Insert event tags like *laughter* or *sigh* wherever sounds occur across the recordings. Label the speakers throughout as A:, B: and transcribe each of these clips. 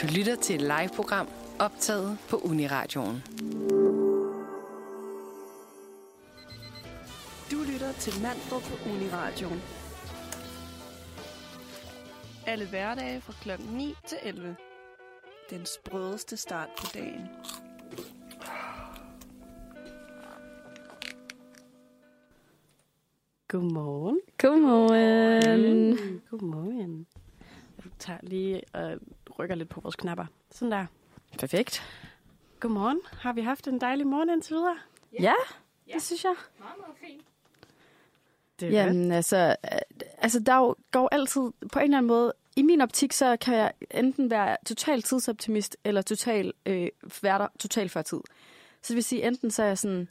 A: Du lytter til et live-program optaget på Uniradioen.
B: Du lytter til Mandrup på Uniradioen. Alle hverdage fra kl. 9 til 11. Den sprødeste start på dagen.
C: Godmorgen.
D: Godmorgen.
C: Mm. Godmorgen. Jeg tager lige og rykker lidt på vores knapper. Sådan der.
D: Perfekt.
C: Godmorgen. Har vi haft en dejlig morgen indtil videre?
D: Ja, det synes jeg.
C: Det er godt.
D: Jamen, altså, øh, altså, der jo- går altid på en eller anden måde... I min optik, så kan jeg enten være total tidsoptimist, eller total, øh, være der total før tid. Så det vil sige, enten så er jeg sådan,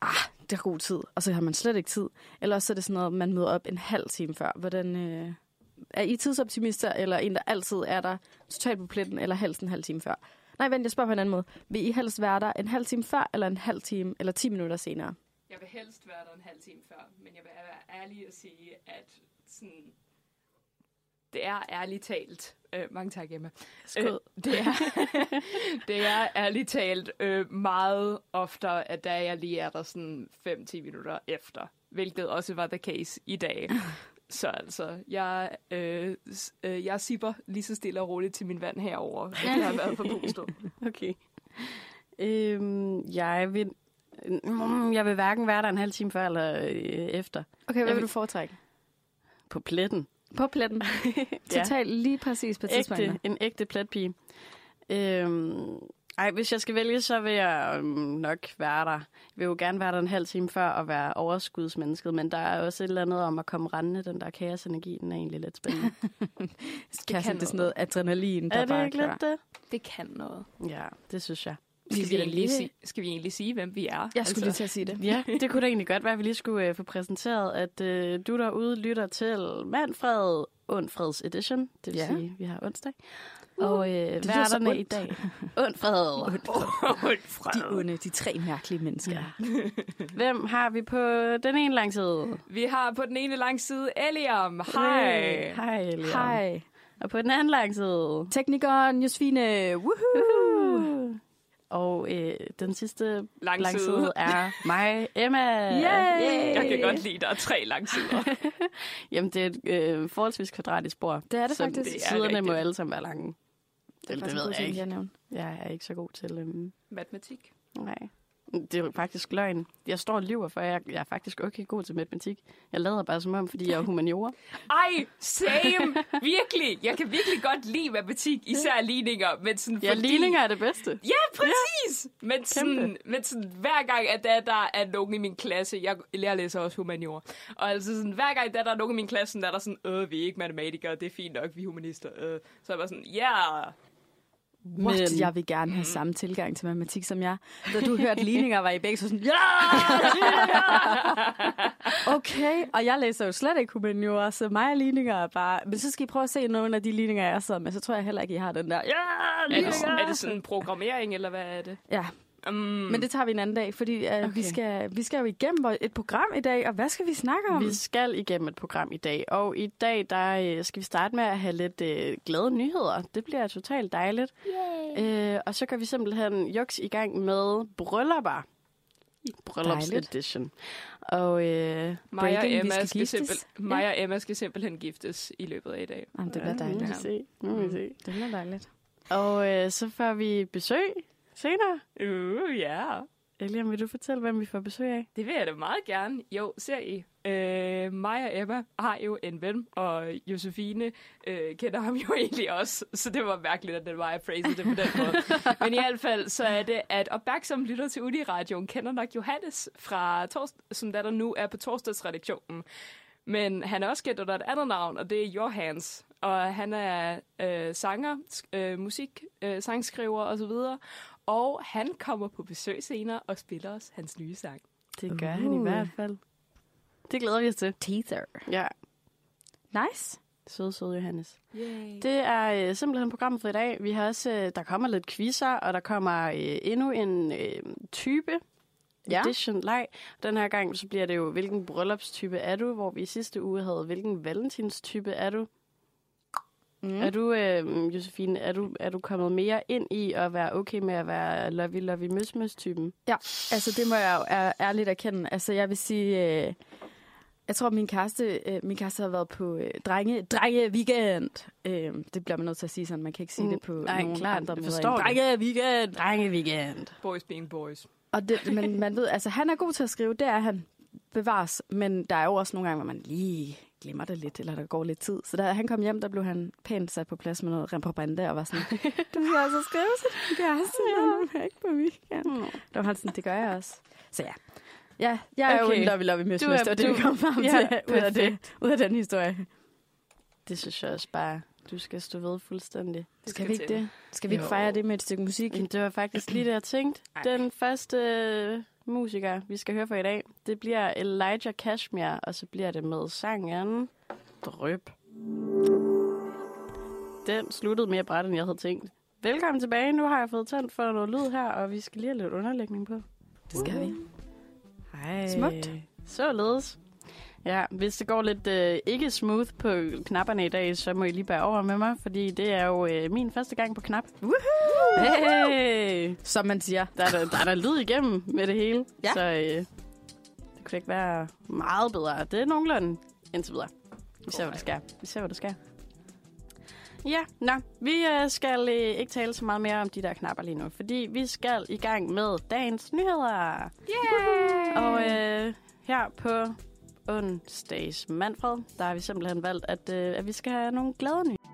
D: ah, det er god tid, og så har man slet ikke tid. Eller også så er det sådan noget, man møder op en halv time før. Hvordan, øh, er I tidsoptimister, eller en, der altid er der totalt på pletten, eller helst en halv time før? Nej, vent, jeg spørger på en anden måde. Vil I helst være der en halv time før, eller en halv time, eller 10 minutter senere?
E: Jeg vil helst være der en halv time før, men jeg vil være ærlig og sige, at sådan, det er ærligt talt. Øh, mange tak, Emma. Øh,
D: Skud.
E: det, er, *laughs* det er ærligt talt øh, meget oftere, at der jeg lige er der sådan 5-10 minutter efter, hvilket også var the case i *laughs* dag. Så altså, jeg, øh, s- øh, jeg sipper lige så stille og roligt til min vand herover. Jeg har *laughs* været på Pusto.
C: Okay. Øhm, jeg vil... Mm, Jeg vil hverken være der en halv time før eller øh, efter.
D: Okay, hvad
C: Jeg
D: vil
C: vil-
D: du foretrække?
C: På pletten.
D: På *laughs* pletten. Totalt lige præcis på
C: Ægte,
D: tidspunktet.
C: en ægte pletpige. Øhm, ej, hvis jeg skal vælge, så vil jeg øhm, nok være der. Jeg vil jo gerne være der en halv time før og være overskudsmennesket, men der er også et eller andet om at komme rendende. Den der kaosenergi, den er egentlig lidt *laughs* spændende.
D: Det kan det er sådan noget adrenalin, der
C: er det
D: bare
C: ikke lidt det?
E: Det kan noget.
C: Ja, det synes jeg.
E: Skal
D: da
E: vi, egentlig
D: lige-
E: sige, skal vi egentlig sige, hvem vi er? Altså,
D: Jeg skulle lige til at sige
C: *laughs*
D: det.
C: Ja, det kunne da egentlig godt være, at vi lige skulle øh, få præsenteret, at øh, du derude lytter til Manfred Undfreds Edition. Det vil
D: Ja.
C: ja. sige, vi har onsdag. Og øh,
D: lyder så
C: værterne i
D: ondt. *laughs*
C: dag. Undfred.
D: De onde, de tre mærkelige mennesker. Ja.
C: Hvem har vi på den ene lang side?
E: Vi har på den ene lange side Eliam. Hej.
C: Øh, Hej, Elian.
D: Hej.
C: Og på den anden lang side. Uh.
D: Teknikeren Josefine. Woohoo!
C: Og øh, den sidste
E: Lang
C: lang
E: side.
C: side
D: *laughs*
C: er mig, Emma.
D: Yay!
E: Jeg kan godt lide, at der er tre lange sider.
C: *laughs* Jamen, det er et øh, forholdsvis kvadratisk bord.
D: Det er det
C: så
D: faktisk.
C: Det
E: Det er
C: er siderne
E: rigtigt.
C: må alle sammen være lange.
D: Det er
C: Eller,
D: faktisk
C: det ved
D: en god
C: jeg
D: ting,
C: ikke.
D: jeg nævnte.
C: Jeg er ikke så god til... Øhm,
E: Matematik.
C: nej. Det er jo faktisk løgn. Jeg står og lyver, for jeg, jeg er faktisk okay god til matematik. Jeg lader bare som om, fordi jeg er
D: *laughs*
C: humaniora.
E: Ej, same. Virkelig. Jeg kan virkelig godt lide matematik, især ligninger. Men sådan,
C: Ja, ligninger er det bedste.
E: Ja, præcis. Ja. Men, sådan, men sådan, hver gang, at der, der er nogen i min klasse, jeg, jeg læser også humaniora, og altså sådan, hver gang, der, der er nogen i min klasse, sådan, der er der sådan, øh, vi er ikke matematikere, det er fint nok, vi er humanister. Øh. Så er jeg bare sådan, ja, yeah. *laughs*
D: What?
C: Men-
D: Jeg vil gerne have
C: Mm.
D: samme tilgang til matematik som jeg. Da du *laughs* hørte ligninger, var I begge så sådan, ja! okay, og jeg læser jo slet ikke humaniora, så mig og ligninger er bare... Men så skal I prøve at se nogle af de ligninger, jeg sidder med, så tror jeg heller ikke, I har den der, ja,
E: er, det,
D: ligninger!
E: er det sådan programmering, eller hvad er det?
D: Ja,
E: Um,
D: men det tager vi en anden dag, fordi uh, okay. vi,
C: Mm. Okay.
D: skal, vi skal jo igennem vores- et program i dag, og hvad skal vi snakke om?
C: Vi skal igennem et program i dag, og i dag der øh, skal vi starte med at have lidt øh, glade nyheder. Det bliver totalt dejligt. Øh, og så går vi simpelthen juks i gang med bryllupper. Bryllups
D: Dejligt.
C: edition. Og øh,
E: Maja og
D: Breaking, vi
E: Emma
D: skal
E: skal, skal,
D: giftes.
E: simpel, Maja og Emma skal simpelthen giftes i løbet af i dag.
D: Jamen, det bliver
C: ja, nu må
D: dejligt.
C: vi se. Nu må vi se.
D: Det bliver dejligt.
C: Og øh, så får vi besøg senere.
E: Uh, ja. Yeah.
C: Elian, vil du fortælle, hvem vi får besøg af?
E: Det vil jeg da meget gerne. Jo, ser I. Øh, mig og Emma har jo en ven, og Josefine øh, kender ham jo *laughs* egentlig også, så det var mærkeligt, at den var jeg phrasede det på den måde. Men i hvert fald, så er det, at opmærksom lytter til Uni-radioen kender nok Johannes, fra tors- som der, der nu er på torsdagsredaktionen. Men han er også kendt under et andet navn, og det er Johans. Og han er øh, sanger, sk- øh, musik, øh, sangskriver osv. Og han kommer på besøg senere og spiller os hans nye sang.
C: Det gør uh. han i hvert fald. Det glæder vi os til.
D: Teaser.
C: Ja,
D: Nice.
C: søde, søde Johannes.
E: Yay.
C: Det er øh, simpelthen programmet for i dag. Vi har også, øh, der kommer lidt quizzer, og der kommer øh, endnu en øh, type
D: Ja.
C: ja. edition leg. Den her gang så bliver det jo, hvilken bryllupstype er du? Hvor vi i sidste uge havde, hvilken valentinstype er du? Mm. Er du, øh, Josefine, er du, er du kommet mere ind i at være okay med at være lovey-lovey-møs-møs-typen?
D: Ja, altså det må jeg jo ær- ærligt erkende. Altså jeg vil sige, øh, jeg tror min kæreste, øh, min kæreste har været på øh, drenge, drenge weekend. Øh, det bliver man nødt til at sige sådan, man kan ikke sige
C: Mm,
D: mm, det på
C: nej,
D: nogen
C: klart,
D: andre
C: jeg
D: måder.
C: forstår
D: end
C: det.
D: Drenge weekend, drenge weekend.
E: Boys being boys.
D: Og det, *laughs* men man ved, altså han er god til at skrive, det er han bevares, men der er jo også nogle gange, hvor man lige glemmer det lidt, eller der går lidt tid. Så da han kom hjem, der blev han pænt sat på plads med noget rembrandt og var sådan, *laughs* du kan altså skrive til din kæreste, når du er ikke på weekend.
C: Mm.
D: Der var han sådan, det gør jeg også. Så ja. Ja, jeg er okay. jo
C: Okay.
D: en lovey lovey
C: Du er-
D: møsmester, og det
C: du-
D: vi kom *laughs* frem
C: Ja,
D: til ud af, det,
C: perfekt.
D: ud af den historie.
C: Det synes jeg også bare, du skal stå ved fuldstændig.
E: Det
D: Skal vi ikke det? Skal vi ikke
E: Jo.
D: fejre det med et stykke musik?
C: Jamen, det var faktisk lige det, jeg tænkte. Den første øh, musiker, vi skal høre for i dag, det bliver Elijah Cashmere, og så bliver det med sangen Drøb. Den sluttede mere bræt, end jeg havde tændt. Velkommen tilbage. Nu har jeg fået tændt for noget lyd her, og vi skal lige have lidt underlægning på.
D: Det skal vi.
C: Hej.
D: Smukt.
C: Således. Ja, hvis det går lidt øh, ikke smooth på knapperne i dag, så må I lige bære over med mig, fordi det er jo øh, min første gang på knap. Hey!
D: Som man siger.
C: Der er der, der, er der lyd igennem med det hele.
D: Ja.
C: Så øh, det kunne ikke være meget bedre. Det er nogenlunde indtil videre. Vi ser, hvad det sker. Vi ser, hvad det sker. Ja, nå. Vi øh, skal øh, ikke tale så meget mere om de der knapper lige nu, fordi vi skal i gang med dagens nyheder. Yay! Og øh, her på onsdags Manfred, der har vi simpelthen valgt, at, øh, at vi skal have nogle glade nyheder.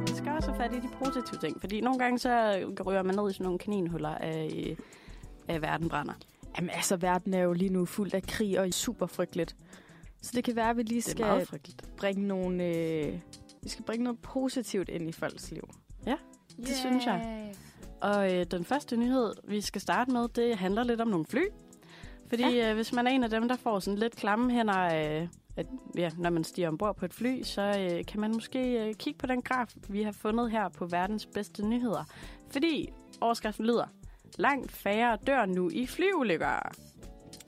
C: Vi Øh, skal også have fat i de positive ting, fordi nogle gange så ryger man ned i sådan nogle kaninhuller af, øh, af verden brænder.
D: Jamen altså, verden er jo lige nu fuld af krig og super frygteligt. Så det kan være, at vi lige
C: Det er meget
D: skal
C: frygteligt.
D: bringe nogle, øh, vi skal bringe noget positivt ind i folks liv.
C: Det synes jeg. Og øh, den første nyhed, vi skal starte med, det handler lidt om nogle fly. Fordi ja. øh, hvis man er en af dem, der får sådan lidt klamme hænder, øh, at, ja, når man stiger ombord på et fly, så øh, kan man måske øh, kigge på den graf, vi har fundet her på verdens bedste nyheder. Fordi overskriften lyder, langt færre dør nu i flyulykker.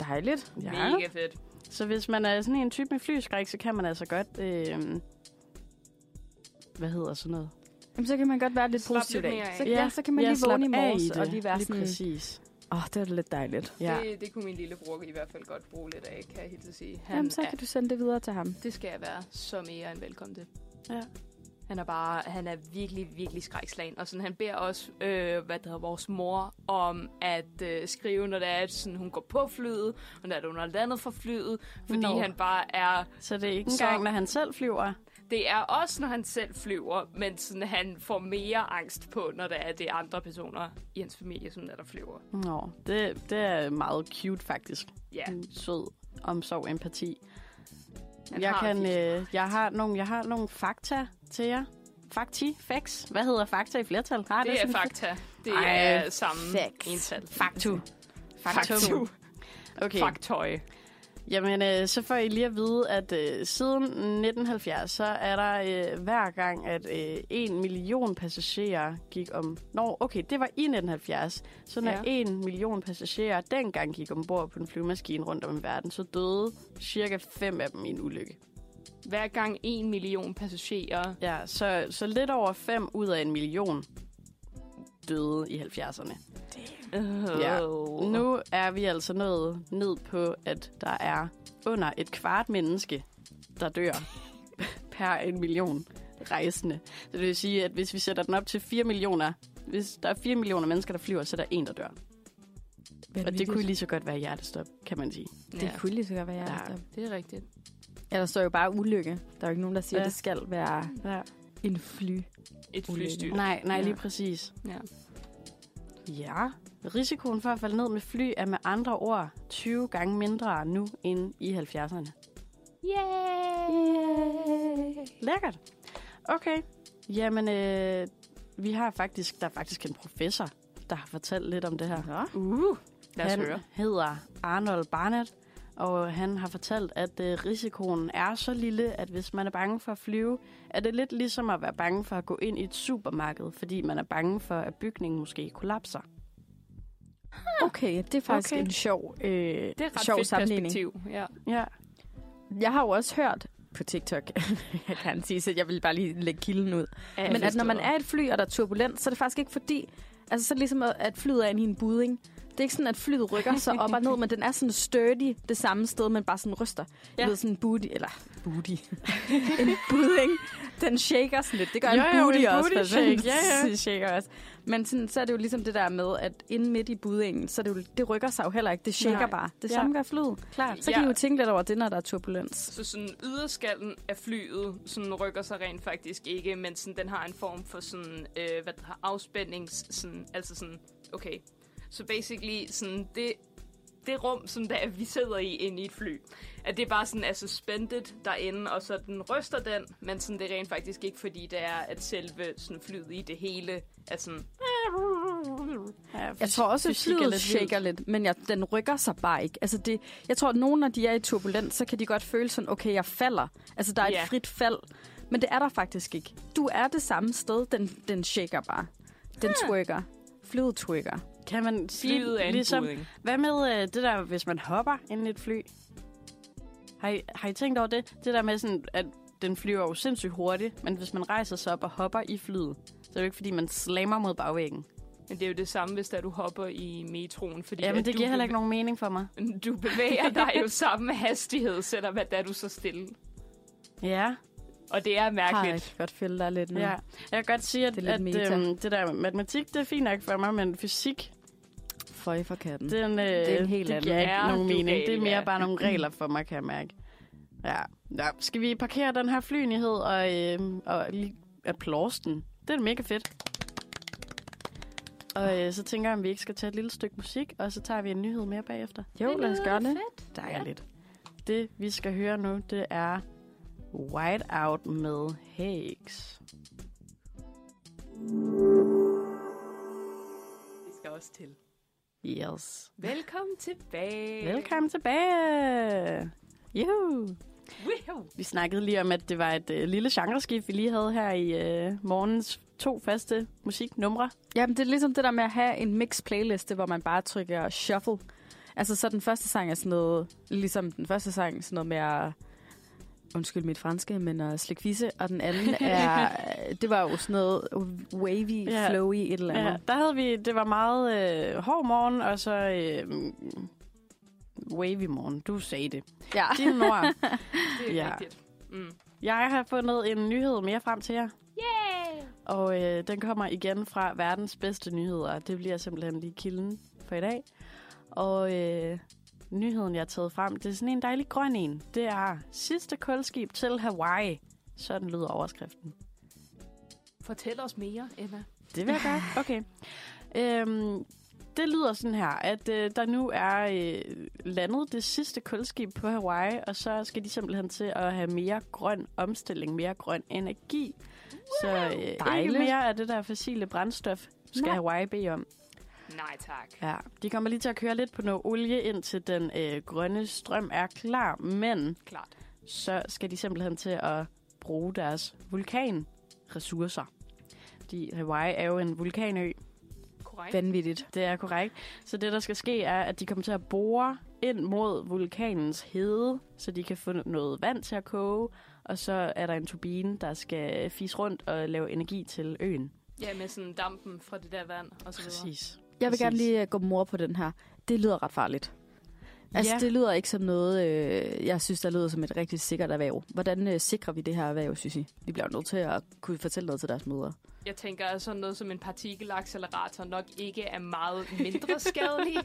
D: Dejligt.
E: Ja. Mega fedt.
C: Så hvis man er sådan en type med flyskræk, så kan man altså godt... Øh, hvad hedder sådan noget?
D: Jamen, så kan man godt være lidt
E: Slap
D: positiv i
E: lidt
D: dag.
E: mere af.
D: Så, ja, så kan man lige
C: slappe
D: vågne i
C: af
D: morges
C: det.
D: og lige være
C: lige
D: sådan,
C: præcis.
D: åh, oh, det er da lidt dejligt.
C: Ja.
E: Det, det kunne min lillebror i hvert fald godt bruge lidt af, kan jeg helt til sige. Han
D: Jamen, så
E: er,
D: kan du sende det videre til ham.
E: Det skal jeg være så mere end velkommen til.
C: Ja.
E: Han er bare, han er virkelig, virkelig skrækslagen. Og sådan, han beder også, øh, hvad det hedder, vores mor, om at øh, skrive, når det er, at sådan, hun går på flyet, og når det er under landet for flyet. Fordi
C: Nå.
E: no. han bare er,
C: Så det er ikke
E: Så-
C: engang, når han selv flyver.
E: det er også, når han selv flyver, men sådan, han får mere angst på, når det er, det er andre personer i hans familie, som er, der flyver.
C: Nå, det, det er meget cute faktisk.
E: Ja,
C: En Sød omsorg, empati.
E: han
C: jeg,
E: har
C: kan,
E: virkelig-
C: øh, jeg, har nogle, jeg har nogle fakta til jer. Fakti? Facts? Hvad hedder fakta i flertal? Har jeg
E: det er
C: sådan-
E: fakta. Det
C: Ej,
E: er samme
C: facts.
E: ental.
C: Faktu. Faktum.
E: Faktum.
C: Okay.
E: Faktøj.
C: Jamen, øh, så får I lige at vide, at øh, siden 1970, så er der øh, hver gang, at øh, en million passagerer gik om... Nå, okay, det var i 1970. Så når
E: Ja.
C: en million passagerer dengang gik ombord på en flyvemaskine rundt om i verden, så døde cirka fem af dem i en ulykke.
E: Hver gang en million passagerer.
C: Ja, så, så lidt over fem ud af en million døde i 70'erne. Ja. Nu er vi altså nået ned på, at der er under et kvart menneske, der dør *laughs* per en million rejsende. Så det vil sige, at hvis vi sætter den op til 4 millioner, hvis der er 4 millioner mennesker, der flyver, så er der en, der dør. Og det kunne lige så godt være hjertestop, kan man sige.
D: det
E: Ja,
D: kunne lige så godt være
C: Ja.
D: jeg.
E: det er rigtigt.
D: Ja, der står jo bare ulykke. Der er jo ikke nogen, der siger,
C: Ja.
D: at det skal være
C: Ja.
D: en fly.
E: Et
D: Ulykke.
E: flystyr.
C: Nej, nej,
E: Ja.
C: lige præcis.
E: Ja.
C: Ja. Risikoen for at falde ned med fly er med andre ord 20 gange mindre nu end i 70'erne.
E: Yay!
C: Lækkert. Okay. Jamen, øh, vi har faktisk, der er faktisk en professor, der har fortalt lidt om det her.
D: Nå.
C: Uh,
E: Lad os
C: han
E: høre.
C: hedder Arnold Barnett, Og han har fortalt, at øh, risikoen er så lille, at hvis man er bange for at flyve, er det lidt ligesom at være bange for at gå ind i et supermarked, fordi man er bange for, at bygningen måske kollapser.
D: Okay, det er faktisk okay.
C: Okay.
D: en sjov, øh, det
E: Det er et ret
D: sjov
E: fedt
D: sammenligning.
E: perspektiv. Ja.
C: Ja,
D: Jeg har jo også hørt på TikTok, *laughs* jeg kan sige, så jeg vil bare lige lægge kilden ud.
E: Ja,
D: Men at når man er i et fly, og der er turbulens, så er det faktisk ikke fordi... Altså, så er det ligesom, at- at flyet er inde i en budding. Det er ikke sådan, at flyet rykker sig op
C: *laughs*
D: og ned, men den er sådan sturdy det samme sted, men bare sådan ryster. Ja.
C: Ja.
D: Du ved, sådan en booty, eller
C: *laughs*
D: booty. en budding, den shaker sådan lidt. Det gør
C: Jo,
D: en
C: jo,
D: booty
C: en
D: også.
C: booty
D: for sådan-
C: shake. Ja, ja.
D: *laughs* shaker også. Men sådan, så er det jo ligesom det der med, at inde midt i buddingen, så er det, jo, det rykker sig jo heller ikke. Det shaker
C: Nej.
D: bare. Det
C: Ja.
D: samme gør flyet.
C: klart.
D: Så kan
E: Ja.
D: I jo tænke lidt over det, når der er turbulens.
E: Så sådan yderskallen af flyet sådan rykker sig rent faktisk ikke, men sådan, den har en form for sådan, øh, hvad den har, afspændings... Sådan, altså sådan, okay. Så basically sådan, det, det rum, som der, vi sidder i inde i et fly, at det bare sådan er suspended derinde, og så den ryster den, men sådan, det er rent faktisk ikke, fordi det er, at selve sådan, flyet i det hele er sådan...
C: Ja,
D: Jeg tror også, at
C: fysik er
D: flyet
C: lidt
D: shaker lidt, men jeg, den rykker sig bare ikke. Altså det, jeg tror, at nogen, når de er i turbulens, så kan de godt føle sådan, okay, jeg falder. Altså, der er et
E: Ja.
D: frit fald. Men det er der faktisk ikke. Du er det samme sted, den, den shaker bare. Den twerker. Flyet twerker.
C: vildt. Kan man
E: Flyet er
C: sige,
E: en
C: ligesom,
E: budding.
C: Hvad med øh, det der, hvis man hopper inden i et fly? Har I, har I tænkt over det? Det der med, sådan, at den flyver jo sindssygt hurtigt, men hvis man rejser sig op og hopper i flyet, så er det jo ikke, fordi man slammer mod bagvæggen.
E: Men det er jo det samme, hvis der du hopper i metroen, fordi
C: Jamen,
E: at
C: det
E: du
C: giver heller
E: bevæ-
C: ikke nogen mening for mig.
E: Du bevæger dig jo samme hastighed, selvom at der er du så stille.
C: Ja,
E: Og det er mærkeligt.
D: godt føle dig lidt nu.
C: ja.
D: Ja.
C: Jeg kan godt sige, at
D: Det
C: det,
D: er
C: at,
D: lidt meta.
C: øhm, det der matematik, det er fint nok for mig, men fysik,
D: Føj for katten. Det.
C: den, øh, det,
D: en helt
C: det giver
E: anden.
C: ikke
E: Ja,
C: nogen
E: du er
C: mening.
E: gal,
C: det er mere
E: ja.
C: bare *clears throat* nogle regler for mig, kan jeg mærke. Ja. Nå, skal vi parkere den her flynyhed og, øh, og lige applause den? Det er mega fedt. Og øh, så tænker jeg, om vi ikke skal tage et lille stykke musik, og så tager vi en nyhed mere bagefter.
D: Jo, lad os gøre det.
C: Dejligt. Det, vi skal høre nu, det er White Out med Higgs.
E: Det skal også til.
C: Yes.
E: Velkommen tilbage.
C: Velkommen tilbage. Juhu.
E: Woohoo.
C: Vi snakkede lige om, at det var et øh, lille genreskift, vi lige havde her i øh, morgens to faste musiknumre.
D: Jamen, det er ligesom det der med at have en mix playliste, hvor man bare trykker shuffle. Altså, så den første sang er sådan noget, ligesom den første sang, sådan noget med at, undskyld mit franske, men at slikke fisse, og
C: *laughs*
D: den anden er, det var jo sådan noget wavy,
C: Ja.
D: flowy, et eller andet.
C: Ja, der havde vi, det var meget øh, hård morgen, og så øh, wavy morgen. Du sagde det.
D: Ja.
C: Din mor.
D: *laughs*
E: Det er
C: Ja.
E: ja. rigtigt. Mm.
C: Jeg har fundet en nyhed mere frem til jer. Og øh, den kommer igen fra verdens bedste nyheder. Det bliver simpelthen lige kilden for i dag. Og øh, nyheden, jeg har taget frem, det er sådan en dejlig grøn en. Det er sidste kulskib til Hawaii. Sådan lyder overskriften.
E: Fortæl os mere, Emma.
C: Det vil jeg gøre. Okay. Øhm, det lyder sådan her, at øh, der nu er øh, landet det sidste kulskib på Hawaii, og så skal de simpelthen til at have mere grøn omstilling, mere grøn energi. Så øh, ikke
D: Dejligt.
C: mere af det der fossile brændstof skal
D: Nej.
C: Hawaii bede om.
E: Nej tak.
C: Ja, de kommer lige til at køre lidt på noget olie, indtil den øh, grønne strøm er klar, men
E: Klart.
C: så skal de simpelthen til at bruge deres vulkanressourcer. Fordi Hawaii er jo en vulkanø,
E: Korrekt.
D: Vanvittigt.
C: det er korrekt. Så det, der skal ske, er, at de kommer til at bore ind mod vulkanens hede, så de kan få noget vand til at koge, og så er der en turbine, der skal fise rundt og lave energi til øen.
E: Ja, med sådan dampen fra det der vand og så videre.
C: Præcis.
D: Jeg vil
C: Præcis.
D: gerne lige øh, gå mor på den her. Det lyder ret farligt. Altså,
C: Ja.
D: det lyder ikke som noget, øh, jeg synes, der lyder som et rigtig sikkert erhverv. Hvordan øh, sikrer vi det her erhverv, synes I? Vi bliver jo nødt til at kunne fortælle noget til deres mødre.
E: Jeg tænker, at sådan noget som en partikelaccelerator nok ikke er meget mindre skadelig.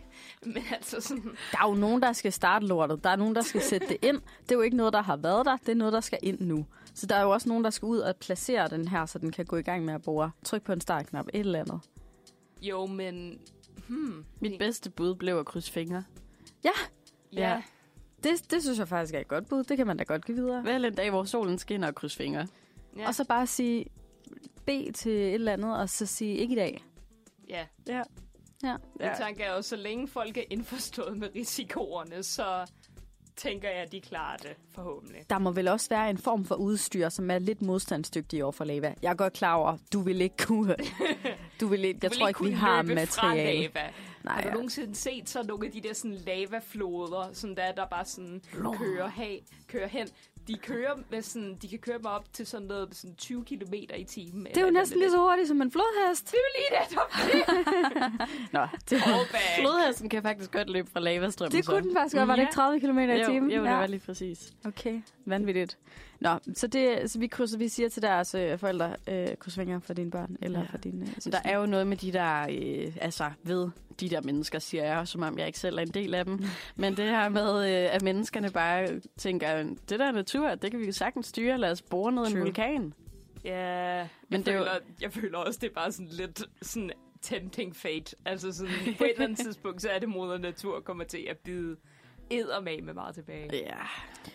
E: men altså sådan...
D: Der er jo nogen, der skal starte lortet. Der er nogen, der skal sætte det ind. Det er jo ikke noget, der har været der. Det er noget, der skal ind nu. Så der er jo også nogen, der skal ud og placere den her, så den kan gå i gang med at bore. Tryk på en startknap, et eller andet.
E: Jo, men... Hmm.
C: Mit bedste bud blev at krydse fingre.
E: Ja.
C: ja.
D: Det, det synes jeg faktisk er et godt bud. Det kan man da godt give videre.
C: Vel en dag, hvor solen skinner og krydse fingre.
E: ja.
D: Og så bare sige B til et eller andet, og så sige ikke i dag.
E: ja.
C: Ja.
D: Ja.
E: Min tanke er jo, så længe folk er indforstået med risikoerne, så tænker jeg, at de klarer det, forhåbentlig.
D: Der må vel også være en form for udstyr, som er lidt modstandsdygtig over for lava. Jeg er godt klar over, du vil ikke kunne...
E: *laughs*
D: Du vil ikke, jeg
E: vil
D: tror
E: ikke
D: ikke, vi
E: kunne
D: har
E: løbe
D: materiale.
E: Fra lava. Nej, har du nogensinde set så nogle af de der sådan lavafloder, som der, er, der bare sådan kører, ha- kører hen? De, kører med sådan, de kan køre mig op til sådan noget sådan 20 km i timen.
D: Det er jo næsten lige så hurtigt som en flodhest.
E: Det er jo lige det, der
D: *laughs* Nå, det,
E: er
C: Flodhesten kan faktisk godt løbe fra lavastrømmen.
D: det kunne den faktisk godt. Var det ikke 30 km i
C: jo,
D: timen?
C: jo, det var lige præcis.
D: Okay, vanvittigt. Nå, så, det, så vi, krydser, vi siger til deres øh, forældre, øh, kryds fingre for dine børn, eller
C: Ja.
D: ja. for dine øh,
C: Men der
D: søskende.
C: er jo noget med de der, øh, altså ved de der mennesker, siger jeg, som om jeg ikke selv er en del af
D: *laughs*
C: dem. Men det her med, øh, at menneskerne bare tænker, det der er natur, det kan vi sagtens styre, lad os bore ned i en
D: True.
C: vulkan.
E: Ja,
C: Men
E: men jeg,
C: det er jo-
E: føler, jeg føler også, det er bare sådan lidt sådan tempting fate. Altså sådan, på et eller
D: *laughs*
E: andet tidspunkt, så er det moder natur kommer til at bide eddermame med meget tilbage.
C: Ja, det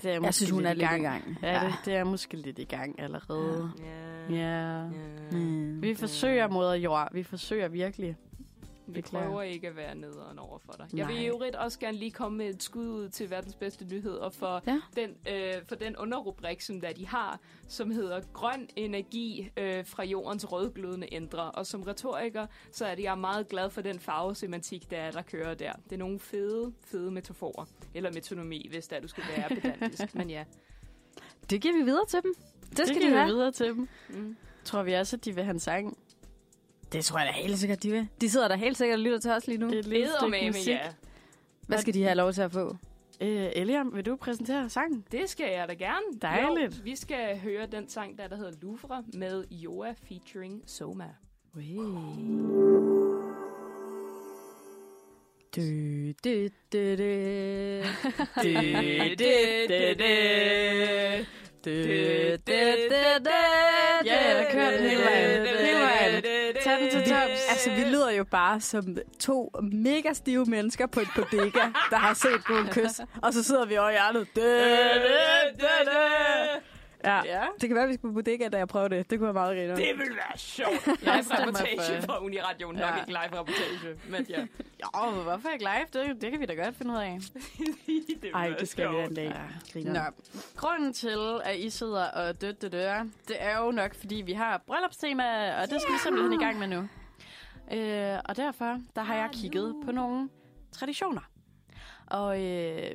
C: er måske
D: Jeg synes, hun er lidt i gang.
C: Ja, ja. Det, det er måske lidt i gang allerede.
E: Ja.
C: Ja. ja.
D: Mm.
C: Vi forsøger moder jord, vi forsøger virkelig.
E: Vi
C: Beklager.
E: prøver ikke at være nederen over for dig. Jeg vil
C: Nej.
E: i øvrigt også gerne lige komme med et skud ud til verdens bedste nyheder for,
D: Ja.
E: ja. den, øh, for den underrubrik, som der de har, som hedder Grøn energi øh, fra jordens rødglødende indre. Og som retoriker, så er det, jeg er meget glad for den farvesemantik, der er, der kører der. Det er nogle fede, fede metaforer. Eller metonomi, hvis der du skal
C: *laughs*
E: være pedantisk. Mm. Men ja.
D: Det giver vi videre til dem. Det skal
C: det
D: det de
C: vi
D: have.
C: videre til dem.
E: Mm.
C: Tror vi også, at de vil have en sang?
D: Det tror jeg da helt sikkert, de vil. De sidder der helt sikkert og lytter til os lige nu.
C: Et lille stykke
E: Eddermame,
C: musik.
E: ja.
D: Hvad skal de have lov til at få?
C: Øh, Eliam, vil du præsentere sangen?
E: Det skal jeg da gerne.
C: Dejligt.
E: Jo, vi skal høre den sang, der, der hedder Louvre med Joa featuring Soma.
D: Du, du, du, du. Du, du, du, du.
C: Ja, jeg kører den hele vejen. Hele vejen. Tag den til tops.
D: Altså, vi lyder jo bare som to mega stive mennesker på et bodega, der har set på en kys. Og så sidder vi over i hjørnet. Du, du, du, du. Ja.
C: Ja.
D: Det kan være, vi skal på bodega, da jeg prøver det. Det kunne være meget rent.
E: Det ville være sjovt.
C: Jeg
E: Live
C: stemmer
E: reportage
C: for-
E: fra Uniradioen.
C: Ja.
E: Nok ikke live reportage, men
C: *laughs*
E: ja.
C: Jo, hvorfor ikke live? Det, det kan vi da godt finde ud af.
E: det ville
D: Ej,
E: være
D: det skal vi da
E: sjovt.
D: en dag.
C: Nå.
D: Ja.
C: Grunden til, at I sidder og død, død, dør, det er jo nok, fordi vi har bryllupstema, og det skal vi simpelthen i gang med nu. Øh, og derfor, der har jeg kigget på nogle traditioner. Og øh,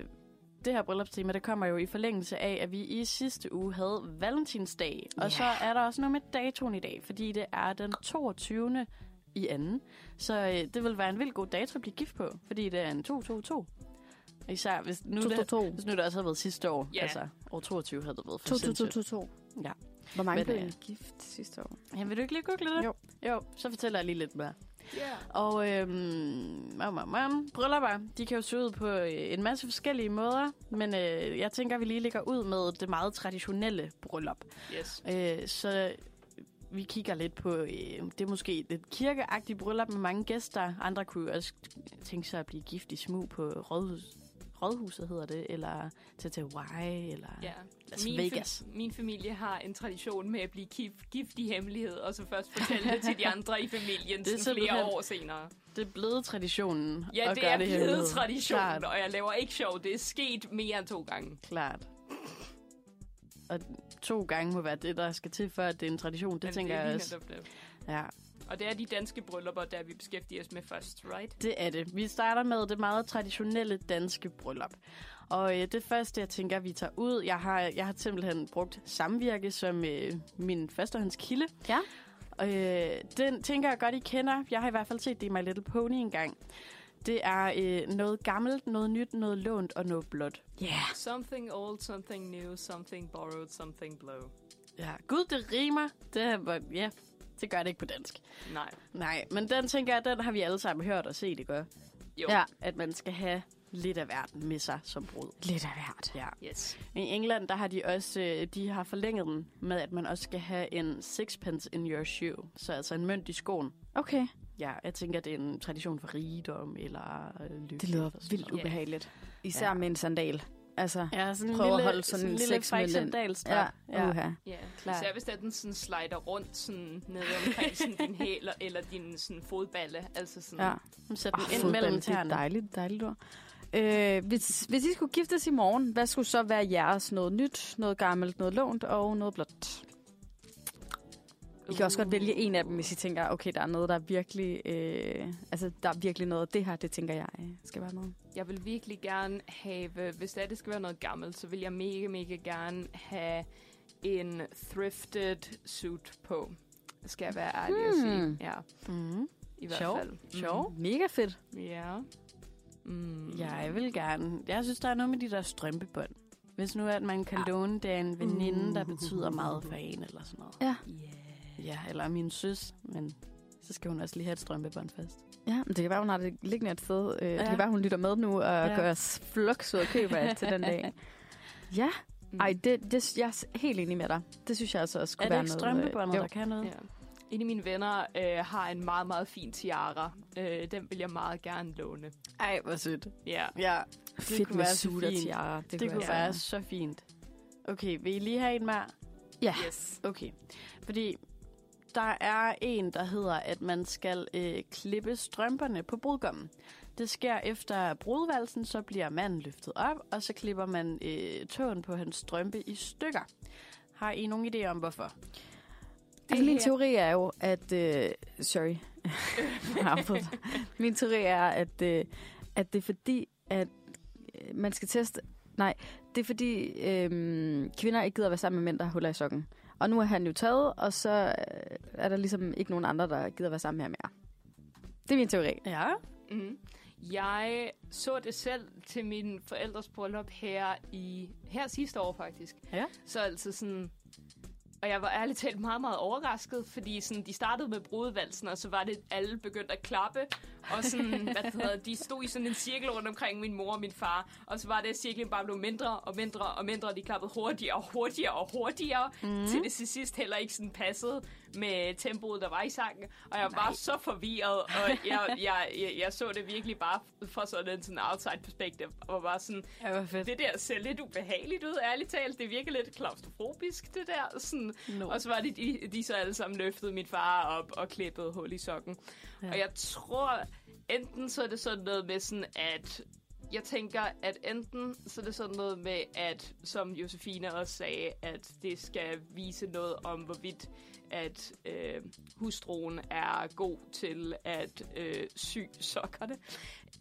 C: det her bryllupstema, det kommer jo i forlængelse af, at vi i sidste uge havde valentinsdag. Og så er der også noget med datoen i dag, fordi det er den 22. i anden. Så øh, det vil være en vild god dato at blive gift på, fordi det er en 222. Især hvis nu
D: To,
C: det,
D: to, to.
C: hvis nu det også havde været sidste år,
E: Ja.
C: altså år 22 havde det været for
D: To, to, to,
C: sindssygt.
D: to, to.
C: Ja.
D: Hvor mange
C: Men,
D: blev
C: øh,
D: I gift sidste år?
C: Jamen, vil du ikke lige google det?
D: Jo.
C: Jo, så fortæller jeg lige lidt mere.
E: Ja.
C: Og øhm, mam, mam, mam, bryllupper, de kan jo se ud på øh, en masse forskellige måder, men øh, jeg tænker, vi lige ligger ud med det meget traditionelle bryllup.
E: Yes.
C: Øh, så vi kigger lidt på, øh, det er måske lidt kirkeagtigt bryllup med mange gæster. Andre kunne jo også tænke sig at blive gift i smug på rådhus, rådhuset, hedder det, eller til til Hawaii, eller...
E: Ja.
C: Las
E: Min,
C: Vegas.
E: Fa- min familie har en tradition med at blive gift, gift i hemmelighed, og så først fortælle det
C: *laughs*
E: til de andre i familien
C: Det er
E: det sådan flere
C: simpelthen-
E: år senere.
C: Det er blevet traditionen
E: Ja,
C: at
E: det
C: gøre
E: er
C: det her
E: blevet
C: med.
E: tradition,
C: Klart.
E: og jeg laver ikke sjov. Det er sket mere end to gange.
C: Klart. Og to gange må være det, der skal til, før at det er en tradition. Det
E: Men
C: tænker
E: er
C: jeg
E: lige
C: også.
E: netop det.
C: Ja,
E: Og det er de danske bryllupper, der vi beskæftiger os med først, right?
C: det er det. Vi starter med det meget traditionelle danske bryllup. Og øh, det første, jeg tænker, vi tager ud, jeg har, jeg har simpelthen brugt samvirke som øh, min førstehåndskilde.
D: Ja.
C: Og øh, den tænker jeg godt, I kender. Jeg har i hvert fald set det i My Little Pony engang. Det er øh, noget gammelt, noget nyt, noget lånt og noget blåt.
D: Ja.
E: Something old, something new, something borrowed, something blue.
C: Ja, gud, det rimer. Det, er- ja, det gør det ikke på dansk.
E: Nej.
C: Nej, men den tænker jeg, den har vi alle sammen hørt og set, ikke?
E: Jo.
C: Ja. At man skal have lidt af verden med sig som brud.
D: Lidt af hvert.
C: Ja.
E: Yes.
C: I England, der har de også, øh, de har forlænget den med, at man også skal have en sixpence in your shoe. Så altså en mønt i skoen.
D: Okay.
C: Ja, jeg tænker, det er en tradition for rigdom eller øh, lykke.
D: Det lyder
C: eller sådan
D: vildt
C: noget.
D: ubehageligt. Især med en sandal. Altså,
C: Ja, sådan en
D: Prøv at
C: lille,
D: holde sådan en
C: en lille
D: sexmedlem.
C: fræk sandalstrap.
D: ja, ja.
E: Ja,
C: Klar.
E: klar. Især hvis det er den sådan slider rundt sådan ned omkring sådan din hæler eller din sådan fodballe. Altså sådan,
D: ja.
C: Sæt den
D: Ah,
C: ind
D: fodbold,
C: mellem
D: det er et
C: tæerne.
D: dejligt, dejligt ord. Øh, hvis, hvis I skulle giftes i morgen, hvad skulle så være jeres? Noget nyt, noget gammelt, noget lånt og noget blåt? I kan
E: uh.
D: også godt vælge en af dem, hvis I tænker, okay, der er noget, der er virkelig... Øh, altså, der er virkelig noget. Det her, det tænker jeg, øh, skal være med.
E: Jeg vil virkelig gerne have, hvis det, er, det skal være noget gammelt, så vil jeg mega, mega gerne have en thrifted suit på. Skal jeg være ærlig at
D: Hmm.
E: sige. Ja,
C: Mm.
E: i hvert
C: Sjov.
E: fald. Mm.
C: Sjov.
D: Mm-hmm. Mega fedt.
E: Ja. Mm.
C: Jeg vil gerne. Jeg synes, der er noget med de der strømpebånd. Hvis nu at man kan låne det af en veninde, der betyder meget for en eller sådan noget.
E: Yeah.
C: Ja, eller min søs, men så skal hun også lige have et strømpebånd fast.
D: Ja, men det kan være, hun har det liggende et sted. Øh, ja. Det
C: Ja.
D: kan være, hun lytter med nu og ja.
C: Ja.
D: gør os flux ud og køber alt til den
C: *laughs*
D: dag. Ja,
E: Mm.
D: ej, det, det, jeg er helt enig med dig. Det synes jeg altså også skulle
C: Er det
D: være
C: ikke
D: noget... øh,
C: strømpebåndet,
D: jo.
C: der kan noget?
E: Ja. En af mine venner øh, har en meget, meget fin tiara. Øh, den vil jeg meget gerne låne.
C: Ej, hvor sødt.
E: Ja.
C: Ja,
D: Fedt
C: kunne
D: med
C: være så
D: suit og
C: fint.
D: tiara.
C: det, det kunne
D: så-
C: være så fint. Okay, vil I lige have en mere?
D: Ja.
E: Yes.
C: Okay, fordi der er en, der hedder, at man skal øh, klippe strømperne på brudgommen. Det sker efter brudvalsen, så bliver manden løftet op, og så klipper man øh, tåen på hans strømpe i stykker. Har I nogen idé om, hvorfor?
D: Altså, min
E: her-
D: teori er jo, at... Øh, sorry. *laughs* Jeg har afbrudt dig. min teori er, at, øh, at det er fordi, at øh, man skal teste... Nej, det er fordi øh, kvinder ikke gider være sammen med mænd, der har huller i sokken. Og nu er han jo taget, og så øh, er der ligesom ikke nogen andre, der gider være sammen med ham mere. Det er min teori.
C: Ja.
E: Mm. Jeg så det selv til min forældres bryllup her i her sidste år faktisk.
C: Ja.
E: Så altid sådan... Og jeg var ærligt talt meget, meget overrasket, fordi sådan, de startede med brudevalsen, og så var det, alle begyndte at klappe. Og sådan, hvad det hedder, de stod i sådan en cirkel rundt omkring min mor og min far. Og så var det, at cirklen bare blev mindre og mindre og mindre, og de klappede hurtigere og hurtigere og hurtigere, mm. til det til sidst heller ikke sådan passede med tempoet, der var i sangen. Og jeg var bare så forvirret, og jeg, jeg, jeg, jeg så det virkelig bare fra sådan en sådan outside perspective, og var sådan,
C: Ja, hvor fedt.
E: det der ser lidt ubehageligt ud, ærligt talt. Det virker lidt klaustrofobisk, det der. Sådan.
C: No.
E: Og så var det, de, de så alle sammen løftede min far op og klippede hul i sokken. Ja. Og jeg tror, enten så er det sådan noget med sådan, at jeg tænker, at enten så er det sådan noget med, at som Josefine også sagde, at det skal vise noget om, hvorvidt at øh, hustruen er god til at øh, sy sokkerne.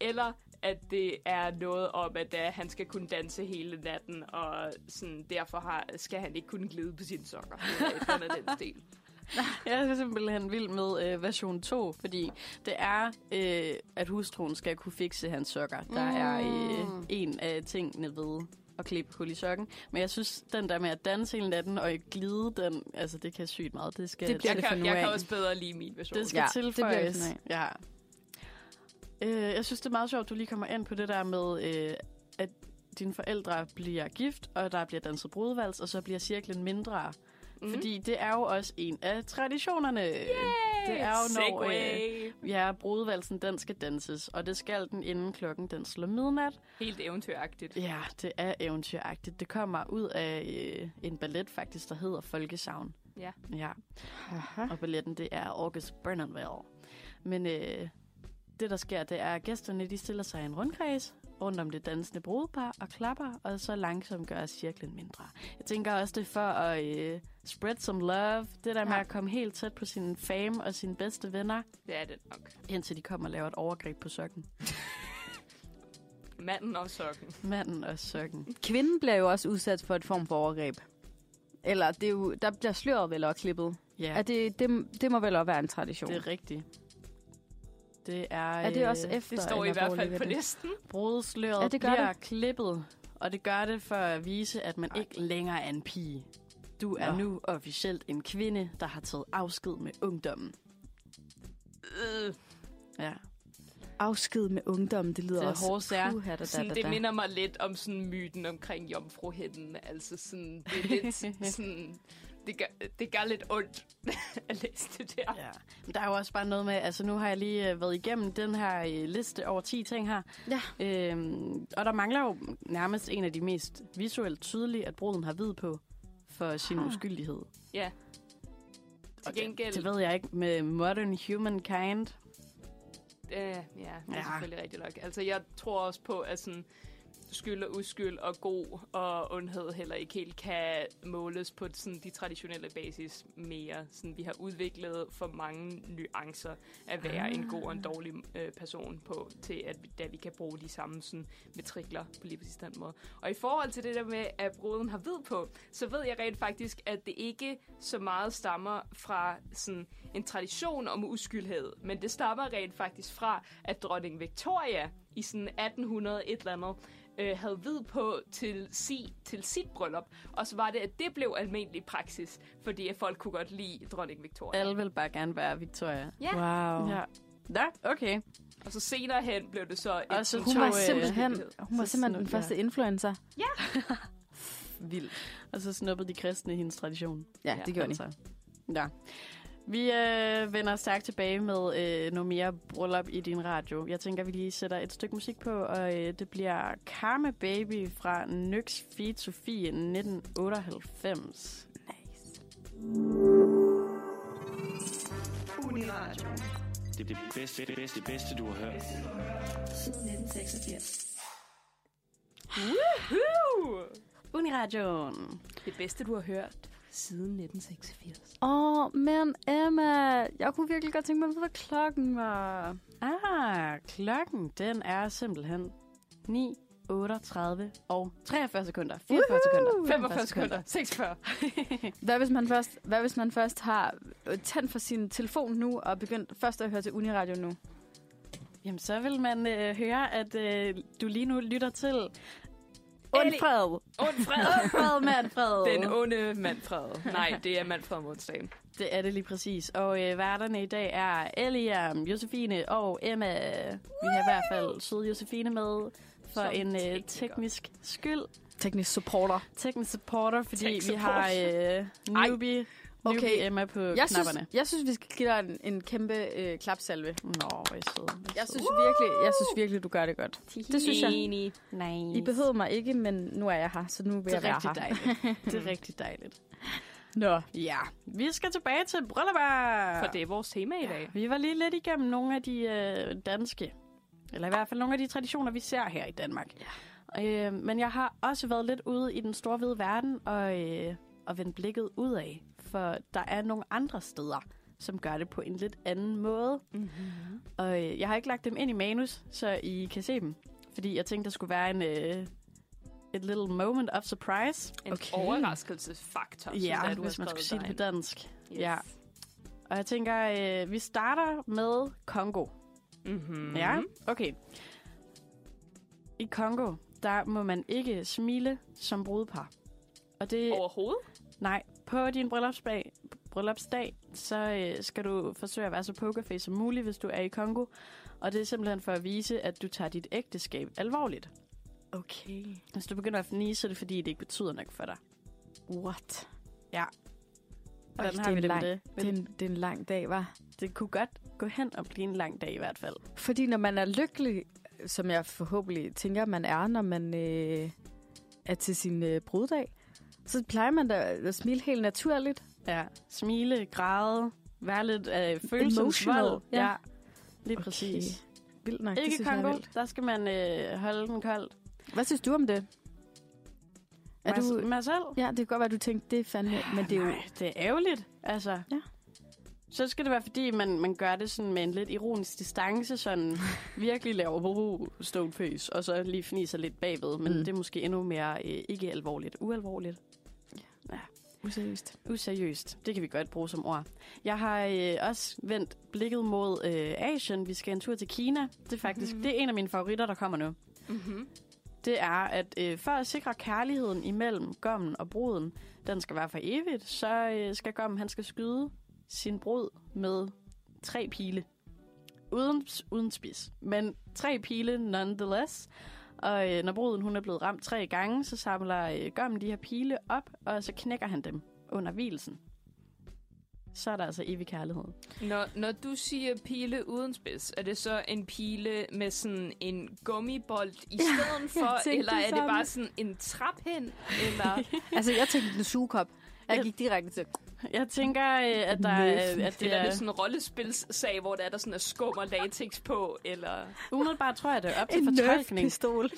E: Eller at det er noget om, at øh, han skal kunne danse hele natten, og sådan, derfor har, skal han ikke kunne glide på sine sokker. Eller et eller andet
C: *laughs*
E: den stil.
C: Jeg er simpelthen vild med øh, version 2, fordi det er, øh, at hustruen skal kunne fikse hans sokker. Der er øh, en af tingene ved at klippe hul i sokken. Men jeg synes, den der med at danse hele natten og ikke glide den, altså det kan sygt meget. Det skal,
D: Det bliver
E: Jeg,
C: det,
D: for
E: kan,
D: nu
E: jeg kan
D: af.
E: også bedre lide min version.
C: det skal
D: Ja,
C: ja,
D: det bliver det for nu
C: tilføjes. Det ja. øh, jeg synes, det er meget sjovt, at du lige kommer ind på det der med, øh, at dine forældre bliver gift, og der bliver danset brudvals, og så bliver cirklen mindre.
E: Mhm.
C: Mm. Fordi det er jo også en af traditionerne.
E: Yay!
C: Det er jo, når øh,
E: Segway.
C: ja, brudvalsen den skal danses, og det skal den inden klokken den slår midnat.
E: Helt eventyragtigt.
C: Ja, det er eventyragtigt. Det kommer ud af øh, en ballet faktisk, der hedder Folkesavn.
E: Ja.
C: Ja,
D: Aha.
C: og balletten det er August Brennanville. Men øh, det der sker, det er, at gæsterne de stiller sig i en rundkreds rundt om det dansende brudepar og klapper, og så langsomt gør cirklen mindre. Jeg tænker også, det er for at øh, spread some love. Det der med
D: Ja.
C: at komme helt tæt på sin fame og sine bedste venner,
E: Det er det nok.
C: indtil de kommer og laver et overgreb på sokken.
E: Manden og sokken.
C: Manden og sokken.
D: Kvinden bliver jo også udsat for et form for overgreb. Eller det er jo, der bliver sløret vel også klippet.
C: Ja,
D: Ja. Er det, det, det må vel også være en tradition.
C: det er rigtigt. Det er,
D: er det også
C: øh,
D: efter?
E: Det står i
D: eller
E: hvert
D: hvor
E: fald
D: ligger
E: på
D: det?
E: listen.
C: Brudesløret
D: Ja,
C: ja,
D: det
C: det
D: gør
C: bliver det. klippet, og det gør det for at vise, at man ikke længere er en pige. Du er
D: Nå.
C: nu officielt en kvinde, der har taget afsked med ungdommen.
E: Øh,
C: Ja,
D: Afsked med ungdommen, det lyder
C: det er
D: også...
C: hårdt sær.
D: Puha, da, da,
E: sådan,
D: da,
E: det
D: da.
E: minder mig lidt om sådan myten omkring jomfruhinden. Altså sådan, det er
C: *laughs*
E: lidt sådan... Det gør, det gør lidt ondt *laughs* at læse det der.
C: Ja. Men der er jo også bare noget med, altså nu har jeg lige øh, været igennem den her øh, liste over 10 ting her.
D: Ja.
C: Øhm, og der mangler jo nærmest en af de mest visuelt tydelige, at bruden har hvid på for sin ah. uskyldighed.
E: Ja. Til
C: Og det-
E: gengæld...
C: Det ved jeg ikke med Modern Humankind.
E: Øh, ja, det er
C: Ja.
E: ja. selvfølgelig rigtigt nok. Altså, jeg tror også på, at sådan, skyld og uskyld og god og ondhed heller ikke helt kan måles på sådan, de traditionelle basis mere. Sådan, vi har udviklet for mange nuancer at være ah. en god og en dårlig øh, person på, til at vi, da vi kan bruge de samme sådan, matrikler på lige præcis den måde. Og i forhold til det der med, at bruden har hvid på, så ved jeg rent faktisk, at det ikke så meget stammer fra sådan en tradition om uskyldhed, men det stammer rent faktisk fra, at dronning Victoria i sådan 1800 et eller andet, øh, havde hvid på til, si, til sit bryllup. Og så var det, at det blev almindelig praksis, fordi at folk kunne godt lide dronning Victoria.
C: Alle vil bare gerne være Victoria.
E: Ja.
D: Wow.
C: Ja. Nå, okay.
E: Og så senere hen blev det så...
C: Og så
E: sådan
D: Hun
C: tog,
D: var
C: øh,
D: simpelthen, hun var
C: så
D: simpelthen den
C: snup, ja.
D: første influencer.
C: Vildt. Og så snuppede de kristne hendes tradition.
D: Ja, det gjorde de.
C: altså. Ja. Vi øh, vender stærkt tilbage med øh, noget mere bryllup i din radio. Jeg tænker, vi lige sætter et stykke musik på, og øh, det bliver Karma Baby fra Nyx Feed Sofie 1998.
B: Uniradio.
F: Det er det bedste, det bedste, det bedste, du har hørt.
C: Uniradioen.
E: Det bedste, du har hørt siden 1986.
D: Åh, oh, men Emma, jeg kunne virkelig godt tænke mig at vide, hvad klokken var.
C: Ah, klokken den er simpelthen 9, 38 og 43 sekunder. 44 sekunder.
E: 45 sekunder. 46.
D: Hvad hvis man først, hvad hvis man først har øh, tændt for sin telefon nu, og begyndt først at høre til Uniradio nu?
C: Jamen, så vil man øh, høre, at øh, du lige nu lytter til Undfred.
E: Ond fred.
C: Undfred, Manfred.
E: *laughs*
C: *laughs*
E: Den onde Manfred. Nej, det er Manfred Modstagen.
C: Det er det lige præcis. Og øh, værterne i dag er Eliam, Josefine og Emma. Vi har i hvert fald søde Josefine med for
E: Som
C: en øh,
E: tekniker.
C: teknisk skyld.
D: Teknisk supporter.
C: Teknisk supporter, fordi
E: Tech
C: vi har øh, newbie, newbie
D: Okay.
C: Emma på
D: Jeg
C: knapperne.
D: synes, jeg synes, vi skal give dig en, en kæmpe øh, klapsalve.
C: Nå, hvor er I søde. hvor er I
D: Jeg
C: søde.
D: synes, virkelig, jeg synes virkelig, du gør det godt. Det synes jeg.
E: Enig.
C: nice.
D: I behøvede mig ikke, men nu er jeg her, så nu vil
C: det
D: jeg
C: er
D: være her.
C: rigtig dejligt. Det er rigtig dejligt.
D: Nå.
C: Ja, vi skal tilbage til bryllupper.
E: For det er vores tema i dag.
C: Vi var lige lidt igennem nogle af de øh, danske, eller i hvert fald nogle af de traditioner, vi ser her i Danmark. Ja. Øh, men jeg har også været lidt ude i den store hvide verden og, øh, og vendt blikket ud af, for der er nogle andre steder, som gør det på en lidt anden måde. Mm-hmm. Og øh, jeg har ikke lagt dem ind i manus, så I kan se dem, fordi jeg tænkte, der skulle være en... Øh, et little moment of surprise.
E: En okay. overraskelsesfaktor.
C: Ja,
E: sådan, at du har
C: hvis man
E: skrevet
C: skulle sige det
E: dig
C: på
E: ind.
C: dansk.
E: Yes.
C: Ja. Og jeg tænker, øh, vi starter med Kongo.
E: Mm-hmm.
C: Ja,
D: Mhm.
C: okay. I Kongo, der må man ikke smile som brudepar. Og det...
E: Overhovedet?
C: Nej, på din bryllupsdag, bryllupsdag så øh, skal du forsøge at være så pokerface som muligt, hvis du er i Kongo. Og det er simpelthen for at vise, at du tager dit ægteskab alvorligt.
D: Okay.
C: Hvis du begynder at fnise, så er det fordi, det ikke betyder nok for dig.
D: What?
C: Hvordan
D: Øj,
C: har vi det
D: en
C: med
D: lang,
C: det?
D: Det er, en, det er en lang dag, var.
C: Det kunne godt gå hen og blive en lang dag i hvert fald.
D: Fordi når man er lykkelig, som jeg forhåbentlig tænker, man er, når man øh, er til sin øh, bruddag, så plejer man da at smile helt naturligt.
C: Ja, smile, græde, være lidt øh, følelsesvold.
D: Emotional, ja.
C: ja, lige okay. præcis.
D: Vildt nok. det
C: Ikke
D: synes jeg er
C: Kongo.
D: vildt.
C: Der skal man øh, holde den koldt.
D: Hvad synes du om det? Er
C: mig,
D: du...
C: mig selv?
D: Ja, det kan godt være, du tænkte, det er fandme... Men det er jo...
C: Nej, det er ærgerligt, altså.
D: Ja.
C: Så skal det være, fordi man, man gør det sådan med en lidt ironisk distance,
D: *laughs*
C: sådan virkelig laver hoho stone face, og så lige fniser lidt bagved, men
D: Mm.
C: mm. det er måske endnu mere øh, ikke alvorligt, ualvorligt.
D: Useriøst.
C: Useriøst, det kan vi godt bruge som ord. Jeg har øh, også vendt blikket mod øh, Asien. Vi skal en tur til Kina. Det er faktisk
D: Mm-hmm.
C: mm. det er en af mine favoritter, der kommer nu.
E: Mm-hmm.
C: det er, at øh, for at sikre kærligheden imellem gommen og bruden, den skal være for evigt, så øh, skal gommen, han skal skyde sin brud med tre pile. Uden, uden spids, men tre pile nonetheless. Og øh, når bruden hun er blevet ramt tre gange, så samler øh, gommen de her pile op, og så knækker han dem under hvilesen. Så er der altså evig kærlighed.
E: Når, når du siger pile uden spids, er det så en pile med sådan en gummibold
D: *laughs*
E: i stedet for,
D: tænkte
E: eller
D: det
E: er det
D: samme.
E: bare sådan en traphind? Eller...
D: *laughs* Altså, jeg tænkte en sugekop. Jeg gik direkte til...
C: Jeg tænker, øh, at, der, er- at
E: Det
C: det
E: er, er det
C: er...
E: sådan en rollespilssag, hvor der er der sådan er skum og latex på, eller...
C: Umiddelbart tror jeg, det er op til
D: En
C: fortolkning.
D: nerf-pistol.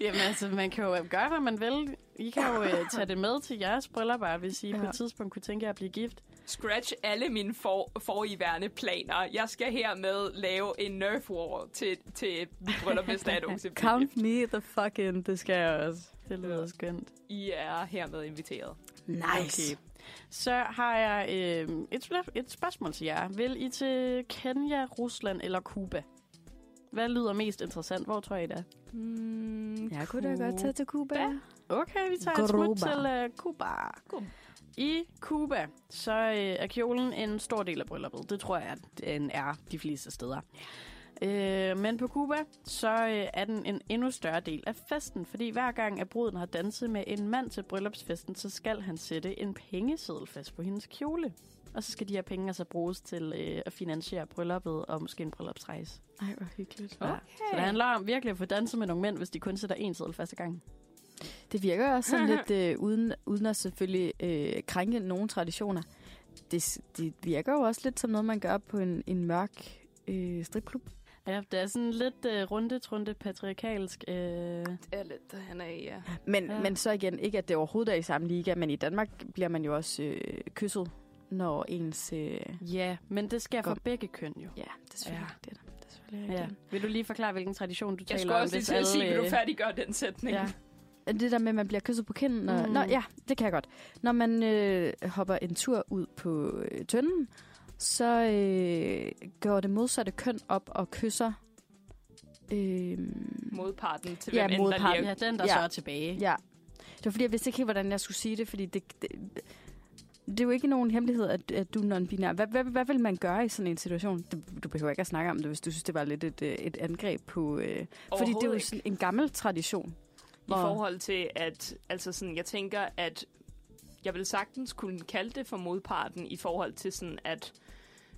C: Jamen altså, man kan jo gøre, hvad man vil. I kan jo øh, tage det med til jeres bryllupper, hvis I ja. på et tidspunkt kunne tænke jer at blive gift.
E: Scratch alle mine for, foriværende planer. Jeg skal hermed lave en nerf war til, til mit bryllup, hvis
D: *laughs*
E: der er et ung
D: Count me the fuck in.
C: Det skal jeg også. Det lyder ja. skønt.
E: I er hermed inviteret.
D: Nice.
C: Okay. Så har jeg øh, et, sp- et spørgsmål til jer. Vil I til Kenya, Rusland eller Cuba? Hvad lyder mest interessant? Hvor tror I det er?
E: Mm,
D: Jeg kunne da godt tage til Cuba.
C: Okay, vi tager et smut
D: Cuba.
C: til øh, Cuba.
E: Cuba.
C: I Cuba, så øh, er kjolen en stor del af brylluppet. Det tror jeg, at den er de fleste steder. Øh, men på Cuba, så øh, er den en endnu større del af festen, fordi hver gang, at bruden har danset med en mand til bryllupsfesten, så skal han sætte en pengeseddel fast på hendes kjole. Og så skal de her penge altså bruges til øh, at finansiere brylluppet og måske en bryllupsrejse.
D: Ej, hvor hyggeligt.
C: Ja. Så det handler om virkelig at få danset med nogle mænd, hvis de kun sætter en seddel første gang.
D: Det virker også *laughs* sådan lidt, øh, uden, uden at selvfølgelig øh, krænke nogen traditioner. Det, s- det virker jo også lidt som noget, man gør på en, en mørk øh, stripklub.
C: Ja, det er sådan lidt øh, rundetrunde patriarkalsk. Øh.
E: Det er lidt, han er i, ja.
D: Men,
C: Ja.
D: ja. men så igen, ikke at det overhovedet er i samme liga, men i Danmark bliver man jo også øh, kysset, når ens... Øh,
C: Ja, men det sker for
D: Kom.
C: begge køn jo.
D: ja, det er selvfølgelig ja. det. Det er selvfølgelig
C: Ja.
D: rigtigt.
C: Vil du lige forklare, hvilken tradition du
E: Jeg
C: taler
E: skulle
C: om?
E: også lige
C: hvis
E: til at sige,
C: alle,
E: vil du
C: øh,
E: færdiggøre den sætning?
C: Ja.
D: Ja. Det der med, at man bliver kysset på kinden. Og,
C: Mm.
D: mm. Nå, ja, det kan jeg godt. Når man øh, hopper en tur ud på øh, tønden, så øh, går det modsatte køn op og kysser... Øh,
E: Modparten til
D: Ja,
E: hvem end der
D: modparten.
E: lige
C: Ja,
E: er-
C: den, der
D: Ja.
C: så er tilbage.
D: ja. Det var fordi, jeg vidste ikke helt, hvordan jeg skulle sige det, fordi det... det det er jo ikke nogen hemmelighed, at, at du er non-binær. Hvad, hvad, hvad vil man gøre i sådan en situation? Du, du behøver ikke at snakke om det, hvis du synes, det var lidt et, øh, et angreb på... Øh, fordi det er jo
E: Overhovedet
D: sådan en gammel tradition.
E: I forhold til, at altså sådan, jeg tænker, at jeg vil sagtens kunne kalde det for modparten i forhold til sådan, at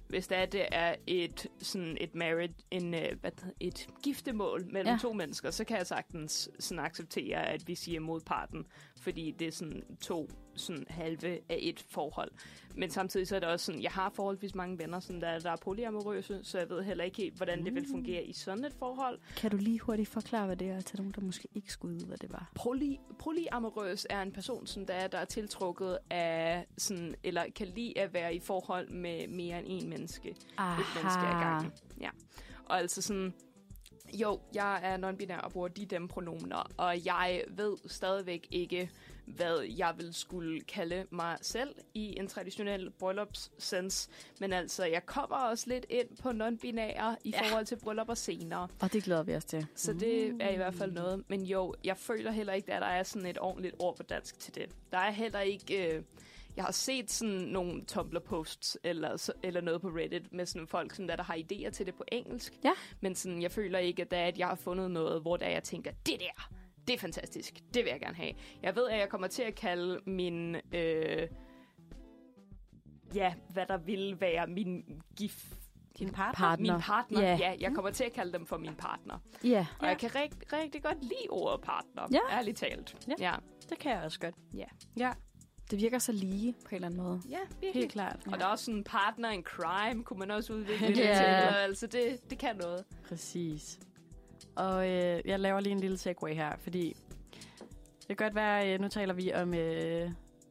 E: hvis det er, det er et, sådan et marriage, en, øh, hvad det hedder, et giftemål mellem ja.
D: Ja.
E: to mennesker, så kan jeg sagtens sådan acceptere, at vi siger modparten, fordi det er sådan to sådan halve af et forhold. Men samtidig så er det også sådan, jeg har forholdsvis mange venner, sådan, der, der er polyamorøse, så jeg ved heller ikke helt, hvordan det vil fungere i sådan et forhold.
D: Kan du lige hurtigt forklare, hvad det er til nogen, der måske ikke skulle vide, hvad det var?
E: poly, polyamorøs er en person, som der, er- der er tiltrukket af, sådan, eller kan lide at være i forhold med mere end en menneske. Et menneske ad gangen. Ja. Og altså sådan, jo, jeg er non-binær og bruger de dem pronomener, og jeg ved stadigvæk ikke, hvad jeg vil skulle kalde mig selv i en traditionel bryllupssens. Men altså, jeg kommer også lidt ind på non-binære i ja. forhold til bryllupper senere.
D: Og det glæder vi os til.
E: Så det er i hvert
D: Mm.
E: fald noget. Men jo, jeg føler heller ikke, at der er sådan et ordentligt ord på dansk til det. Der er heller ikke... Øh, jeg har set sådan nogle Tumblr-posts eller, så- eller noget på Reddit med sådan folk, sådan der, der har idéer til det på engelsk.
D: Ja.
E: Men sådan, jeg føler ikke, at, der, er, at jeg har fundet noget, hvor der jeg tænker, det der, det er fantastisk. Det vil jeg gerne have. Jeg ved, at jeg kommer til at kalde min... Øh, ja, hvad der vil være min gif...
C: Din partner.
D: Partner.
E: Min partner,
D: Ja.
E: ja. Jeg kommer til at kalde dem for min partner.
D: Ja.
E: Og jeg kan rigtig, rigtig godt lide ordet partner,
D: Ja.
E: ærligt talt.
C: Ja.
E: ja.
C: Det kan jeg også godt.
E: Ja.
C: Ja,
D: Det virker så lige på en eller anden måde.
E: ja
C: helt klart.
E: Og der er også sådan en partner in crime, kunne man også udvikle det
C: Ja.
E: til. Altså, det, det kan noget.
C: Præcis. Og øh, jeg laver lige en lille segway her, fordi det kan godt være, øh, nu taler vi om, øh,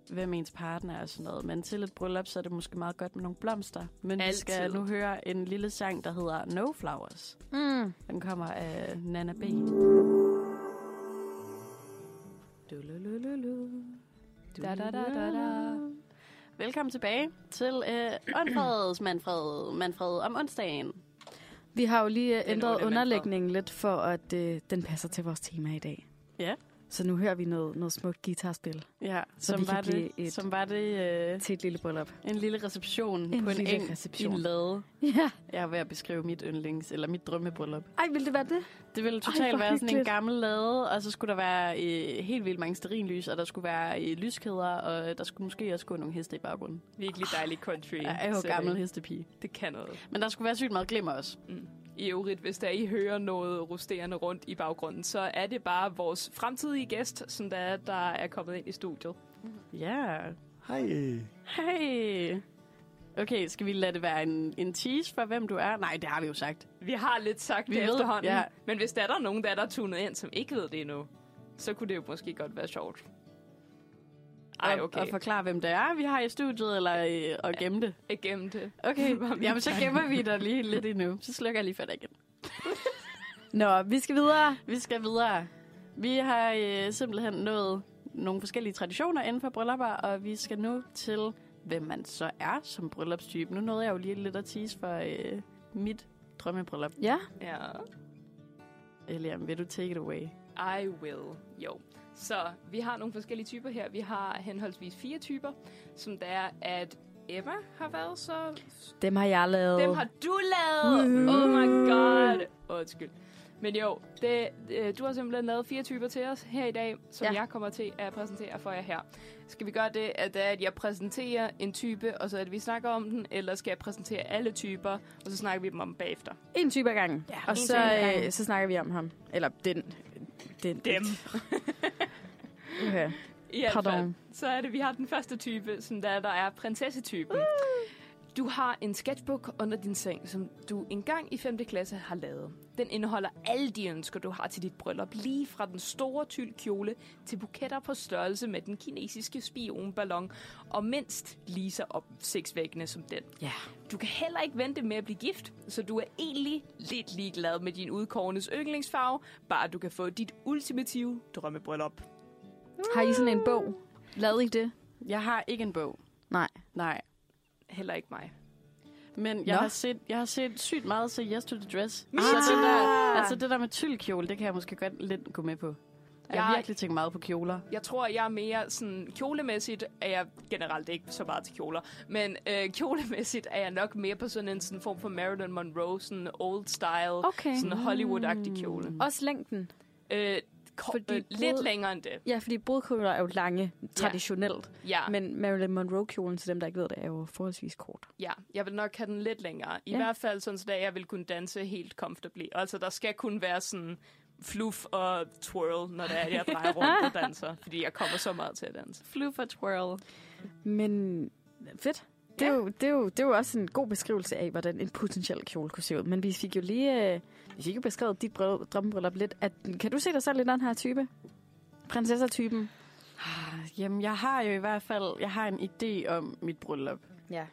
C: hvem ens partner er og sådan noget, men til et bryllup, så er det måske meget godt med nogle blomster. Men Altid. vi
E: Altid.
C: skal nu høre en lille sang, der hedder No Flowers. Mm. Den kommer af Nana B. Da, da, da, da, da. Velkommen tilbage til øh, Åndfreds Manfred, Manfred om onsdagen.
D: Vi har jo lige øh,
E: er noget,
D: ændret
E: det er
D: underlægningen lidt, for at øh, den passer til vores tema i dag.
C: Ja.
D: Så nu hører vi noget, noget smukt guitarspil
C: Ja,
D: Så
C: som,
D: vi kan
C: var det,
D: blive et-
C: som var det øh,
D: til et lille bryllup.
C: en lille reception
D: En
C: på en
D: lille
C: eng
D: reception.
C: i en lade.
D: Ja.
C: Jeg er ved at beskrive mit yndlings, eller mit drømmebryllup.
D: Ej, ville det være det?
C: Det ville totalt
D: hvor
C: være sådan en
D: hyggeligt.
C: gammel lade, og så skulle der være øh, helt vildt mange sterinlys, og der skulle være øh, lyskæder, og øh, der skulle måske også gå nogle heste i baggrunden.
E: Virkelig dejlig country.
C: Jeg er jo
E: Så
C: gammel hestepige.
E: Det kan noget.
C: Men der skulle være sygt meget glimmer også.
E: Mm. i øvrigt, hvis der I hører noget rusterende rundt i baggrunden, så er det bare vores fremtidige gæst, som der er, der er kommet ind i studiet.
C: Ja.
G: Hej.
C: Hey. Okay, skal vi lade det være en, en tease for, hvem du er? Nej, det har vi jo sagt.
E: Vi har lidt sagt
C: Vi
E: vi det
C: ved,
E: efterhånden,
C: ja.
E: ja. men hvis der er der nogen, der er der er tunet ind, som ikke ved det endnu, så kunne det jo måske godt være sjovt. Ej,
C: Og-
E: okay.
C: Og forklare, hvem det er, vi har i studiet, eller øh, og gemme det.
E: Igennem det. *laughs*
C: Okay, Øh, jamen så gemmer vi dig lige lidt endnu. Så slukker jeg lige for dig igen.
D: Nå, vi skal videre.
C: Vi skal videre. Vi har øh, simpelthen nået nogle forskellige traditioner inden for bryllupper, og vi skal nu til, hvem man så er som bryllupstype. Nu nåede jeg jo lige lidt at tease for øh, mit drømmebryllup.
D: Ja.
E: Ja.
C: Elian, vil du take it away?
E: I will. Jo. Så vi har nogle forskellige typer her. Vi har henholdsvis fire typer, som det er, at Emma har været så...
D: Dem har jeg lavet.
E: Dem har du lavet! Oh my god! Undskyld. Men jo, det, øh, du har simpelthen lavet fire typer til os her i dag, som
D: Ja.
E: ja. jeg kommer til at præsentere for jer her. Skal vi gøre det, at, det er, at jeg præsenterer en type, og så at vi snakker om den, eller skal jeg præsentere alle typer, og så snakker vi dem om bagefter?
D: En type ad gangen.
E: Ja, en
D: og så,
E: type ad gangen.
D: øh, så snakker vi om ham. Eller den. den
E: Dem.
D: Okay.
E: I hvert fald,
D: Pardon.
E: så er det, vi har den første type, som der, der er prinsessetypen. Du har en sketchbook under din seng, som du engang i 5. klasse har lavet. Den indeholder alle de ønsker, du har til dit bryllup, lige fra den store tyld kjole til buketter på størrelse med den kinesiske spionballon, og mindst lige så opsigtsvækkende som den.
D: Ja.
E: Du kan heller ikke vente med at blive gift, så du er egentlig lidt ligeglad med din udkårenes yndlingsfarve, bare du kan få dit ultimative drømmebryllup.
D: Har I sådan en bog? Lavede I det?
C: Jeg har ikke en bog.
D: Nej.
C: Nej.
E: Heller ikke mig.
C: Men jeg
D: Nå.
C: har, set, jeg har set sygt meget til Yes to the Dress. Ah.
E: Ah.
C: Så det der, altså det der med tyldkjole, det kan jeg måske godt lidt gå med på. Jeg har
E: Jeg-
C: virkelig tænkt meget på kjoler.
E: Jeg tror, jeg er mere sådan kjolemæssigt, er jeg generelt ikke så meget til kjoler, men øh, kjolemæssigt er jeg nok mere på sådan en sådan form for Marilyn Monroe, sådan old style,
D: Okay.
E: sådan Hollywood-agtig kjole.
D: Også længden.
E: Øh, ko-
D: Fordi
E: øh, lidt
D: brud-
E: længere end det.
D: Ja, fordi brudkjoler er jo lange, traditionelt.
E: Ja,
D: Ja.
E: men...
D: Men Marilyn Monroe-kjolen, til dem, der ikke ved det, er jo forholdsvis kort.
E: ja, jeg vil nok have den lidt længere. I
D: Ja.
E: hvert fald sådan, så jeg vil kunne danse helt comfortably. Altså, der skal kun være sådan fluff og twirl, når det er, jeg drejer rundt og danser, fordi jeg kommer så meget til at danse.
C: Flew for twirl.
D: Men fedt. Det er,
E: Ja.
D: ja. jo, det, er jo, det er jo også en god beskrivelse af, hvordan en potentiel kjole kunne se ud. Men vi fik jo lige øh, vi fik jo beskrevet dit brød, drømmebryllup lidt. At, kan du se dig selv i den her type? Prinsessertypen?
C: Jamen, jeg har jo i hvert fald jeg har en idé om mit bryllup.
D: Ja.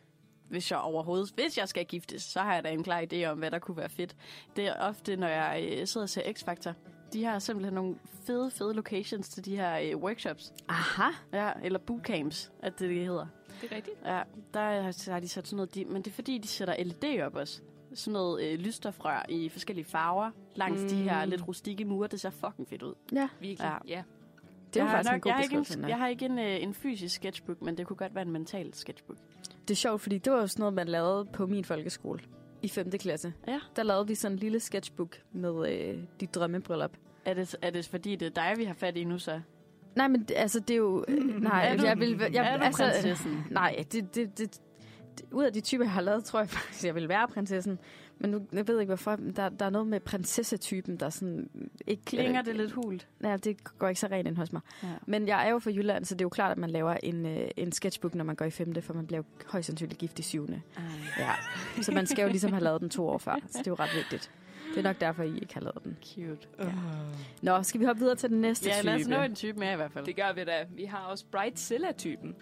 C: Hvis jeg overhovedet, hvis jeg skal giftes, så har jeg da en klar idé om, hvad der kunne være fedt. Det er ofte, når jeg øh, sidder og ser X-Factor. De har simpelthen nogle fede, fede locations til de her øh, workshops.
D: Aha.
C: Ja, eller bootcamps, at det, det hedder.
E: Det er rigtigt.
C: Ja, der har- har de sat sådan noget, de, men det er fordi, de sætter LED op også. Sådan noget øh, lysstofrør i forskellige farver langs mm. de her lidt rustikke mure. Det ser fucking fedt ud.
E: Virkelig,
C: Ja.
E: ja. ja.
D: Det er jo
C: jeg
D: faktisk
C: har
D: en god
C: jeg har ikke
D: beskrivelse.
C: en,
D: Nat.
C: jeg har ikke en, øh, en fysisk sketchbook, men det kunne godt være en mental sketchbook.
D: Det er sjovt, fordi det var jo sådan noget, man lavede på min folkeskole i 5. klasse.
C: Ja.
D: Der lavede vi sådan en lille sketchbook med øh, dit drømmebryllup.
C: Er det, er det fordi, det er dig, vi har fat i nu så?
D: Nej, men det- altså, det er jo...
C: *laughs*
D: Øh, *laughs* nej,
C: Er du-
D: jeg vil... Jeg,
C: er du
D: altså,
C: prinsessen?
D: *laughs* Nej, det, det, det, det, ud af de typer, jeg har lavet, tror jeg faktisk, jeg vil være prinsessen. Men nu jeg ved ikke, hvorfor. men Der, der er noget med prinsessetypen, der sådan ikke...
C: Klinger det lidt hult?
D: Nej, det går ikke så rent ind hos mig.
C: Ja.
D: Men jeg er jo fra Jylland, så det er jo klart, at man laver en, øh, en sketchbook, når man går i 5. for man bliver jo højst sandsynligt gift i 7. Ja. Så man skal jo ligesom have lavet den to år før, så det er jo ret vigtigt. Det er nok derfor, I ikke har lavet den.
C: Cute.
D: Nå, skal vi hoppe videre til den næste
C: Ja,
D: type?
C: lad os nå en type mere i hvert fald.
E: Det gør vi da. Vi har også Brightzilla-typen.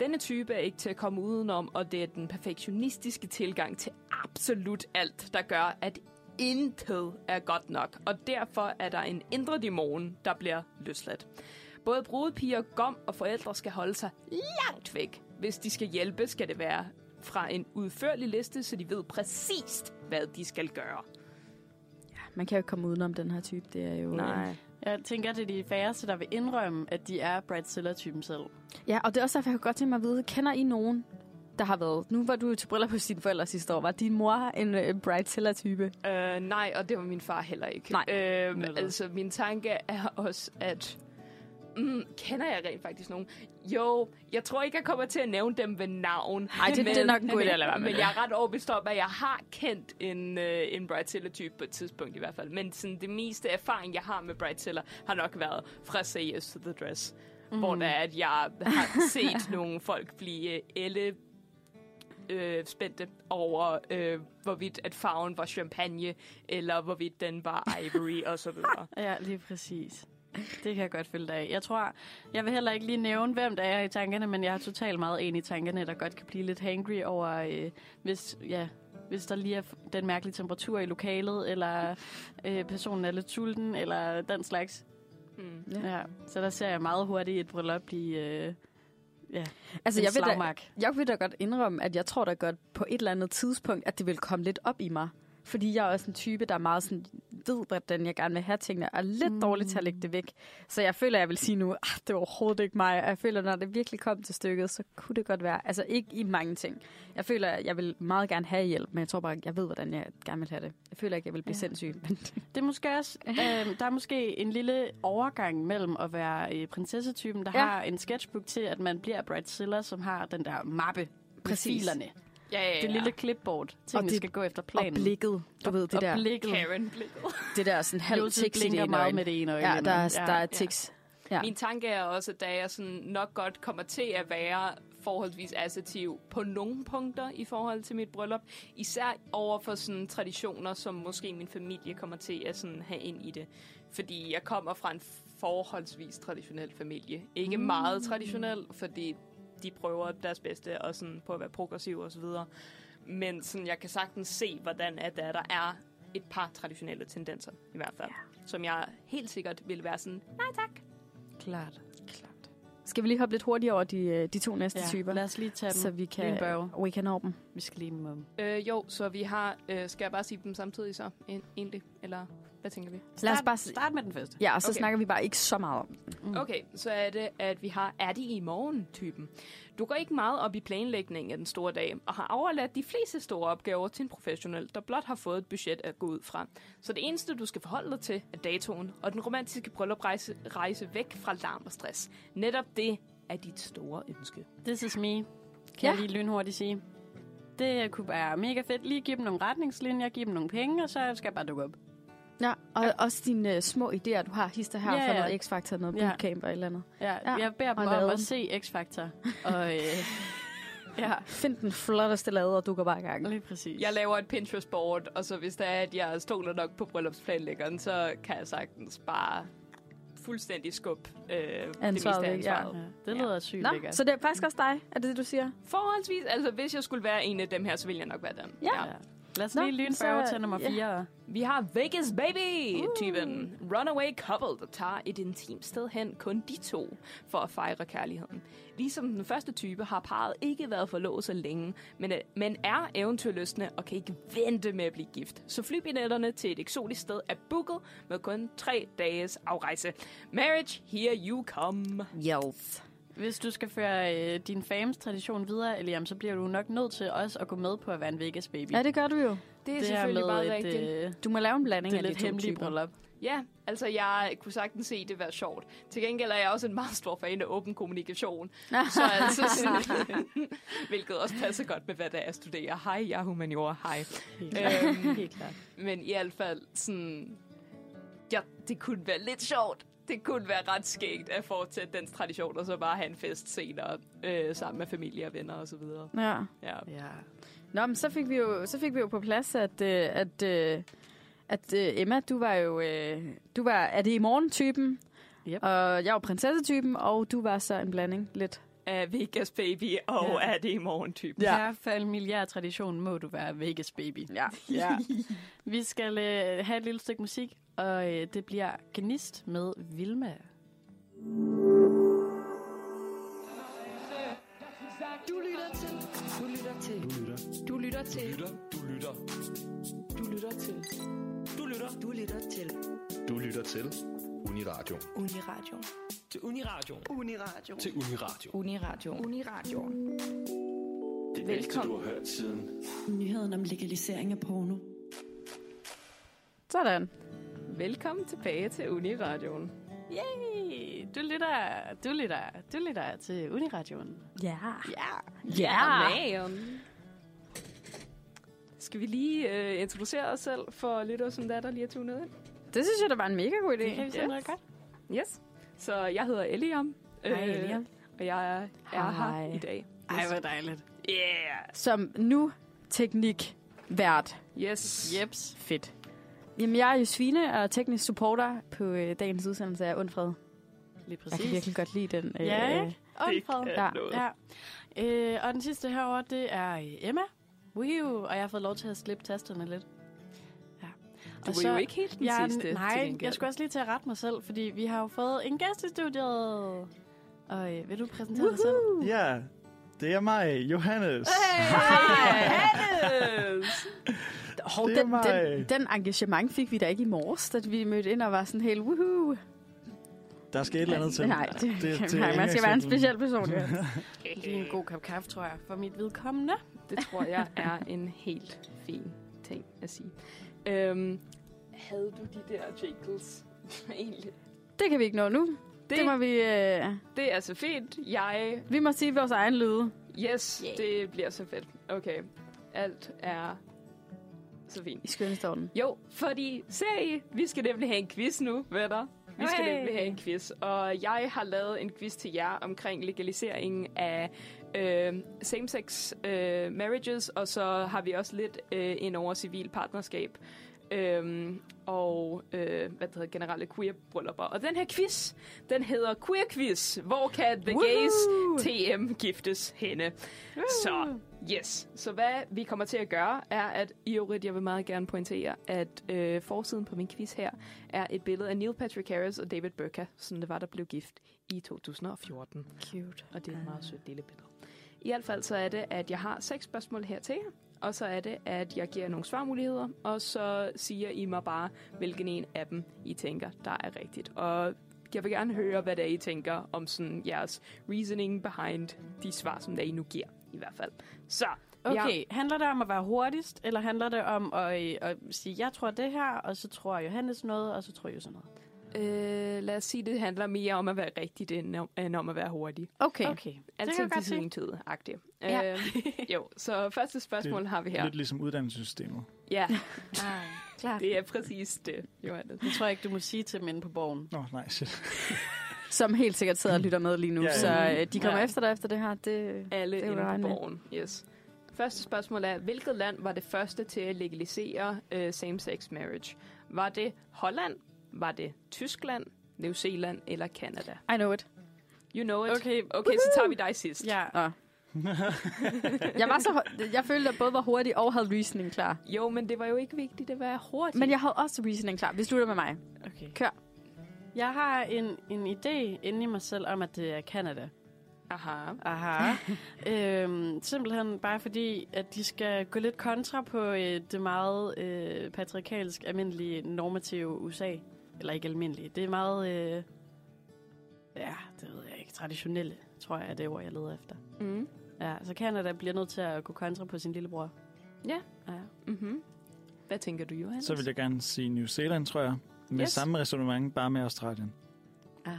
E: Denne type er ikke til at komme udenom, og det er den perfektionistiske tilgang til absolut alt, der gør, at intet er godt nok. Og derfor er der en indre dæmon, der bliver løsladt. Både brudepiger, gom og forældre skal holde sig langt væk. Hvis de skal hjælpe, skal det være fra en udførlig liste, så de ved præcist, hvad de skal gøre.
D: Man kan jo ikke komme udenom den her type, det er jo...
C: Nej. Jeg tænker, det er de færreste, der vil indrømme, at de er Bradzilla-typen selv.
D: Ja, og det er også derfor, jeg kunne godt tænke mig at vide, kender I nogen, der har været... Nu var du jo til briller på sine forældre sidste år. Var din mor en øh, bridezilla-type?
E: Øh, nej, og det var min far heller ikke.
D: Nej.
E: Øhm,
C: Netop.
E: altså, min tanke er også, at mm, kender jeg rent faktisk nogen? Jo, jeg tror ikke, jeg kommer til at nævne dem ved navn.
C: Ej, det- det er nok en god idé
E: men,
C: at lade være med
E: Men
C: det.
E: jeg er ret overbevist om, at jeg har kendt en, øh, en Bridezilla-type på et tidspunkt i hvert fald. Men sådan, det meste erfaring, jeg har med Bridezilla, har nok været fra Say Yes to the Dress. Mm.
C: Mhm.
E: Hvor der er, at jeg har set *laughs* nogle folk blive øh, elle øh, spændte over, øh, hvorvidt at farven var champagne, eller hvorvidt den var ivory og så videre.
C: Ja, lige præcis. Det kan jeg godt følge dig af. Jeg tror, jeg vil heller ikke lige nævne, hvem der er i tankerne, men jeg er totalt meget enig i tankerne, der godt kan blive lidt hangry over, øh, hvis, ja, hvis der lige er f- den mærkelige temperatur i lokalet, eller øh, personen er lidt sulten, eller den slags.
E: Mm.
C: Ja. Så der ser jeg meget hurtigt et bryllup blive øh,
D: Altså,
C: en
D: jeg vil, da,
C: slagmark.
D: jeg vil da godt indrømme, at jeg tror da godt på et eller andet tidspunkt, at det vil komme lidt op i mig. Fordi jeg er også en type, der er meget sådan, ved, hvordan jeg gerne vil have tingene, og er lidt mm. dårlig til at lægge det væk. Så jeg føler, jeg vil sige nu, at det var overhovedet ikke mig. Og jeg føler, når det virkelig kom til stykket, så kunne det godt være. Altså ikke i mange ting. Jeg føler, at jeg vil meget gerne have hjælp, men jeg tror bare, jeg ved, hvordan jeg gerne vil have det. Jeg føler ikke, jeg vil blive
C: Ja.
D: ja. sindssyg. Men
C: Det er måske også, øh, der er måske en lille overgang mellem at være øh, prinsessetypen, der ja.
D: Ja.
C: har en sketchbook til, at man bliver Bridezilla, som har den der mappe Præcis.
D: Præcis.
C: filerne.
E: *laughs* Ja, ja, ja.
C: Det lille clipboard, tingene
D: det-
C: skal gå efter
D: og
C: planen.
D: blikket, du ved, det
C: og
D: der,
C: blikket.
E: Karen blikket.
D: det der sådan halvt
C: Josef
D: tiks i det
C: blinker
D: ene
C: meget
D: øjne.
C: med det ene øje.
D: Ja,
C: lige nu.
D: der, er- der er tiks. Ja.
E: Min tanke er også, at da jeg sådan nok godt kommer til at være forholdsvis assertiv på nogle punkter i forhold til mit bryllup, især over for sådan traditioner, som måske min familie kommer til at sådan have ind i det. Fordi jeg kommer fra en forholdsvis traditionel familie. Ikke mm. meget traditionel, fordi de prøver deres bedste og sådan på at være progressiv og så videre. Men sådan, jeg kan sagtens se, hvordan at der, der er et par traditionelle tendenser, i hvert fald. Ja. Som jeg helt sikkert vil være sådan,
C: Klart.
D: Skal vi lige hoppe lidt hurtigt over de, øh, de to næste
C: Ja.
D: ja, typer?
C: Lad os lige tage dem.
D: så vi
C: Lige
D: kan,
C: en Mm. børge.
D: vi kan nå dem.
C: Vi skal lige med dem.
E: Øh, jo, så vi har... Øh, skal jeg bare sige dem samtidig så, en- egentlig? Eller hvad tænker vi?
D: Lad os bare... s-
C: Start med den første.
D: Ja, og så
E: Okay.
D: okay. snakker vi bare ikke så meget om.
E: Mm. Okay, så er det, at vi har er de i morgen-typen. Du går ikke meget op i planlægningen af den store dag, og har overladt de fleste store opgaver til en professionel, der blot har fået et budget at gå ud fra. Så det eneste, du skal forholde dig til, er datoen, og den romantiske bryllupsrejse rejse væk fra larm og stress. Netop det er dit store ønske.
C: This is me. Kan ja.
D: Ja.
C: jeg lige lynhurtigt sige. Det kunne være mega fedt. Lige give dem nogle retningslinjer, give dem nogle penge, og så skal jeg bare dukke op.
D: Ja, og ja. også dine øh, små idéer, du har hister her
C: Ja,
D: ja, fra
C: ja.
D: noget X-Factor, noget
C: Ja.
D: bootcamp og et eller andet.
C: Ja, ja.
D: Ja,
C: Jeg beder dem
D: og lade
C: om at
D: dem.
C: se *laughs* X-Factor. Og øh, ja,
D: Find den flotteste lade, og du går bare i gang.
C: lige præcis.
E: Jeg laver et Pinterest-board, og så hvis det er, at jeg stoler nok på bryllupsplanlæggeren, så kan jeg sagtens bare fuldstændig skub øh, det meste af
D: Ansvaret væk, ja.
E: ansvaret. Ja.
C: Ja, det lyder sygt
D: Nå,
C: lækkert.
D: så det er faktisk også dig, er det det, du siger?
E: Forholdsvis, altså hvis jeg skulle være en af dem her, så ville jeg nok være dem.
D: Ja.
C: Ja. Lad os
D: Nå,
C: lige lynfærge
D: så-
C: til nummer
D: ja.
C: 4.
E: Vi har Vegas Uh. Baby-typen. Runaway couple, der tager et intimt sted hen, kun de to, for at fejre kærligheden. Ligesom den første type har parret ikke været forlovet så længe, men, øh, men er eventyrløsne og kan ikke vente med at blive gift. Så flybilletterne til et eksotisk sted er booket med kun tre dages afrejse. Marriage, here you come.
C: Hvis du skal føre øh, din fams tradition videre, Eliam, så bliver du nok nødt til også at gå med på at være en Vegas baby.
D: Ja, det gør du jo.
E: Det er
C: her
E: selvfølgelig
C: med
E: bare
C: et,
E: rigtigt.
C: øh,
D: Du må lave en blanding
C: det er
D: af de
C: lidt
D: to
C: hemmelige
D: typer.
C: bryllup.
E: Ja, altså jeg kunne sagtens se det være sjovt. Til gengæld er jeg også en meget stor fan af åben kommunikation. Så
C: *laughs*
E: altså sådan, *laughs* hvilket også passer godt med, hvad det er, jeg studerer. Hej, jeg er humaniora. Hej. Øhm,
C: Helt klart.
E: men i hvert fald, sådan, ja, det kunne være lidt sjovt. Det kunne være ret skægt at fortsætte den tradition, og så bare have en fest senere øh, sammen med familie og venner osv.
D: Ja.
E: Ja.
C: Ja.
D: Nå, men så fik vi jo, så fik vi jo på plads, at, øh, at, øh, at øh, Emma, du var jo øh, du var, er det i morgen-typen,
C: Yep.
D: og jeg var prinsessetypen, og du var så en blanding lidt.
E: Er Vegas baby, og
C: Ja.
E: er det i morgen typen?
C: I hvert fald milliardtradition må du være Vegas baby.
D: Ja.
C: Ja. *laughs* Vi skal øh, have et lille stykke musik, og øh, det bliver Gnist med Vilma.
B: Du lytter til. Du lytter til. Du lytter til.
F: Du lytter.
B: Du lytter til.
F: Du lytter.
B: Du lytter til.
G: Du lytter til Uniradio.
B: Uniradio.
F: Til Uniradio.
B: Uniradio.
F: Til Uniradio.
H: Uniradio.
B: Uniradio.
F: Det bedste, du har hørt siden.
H: Nyheden om legalisering af porno.
D: Sådan.
E: Velkommen tilbage til Uniradioen.
C: Yay! Du lytter, du lytter, du lytter til Uniradioen.
D: Ja.
C: Ja.
E: man. Skal vi lige øh, introducere os selv for lytter som datter lige at tune ind?
D: Det synes jeg, der var en mega god idé.
C: Det kan vi sådan noget godt.
E: Yes. Så jeg hedder Eliam. Øh,
C: Hej, Eliam.
E: Og jeg er, er
D: Hej.
E: her i dag.
C: Ej, hvor dejligt.
E: Yeah.
D: Som nu teknik vært.
E: Yes.
C: Jeps.
D: Fedt. Jamen, jeg er Josvine og er teknisk supporter på øh, dagens udsendelse af Undfred.
C: Lige
D: Jeg kan Altså, virkelig godt lide den. Øh,
C: Ja,
D: øh,
C: ikke? Undfred.
D: ja.
C: Ja. Øh, og den sidste herover det er øh, Emma. Woo, og jeg har fået lov til at slippe tasterne lidt. Ja.
E: Du var jo ikke helt den
C: jeg, er
E: sidste. til
C: Nej,
E: gengæld.
C: jeg skulle også lige til at rette mig selv, fordi vi har jo fået en gæst i studiet. Og øh, vil du præsentere dig selv?
I: Ja, det er mig, Johannes.
D: Hov,
I: Det er
D: den,
I: mig.
D: den, den engagement fik vi da ikke i morges, da vi mødte ind og var sådan helt woohoo.
I: Der skal et eller andet til.
D: Nej, det, det, det, man skal
I: til
D: være en
I: indgangsvinklen.
D: speciel person. Ja.
C: Lige en god kop kaffe, tror jeg, for mit vedkommende.
E: Det tror jeg er en helt fin ting at sige. Øhm, havde du de der jingles? *laughs* Egentlig.
D: Det kan vi ikke nå nu. Det, det må vi... Øh,
E: Det er så fedt. Jeg
D: vi må sige vores egen lyde.
E: Yes, yeah. det bliver så fedt. Okay, alt er så fint.
D: I skønneste orden.
E: Jo, fordi ser I, vi skal nemlig have en quiz nu, venner. Vi skal
C: Hey.
E: nemlig have en quiz, og jeg har lavet en quiz til jer omkring legaliseringen af øh, same-sex øh, marriages, og så har vi også lidt øh, ind over civil partnerskab øhm, og øh, hvad det hedder, generelle queer-bryllupper. Og den her quiz, den hedder Queer Quiz. Hvor kan the gays TM giftes henne? Så, yes. Så hvad vi kommer til at gøre, er at, i øvrigt, jeg vil meget gerne pointere, at øh, forsiden på min quiz her er et billede af Neil Patrick Harris og David Burka, som det var, der blev gift i 2014. Cute. Og det er et meget sødt lille billede. I hvert fald så er det, at jeg har seks spørgsmål her til jer, og så er det, at jeg giver jer nogle svarmuligheder, og så siger I mig bare, hvilken en af dem, I tænker, der er rigtigt. Og jeg vil gerne høre, hvad det er, I tænker om sådan jeres reasoning behind de svar, som der I nu giver, i hvert fald. Så,
C: Okay, ja. handler det om at være hurtigst, eller handler det om at, øh, at sige, jeg tror det her, og så tror Johannes noget, og så tror jeg sådan noget?
E: øh, lad os sige, det handler mere om at være rigtigt, end om, end om at være hurtig.
D: Okay. okay.
C: Okay, det kan
E: Altid
C: jeg
E: til
C: godt sige.
E: sin tid-agtigt.
C: Ja.
E: Øh, jo, så første spørgsmål
I: Det-
E: har vi her.
I: Lidt ligesom uddannelsessystemet.
E: Ja,
C: Ah, klart.
E: det er præcis det, Johannes.
C: Jeg tror ikke, du må sige til dem inde på borgen.
I: Nå, nej, shit.
D: Som helt sikkert sidder og lytter med lige nu,
I: Ja,
D: ja,
I: ja.
D: ja. så øh, de kommer
C: Ja.
D: ja. efter dig efter det her. Det,
E: Alle
D: Det
E: det
D: er jo
E: inde
D: regne
E: på
D: med.
E: borgen, yes. Første spørgsmål er, hvilket land var det første til at legalisere øh, same-sex marriage? Var det Holland? Var det Tyskland? New Zealand eller Canada?
D: I know it.
E: You know it.
C: Okay,
E: okay så tager vi dig sidst.
C: Ja,
I: *laughs*
D: Nå. jeg, var så, ho- jeg følte, at jeg både var hurtig og havde reasoning klar.
E: Jo, men det var jo ikke vigtigt at være hurtig.
D: Men jeg havde også reasoning klar. Vi slutter med mig.
C: okay.
D: Kør.
C: Jeg har en, en idé inde i mig selv om, at det er Canada.
E: Aha.
C: Aha. øhm, simpelthen bare fordi, at de skal gå lidt kontra på øh, det meget øh, patriarkalsk almindelige normative USA. Eller ikke almindelige. Det er meget... Øh, ja, det ved jeg ikke. Traditionelle, tror jeg, er det ord, jeg leder efter.
E: Mm.
C: Ja, så Canada bliver nødt til at gå kontra på sin lillebror.
E: Mm-hmm. Hvad tænker du, Johannes?
I: Så vil jeg gerne sige New Zealand, tror jeg. Med
E: Yes.
I: yes. samme resonemang, bare med Australien. Mm.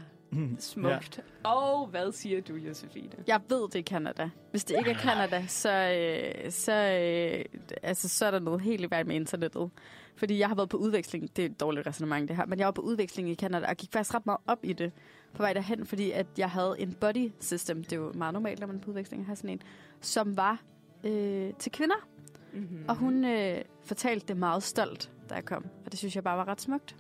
C: Ah.
E: Smukt. Ja. Og hvad siger du, Josefine?
D: Jeg ved, det er Canada. Hvis det ikke er Canada, så, øh, så, øh, altså, så er der noget helt i vejen med internettet. Fordi jeg har været på udveksling, det er et dårligt resonemang det her, men jeg var på udveksling i Canada og gik faktisk ret meget op i det på vej derhen, fordi at jeg havde en body system, det er jo meget normalt, når man er på udveksling har sådan en, som var øh, til kvinder.
E: Mm-hmm.
D: Og hun øh, fortalte det meget stolt, da jeg kom. Og det synes jeg bare var ret smukt.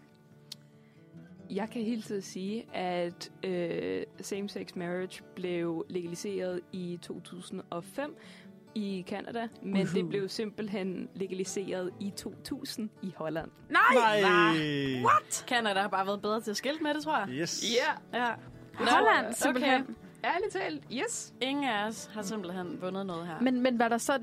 E: Jeg kan hele tiden sige, at øh, same-sex marriage blev legaliseret i 2005 i Canada, men uh-huh. det blev simpelthen legaliseret i 2000 i Holland.
I: Nej! What?
C: Canada har bare været bedre til at skilte med det, tror jeg.
I: Yes.
C: Ja.
D: Holland, simpelthen.
C: Okay.
E: Ærligt talt, yes.
C: Ingen af os har simpelthen vundet noget her.
D: Men, men var der så,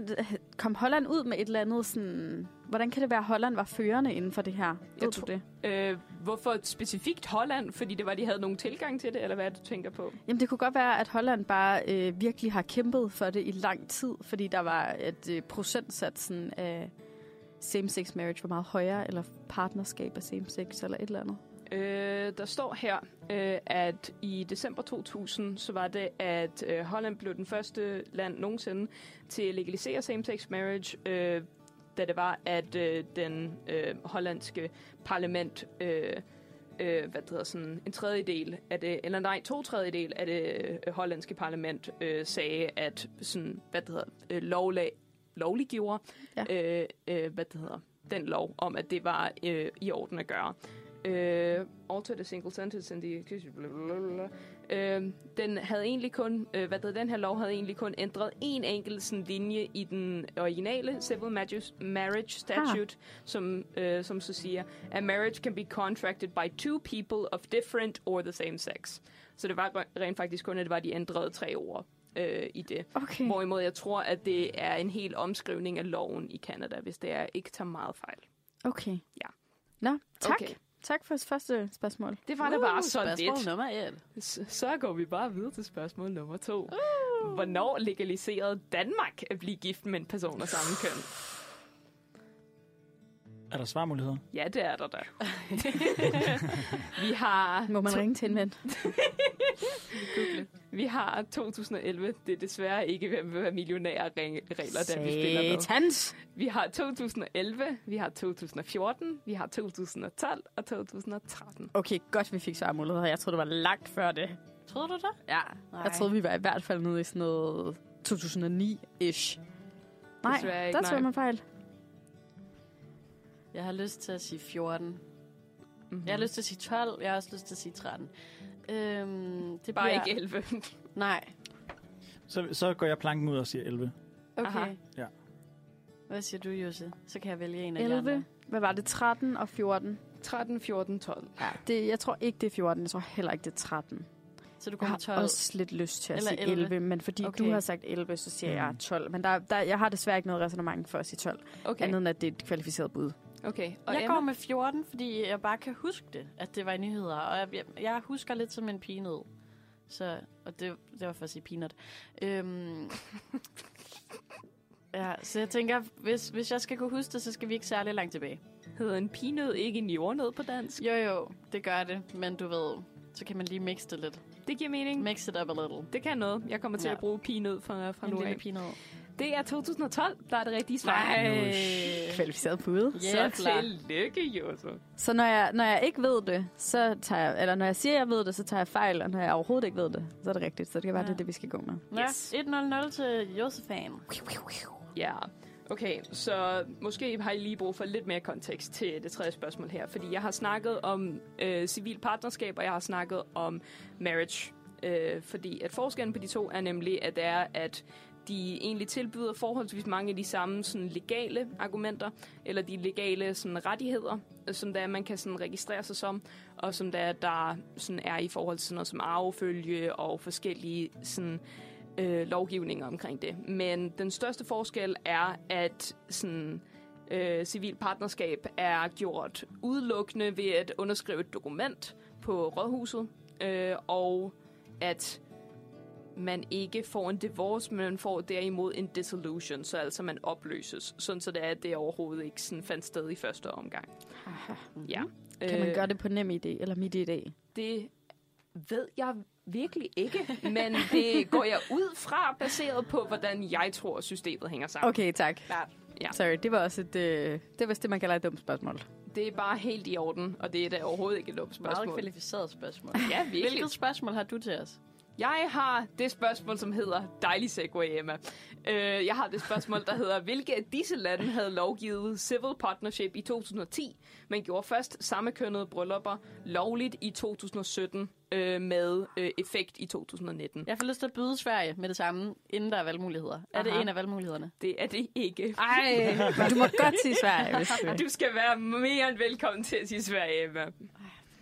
D: kom Holland ud med et eller andet sådan... Hvordan kan det være, at Holland var førende inden for det her? Ved
E: tror-
D: du det?
E: Øh, hvorfor specifikt Holland? Fordi det var, de havde nogen tilgang til det, eller hvad er det, du tænker på?
D: Jamen, det kunne godt være, at Holland bare øh, virkelig har kæmpet for det i lang tid, fordi der var, at øh, procentsatsen af same-sex marriage var meget højere, eller partnerskab af same-sex, eller et eller andet.
E: Øh, der står her, øh, at i december 2000, så var det, at øh, Holland blev den første land nogensinde til at legalisere same-sex marriage, øh, da det var, at øh, den øh, hollandske parlament, øh, øh, hvad det hedder sådan, en tredjedel af det, eller nej, to tredjedel af det øh, hollandske parlament øh, sagde, at sådan, hvad det hedder, øh, lovlag, lovliggjorde, ja. øh, øh, hvad det hedder, den lov om, at det var øh, i orden at gøre. Øh, alter the single sentence and the... blablabla. Øh, den havde egentlig kun, øh, hvad hedder, den her lov havde egentlig kun ændret en enkelt sådan, linje i den originale civil marriage, marriage statute, som, øh, som så siger, a marriage can be contracted by two people of different or the same sex. Så det var rent faktisk kun, at det var de ændrede tre ord øh, i det.
D: Okay.
E: Hvorimod jeg tror, at det er en hel omskrivning af loven i Kanada, hvis det er ikke tager meget fejl.
D: Okay.
E: Ja.
D: Nå, tak.
E: Okay.
D: Okay. Tak for første spørgsmål.
E: Det var da bare så
C: Uh, spørgsmål
E: lidt.
C: nummer et.
E: S- Så går vi bare videre til spørgsmål nummer to. Uh. Hvornår legaliserede Danmark at blive gift med en person af samme køn?
I: Er der svarmuligheder?
E: Ja, det er der *laughs* da. vi har...
D: Må man ringe til en ven?
E: Vi har 2011. Det er desværre ikke, hvem vil være millionær regler, der vi spiller med.
D: Satans!
E: Vi har 2011, vi har 2014, vi har 2012 og 2013.
D: Okay, godt vi fik svarmuligheder. Jeg troede, det var langt før det.
C: Troede du det?
D: Ja.
C: Nej.
D: Jeg troede, vi var i hvert fald nede i sådan noget 2009-ish. Nej,
E: Desværre ikke,
D: der tog
E: nej.
D: man fejl.
C: Jeg har lyst til at sige 14. Mm-hmm.
E: Mm-hmm.
C: Jeg har lyst til at sige 12. Jeg har også lyst til at sige 13. Øhm, det
E: bare
C: bliver...
E: ikke 11.
C: Nej.
I: Så, så går jeg planken ud og siger 11.
C: Okay.
E: Aha.
I: Ja.
C: Hvad siger du, Jose? Så kan jeg vælge en af de
D: 11.
C: andre.
D: Hvad var det? 13 og 14?
E: 13, 14, 12.
D: Ja. Det, jeg tror ikke, det er 14. Jeg tror heller ikke, det er 13.
C: Så du
D: Jeg
C: kommer
D: har
C: 12.
D: også lidt lyst til at
C: Eller
D: sige
C: 11.
D: 11, 11 men fordi okay.
C: Okay.
D: du har sagt 11, så siger
I: Mm.
D: mm. jeg 12. Men der, der, jeg har desværre ikke noget resonemang for at sige 12, okay. andet
E: Okay,
D: end at det er et kvalificeret bud.
E: okay. Og
C: Jeg
E: Emma?
C: går med 14, fordi jeg bare kan huske det, at det var i nyheder. Og jeg, jeg, jeg husker lidt som en pinød. Så, og det, det var for at sige peanut. Øhm, ja, så jeg tænker, hvis, hvis jeg skal kunne huske det, så skal vi ikke særlig langt tilbage.
E: Hedder en pinød ikke en jordnød på dansk?
C: Jo, jo, det gør det, men du ved, så kan man lige mixe det lidt.
E: Det giver mening.
C: Mix it up a little.
E: Det kan noget. Jeg kommer til
C: Ja.
E: at bruge pinød fra, fra
C: En
E: nu
C: lille
E: af.
C: peanut.
E: Det er 2012, der er det rigtige svar.
D: Kvalificeret bud.
C: Ja,
E: Så
C: klar.
E: tillykke, Josse.
D: Så når jeg, når jeg ikke ved det, så tager jeg, eller når jeg siger, jeg ved det, så tager jeg fejl, og når jeg overhovedet ikke ved det, så er det rigtigt. Så det kan være,
C: Ja.
D: ja. det er det, vi skal gå med.
C: Yes.
E: Yes.
C: 1-0-0 til Josefan.
E: Ja, okay. Så måske har I lige brug for lidt mere kontekst til det tredje spørgsmål her. Fordi jeg har snakket om øh, civil partnerskab, og jeg har snakket om marriage. Øh, fordi at forskellen på de to er nemlig, at det er, at de egentlig tilbyder forholdsvis mange af de samme sådan, legale argumenter, eller de legale sådan, rettigheder, øh, som der er, man kan sådan, registrere sig som, og som der, der sådan, er i forhold til sådan noget som arvefølge og forskellige sådan, øh, lovgivninger omkring det. Men den største forskel er, at sådan, øh, civil partnerskab er gjort udelukkende ved at underskrive et dokument på rådhuset, øh, og at man ikke får en divorce, men man får derimod en dissolution, så altså man opløses, sådan så det er, at det overhovedet ikke sådan fandt sted i første omgang. Ja.
D: Kan man
E: Øh,
D: gøre det på nem idé, eller midt idé?
E: det ved jeg virkelig ikke, men det går jeg ud fra, baseret på, hvordan jeg tror, systemet hænger sammen.
D: Okay, tak.
E: Ja.
D: Sorry, det var også et, øh, det var det, man kalder et dumt spørgsmål.
E: Det er bare helt i orden, og det er da overhovedet ikke et dumt
C: Meget
E: spørgsmål.
C: kvalificeret *laughs* spørgsmål.
E: Ja, virkelig.
C: Hvilket spørgsmål har du til os?
E: Jeg har det spørgsmål, som hedder, dejlig segue, Emma. Øh, jeg har det spørgsmål, der hedder, hvilke af disse lande havde lovgivet civil partnership i 2010, men gjorde først sammekønnede bryllupper lovligt i 2017 øh, med øh, effekt i 2019?
C: Jeg får lyst til at byde Sverige med det samme, inden der er valgmuligheder. Aha. Er det
E: Aha.
C: en af valgmulighederne?
E: Det er det ikke.
D: Ej, men *laughs* du må godt sige Sverige, hvis du
E: *laughs* Du skal være mere end velkommen til at sige Sverige, Emma.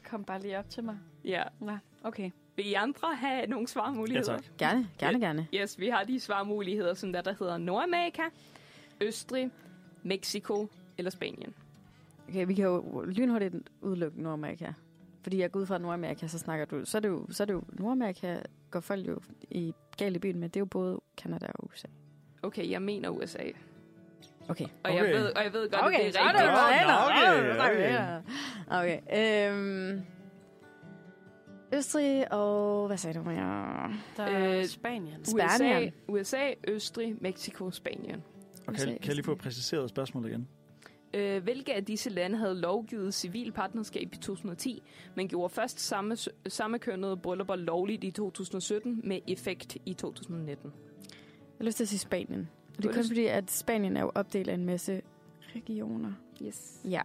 C: Kom bare lige op til mig.
E: Ja.
C: Nej, okay.
E: Vil I andre have nogle
I: Ja,
E: svarmuligheder?
I: tak.
D: Gerne, gerne, gerne.
E: Yes, vi har de svarmuligheder, som der, der hedder Nordamerika, Østrig, Mexico eller Spanien.
D: Okay, vi kan jo lynhurtigt udelukke Nordamerika. Fordi jeg går ud fra Nordamerika, så snakker du... Så er det jo, så er det jo Nordamerika går folk jo i galt i byen med. Det er jo både Kanada og USA.
E: Okay, jeg mener USA.
D: Okay.
E: Og, jeg,
I: Okay.
E: ved, og jeg ved godt,
D: Okay,
E: at det
D: så
E: er
D: er det jo
E: rigtigt.
I: Nå,
D: noget andet.
I: nå, okay,
D: Nå, så snakker vi
I: okay.
D: andet. Okay, øhm, Østrig og... Hvad sagde du mere?
C: Der er
E: Øh,
C: Spanien.
E: USA,
D: Spanien.
E: USA, Østrig, Mexico, Spanien.
I: Og
D: USA,
I: kan, kan jeg lige få præciseret spørgsmålet igen?
E: Øh, hvilke af disse lande havde lovgivet civil partnerskab i 2010, men gjorde først samme, samme kønnede bryllupper lovligt i 2017 med effekt i 2019?
D: Jeg har lyst til at sige Spanien. Og
E: Du
D: det
E: har
D: er kun
E: lyst-
D: fordi, at Spanien er jo opdelt af en masse regioner.
E: Yes.
D: Ja,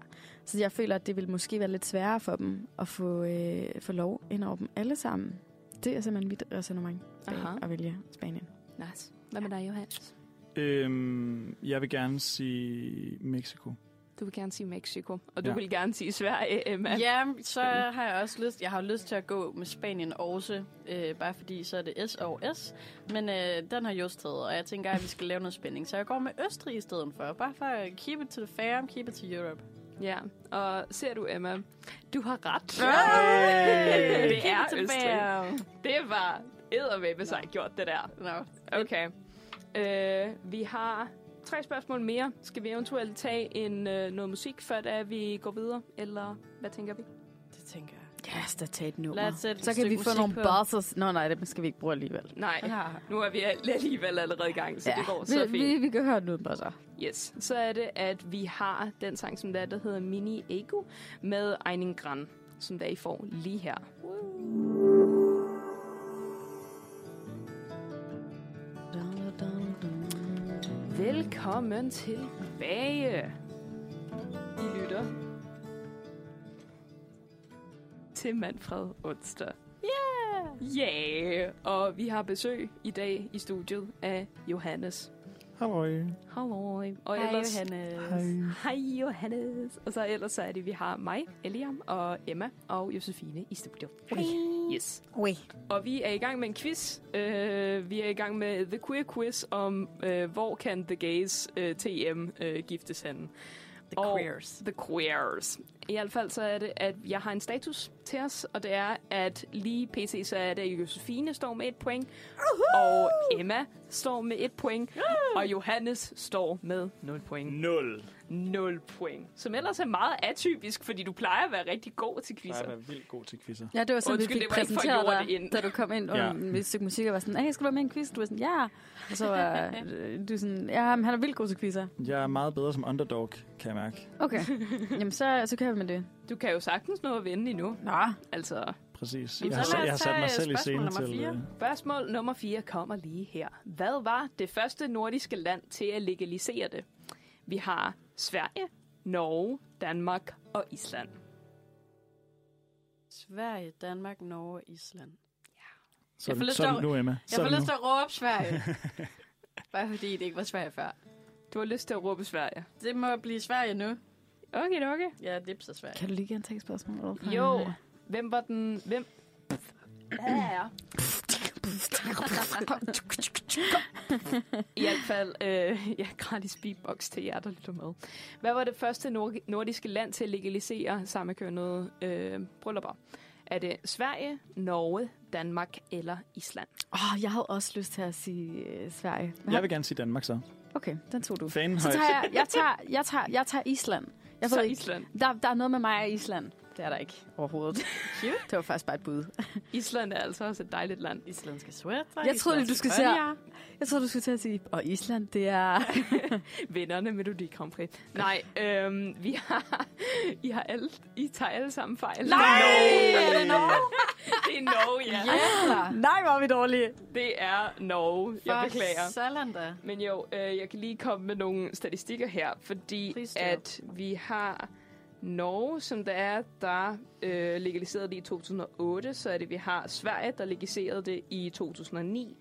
D: så jeg føler, at det vil måske være lidt sværere for dem at få, øh, få lov ind over dem alle sammen. Det er simpelthen mit resonemang bag
E: Aha.
D: at vælge Spanien.
E: Nice. Hvad med dig, Johannes?
I: Øhm, jeg vil gerne sige Mexico.
E: Du vil gerne sige Mexico, og du
I: Ja.
E: vil gerne sige Sverige, Emma.
C: Ja, så har jeg også lyst, jeg har jo lyst til at gå med Spanien også, øh, bare fordi så er det S og S, men øh, den har just taget, og jeg tænker, at vi skal lave noget spænding, så jeg går med Østrig i stedet for, bare for at keep it to the farm, keep it to Europe.
E: Ja, og ser du, Emma, du har ret.
C: Hey!
E: *laughs* det er
C: Keep it to
E: Østrig.
C: farm.
E: Det var eddervæbbe sig gjort, det der.
C: Nå,
E: Okay. Øh, vi har tre spørgsmål mere. Skal vi eventuelt tage en, øh, noget musik, før da vi går videre? Eller hvad tænker vi?
C: det tænker jeg.
D: Ja, yes, der tage et
C: Lad
D: nummer.
E: øh,
C: os sætte et
D: Så kan vi
C: stykke
D: få
C: musik
D: nogle
C: på.
D: buzzers. Nå nej, det skal vi ikke bruge alligevel.
E: Nej, nu er vi al- alligevel allerede i gang, så ja. det går så
D: vi,
E: fint.
D: vi, vi kan høre den uden buzzer.
E: Yes, så er det, at vi har den sang, som der, er, der hedder Mini Ego med Eining Gran, som der I får lige her. Velkommen tilbage. I lytter til Manfred Onsdag. Yeah! Yeah! Og vi har besøg i dag i studiet af Johannes.
I: Halløj.
E: Halløj. Og
C: Hej,
E: ellers,
C: Johannes.
E: Hej Johannes. Og så ellers så er det, vi har mig, Eliam og Emma og Josefine i studiet. Yes.
D: Oui.
E: Og vi er i gang med en quiz. Uh, vi er i gang med The Queer Quiz om, uh, hvor kan The Gays uh, TM uh, giftes henne.
C: The
E: Og-
C: queers.
E: The Queers. I hvert fald så er det, at jeg har en status til os, og det er, at lige pt. så er det, at Josefine står med et point, og Emma står med et point, og Johannes står med 0 point.
I: 0.
E: 0 point. Som ellers er meget atypisk, fordi du plejer at være rigtig god til
I: Jeg
E: quizzer.
I: er vildt god til quizzer.
D: Ja, det var sådan, vi
E: Undskyld,
D: fik
E: det var ikke for at
D: præsenteret
E: jorde det
D: dig,
E: ind.
D: da du kom ind under
I: Ja.
D: ja. et stykke musik og var sådan, hey, skal du være med i en quiz? Du var sådan, ja. Og så var øh, du sådan, ja, men han er vildt god til quizzer.
I: Jeg er meget bedre som underdog, kan jeg mærke.
D: Okay, jamen så, så kører vi med det.
E: Du kan jo sagtens nå at vinde endnu.
D: Nå.
E: Altså,
I: Præcis.
C: Jamen,
I: Jeg har,
C: så lad
I: sa-
C: os
I: jeg har sat
C: tage,
I: mig
C: øh,
I: selv i scenen
C: spørgsmål
I: til...
C: nummer
I: øh,
E: spørgsmål nummer 4 kommer lige her. Hvad var det første nordiske land til at legalisere det? Vi har Sverige, Norge, Danmark og Island.
C: Sverige, Danmark, Norge, Island.
I: Så,
C: Jeg får lyst
I: så er
C: til
I: det
C: at-
I: nu, Emma.
C: Jeg
I: Så er
C: får
I: det
C: lyst
I: nu.
C: til at råbe
I: *laughs*
C: Sverige. Bare fordi det ikke var Sverige før.
E: Du har lyst til at råbe Sverige.
C: Det må blive Sverige nu.
E: Okay, okay.
C: Ja, dipser Sverige.
D: Kan du lige gentage spørgsmålet? overfor
E: Jo,
D: hende?
E: hvem var den... Hvem? Ja. I hvert fald, øh, *laughs* ja, gratis beatbox til jer, der lytter med. Hvad var det første nor- nordiske land til at legalisere sammenkønnede øh, bryllupper? Er det Sverige, Norge, Danmark eller Island?
D: Åh, oh, jeg havde også lyst til at sige øh, Sverige. Men
I: Jeg
D: har-
I: vil gerne sige Danmark så.
D: Okay, den tog du.
I: Fanen
D: Så
I: højt.
D: tager jeg, jeg, tager, jeg, tager, jeg tager Island. Jeg
E: Så
D: ved ikke,
E: Island.
D: der, der er noget med mig og Island. Det er der ikke overhovedet. det var faktisk bare et bud.
E: Island er altså også et dejligt land.
C: Islandske sweater.
D: Jeg troede,
C: islandske
D: du skulle
C: kolja.
D: sige- Jeg tror du skulle til at sige, og Island, det er...
E: Vinderne af Melodi Grand Prix. Nej, øhm, vi har, *laughs* I, har alle, I tager alle sammen fejl.
D: Nej!
E: Er det Norge? *laughs* det er Norge, ja.
C: Jævler.
D: Nej, hvor er vi dårlige.
E: Det er Norge. Jeg
C: For
E: beklager.
C: Sådan da.
E: Men jo, øh, jeg kan lige komme med nogle statistikker her, fordi
C: Please do.
E: at vi har Norge, som der er, der øh, legaliserede det i 2008. Så er det, vi har Sverige, der legaliserede det i 2009.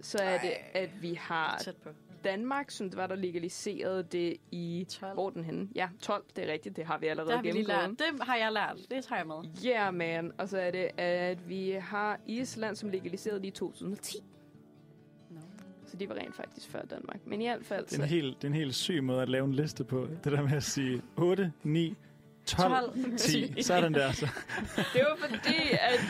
E: Så er det, at vi har
C: Tæt på.
E: Danmark, som det var, der legaliserede det i...
C: 12.
E: Hvor er den henne? Ja, 12, det er rigtigt. Det har vi allerede
C: Der har vi lige lært.
E: gennemgået.
C: Det har jeg lært. Det tager jeg med.
E: Yeah, man. Og så er det, at vi har Island, som legaliserede det i 2010.
C: No.
E: Så det var rent faktisk før Danmark. Men i hvert fald...
I: Det er, en
E: Så,
I: helt, det er en helt syg måde at lave en liste på. Det der med at sige 8, 9, 12,
C: *laughs*
E: *laughs*
I: 10. Sådan der. Så.
E: det var fordi, at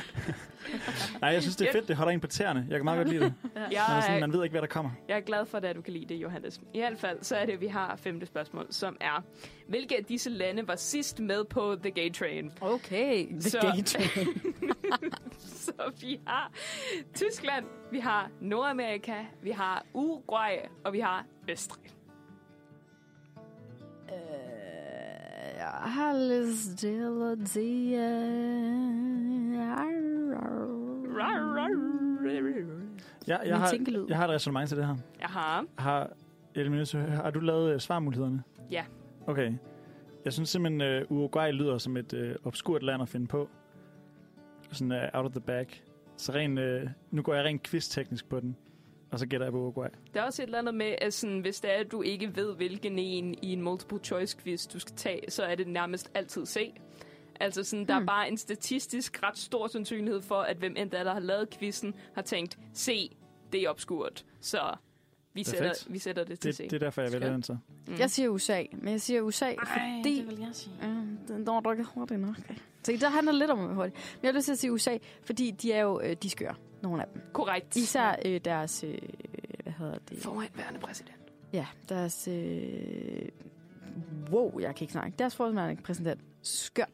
I: Nej, jeg synes, det er fedt. Det holder en på tæerne. Jeg kan meget godt lide det. Man, er sådan,
E: jeg,
I: man ved ikke, hvad der kommer.
E: jeg er glad for det, at du kan lide det, Johannes. I hvert fald, så er det, at vi har femte spørgsmål, som er... Hvilke af disse lande var sidst med på The Gay Train?
D: Okay.
E: Så-
D: The gay train.
E: *laughs* så vi har Tyskland, vi har Nordamerika, vi har Uruguay, og vi har Østrig.
D: Øh, Jeg har lyst til at sige...
I: Jeg, jeg,
D: Min
I: har,
D: tænkelyd.
I: jeg har et resonemang til det her.
E: Aha.
I: Har, Elminus, har du lavet øh, svarmulighederne?
E: Ja.
I: Okay. Jeg synes simpelthen, øh, Uruguay lyder som et øh, obskurt land at finde på. Sådan øh, out of the bag. Så ren, øh, nu går jeg rent quiz-teknisk på den. Og så gætter jeg på Uruguay.
E: Der er også et eller andet med, at sådan, hvis det er, at du ikke ved, hvilken en i en multiple choice quiz du skal tage, så er det nærmest altid C. Altså sådan,
I: Hmm.
E: der er bare en statistisk ret stor sandsynlighed for, at hvem end der er, der har lavet quizzen, har tænkt, C, det er obskurt. Så vi,
I: Perfekt.
E: sætter, vi sætter det til
I: Det,
E: C.
I: det er derfor, jeg vælger den så.
D: Jeg siger USA, men jeg siger USA, fordi...
C: vil jeg sige.
D: Mm, den når du ikke hurtigt nok. Så der handler lidt om at være hurtig. Men jeg har lyst til at sige USA, fordi de er jo øh, de skøre, nogle af dem.
E: Korrekt.
D: Især øh, deres, øh, hvad hedder det?
E: Foranværende præsident.
D: Ja, deres, øh, wow, jeg kan ikke snakke. Deres forholdsmærende præsident, skør.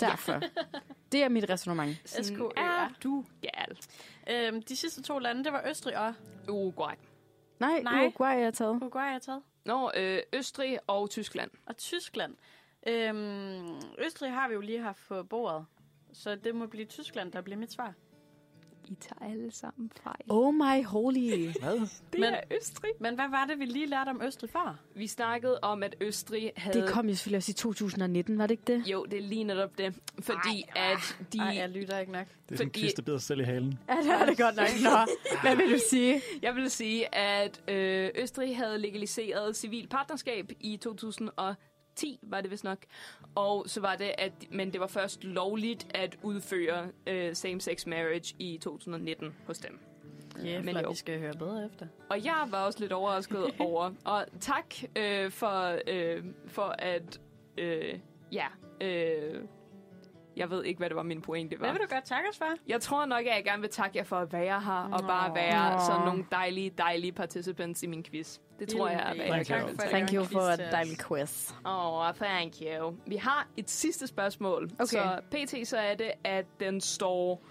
D: Derfor. *laughs* det er mit resonemang.
E: Sådan
C: SKR.
E: er du gal.
C: Øhm, de sidste to lande, det var Østrig og
E: Uruguay.
D: Nej,
C: Nej.
D: Nej. Uruguay er taget.
C: Uruguay, jeg har taget.
E: Nå, øh, Østrig og Tyskland.
C: Og Tyskland. Øhm, Østrig har vi jo lige haft på bordet. Så det må blive Tyskland, der bliver mit svar.
E: I tager alle sammen fejl.
D: Oh my holy.
I: Hvad?
E: Det
C: Men-
E: er Østrig.
C: Men hvad var det, vi lige lærte om Østrig før?
E: Vi snakkede om, at Østrig havde...
D: Det kom jo selvfølgelig også i 2019, var det ikke det?
E: Jo, det er lige netop det. Fordi Ej, at de...
C: Nej, jeg lytter ikke nok.
I: Det er sådan en
E: Fordi-
I: quiz, der bider sig selv i halen.
D: Ja, det var det godt nok.
C: *laughs*
D: Nå, hvad vil du sige?
E: Jeg vil sige, at øh, Østrig havde legaliseret civil partnerskab i 2010, var det vist nok. Og så var det, at, men det var først lovligt at udføre øh, same-sex marriage i 2019 hos dem.
C: Ja,
E: men
C: men
E: jo.
C: vi skal høre bedre efter.
E: Og jeg var også lidt overrasket over. Og tak øh, for, øh, for at... Øh, ja, øh, jeg ved ikke, hvad det var min pointe var.
C: Hvad vil du godt takke os for?
E: Jeg tror nok, at jeg gerne vil takke jer for at være her, og bare være
D: Nå.
E: sådan nogle dejlige, dejlige participants i min quiz. Det tror jeg er, hvad jeg
I: Tak
E: gerne
I: for
E: vil
I: det.
E: takke.
D: Thank you for a dejlig quiz.
E: Oh, thank you. Vi har et sidste spørgsmål.
D: Okay.
E: Så pt. så er det, at den står...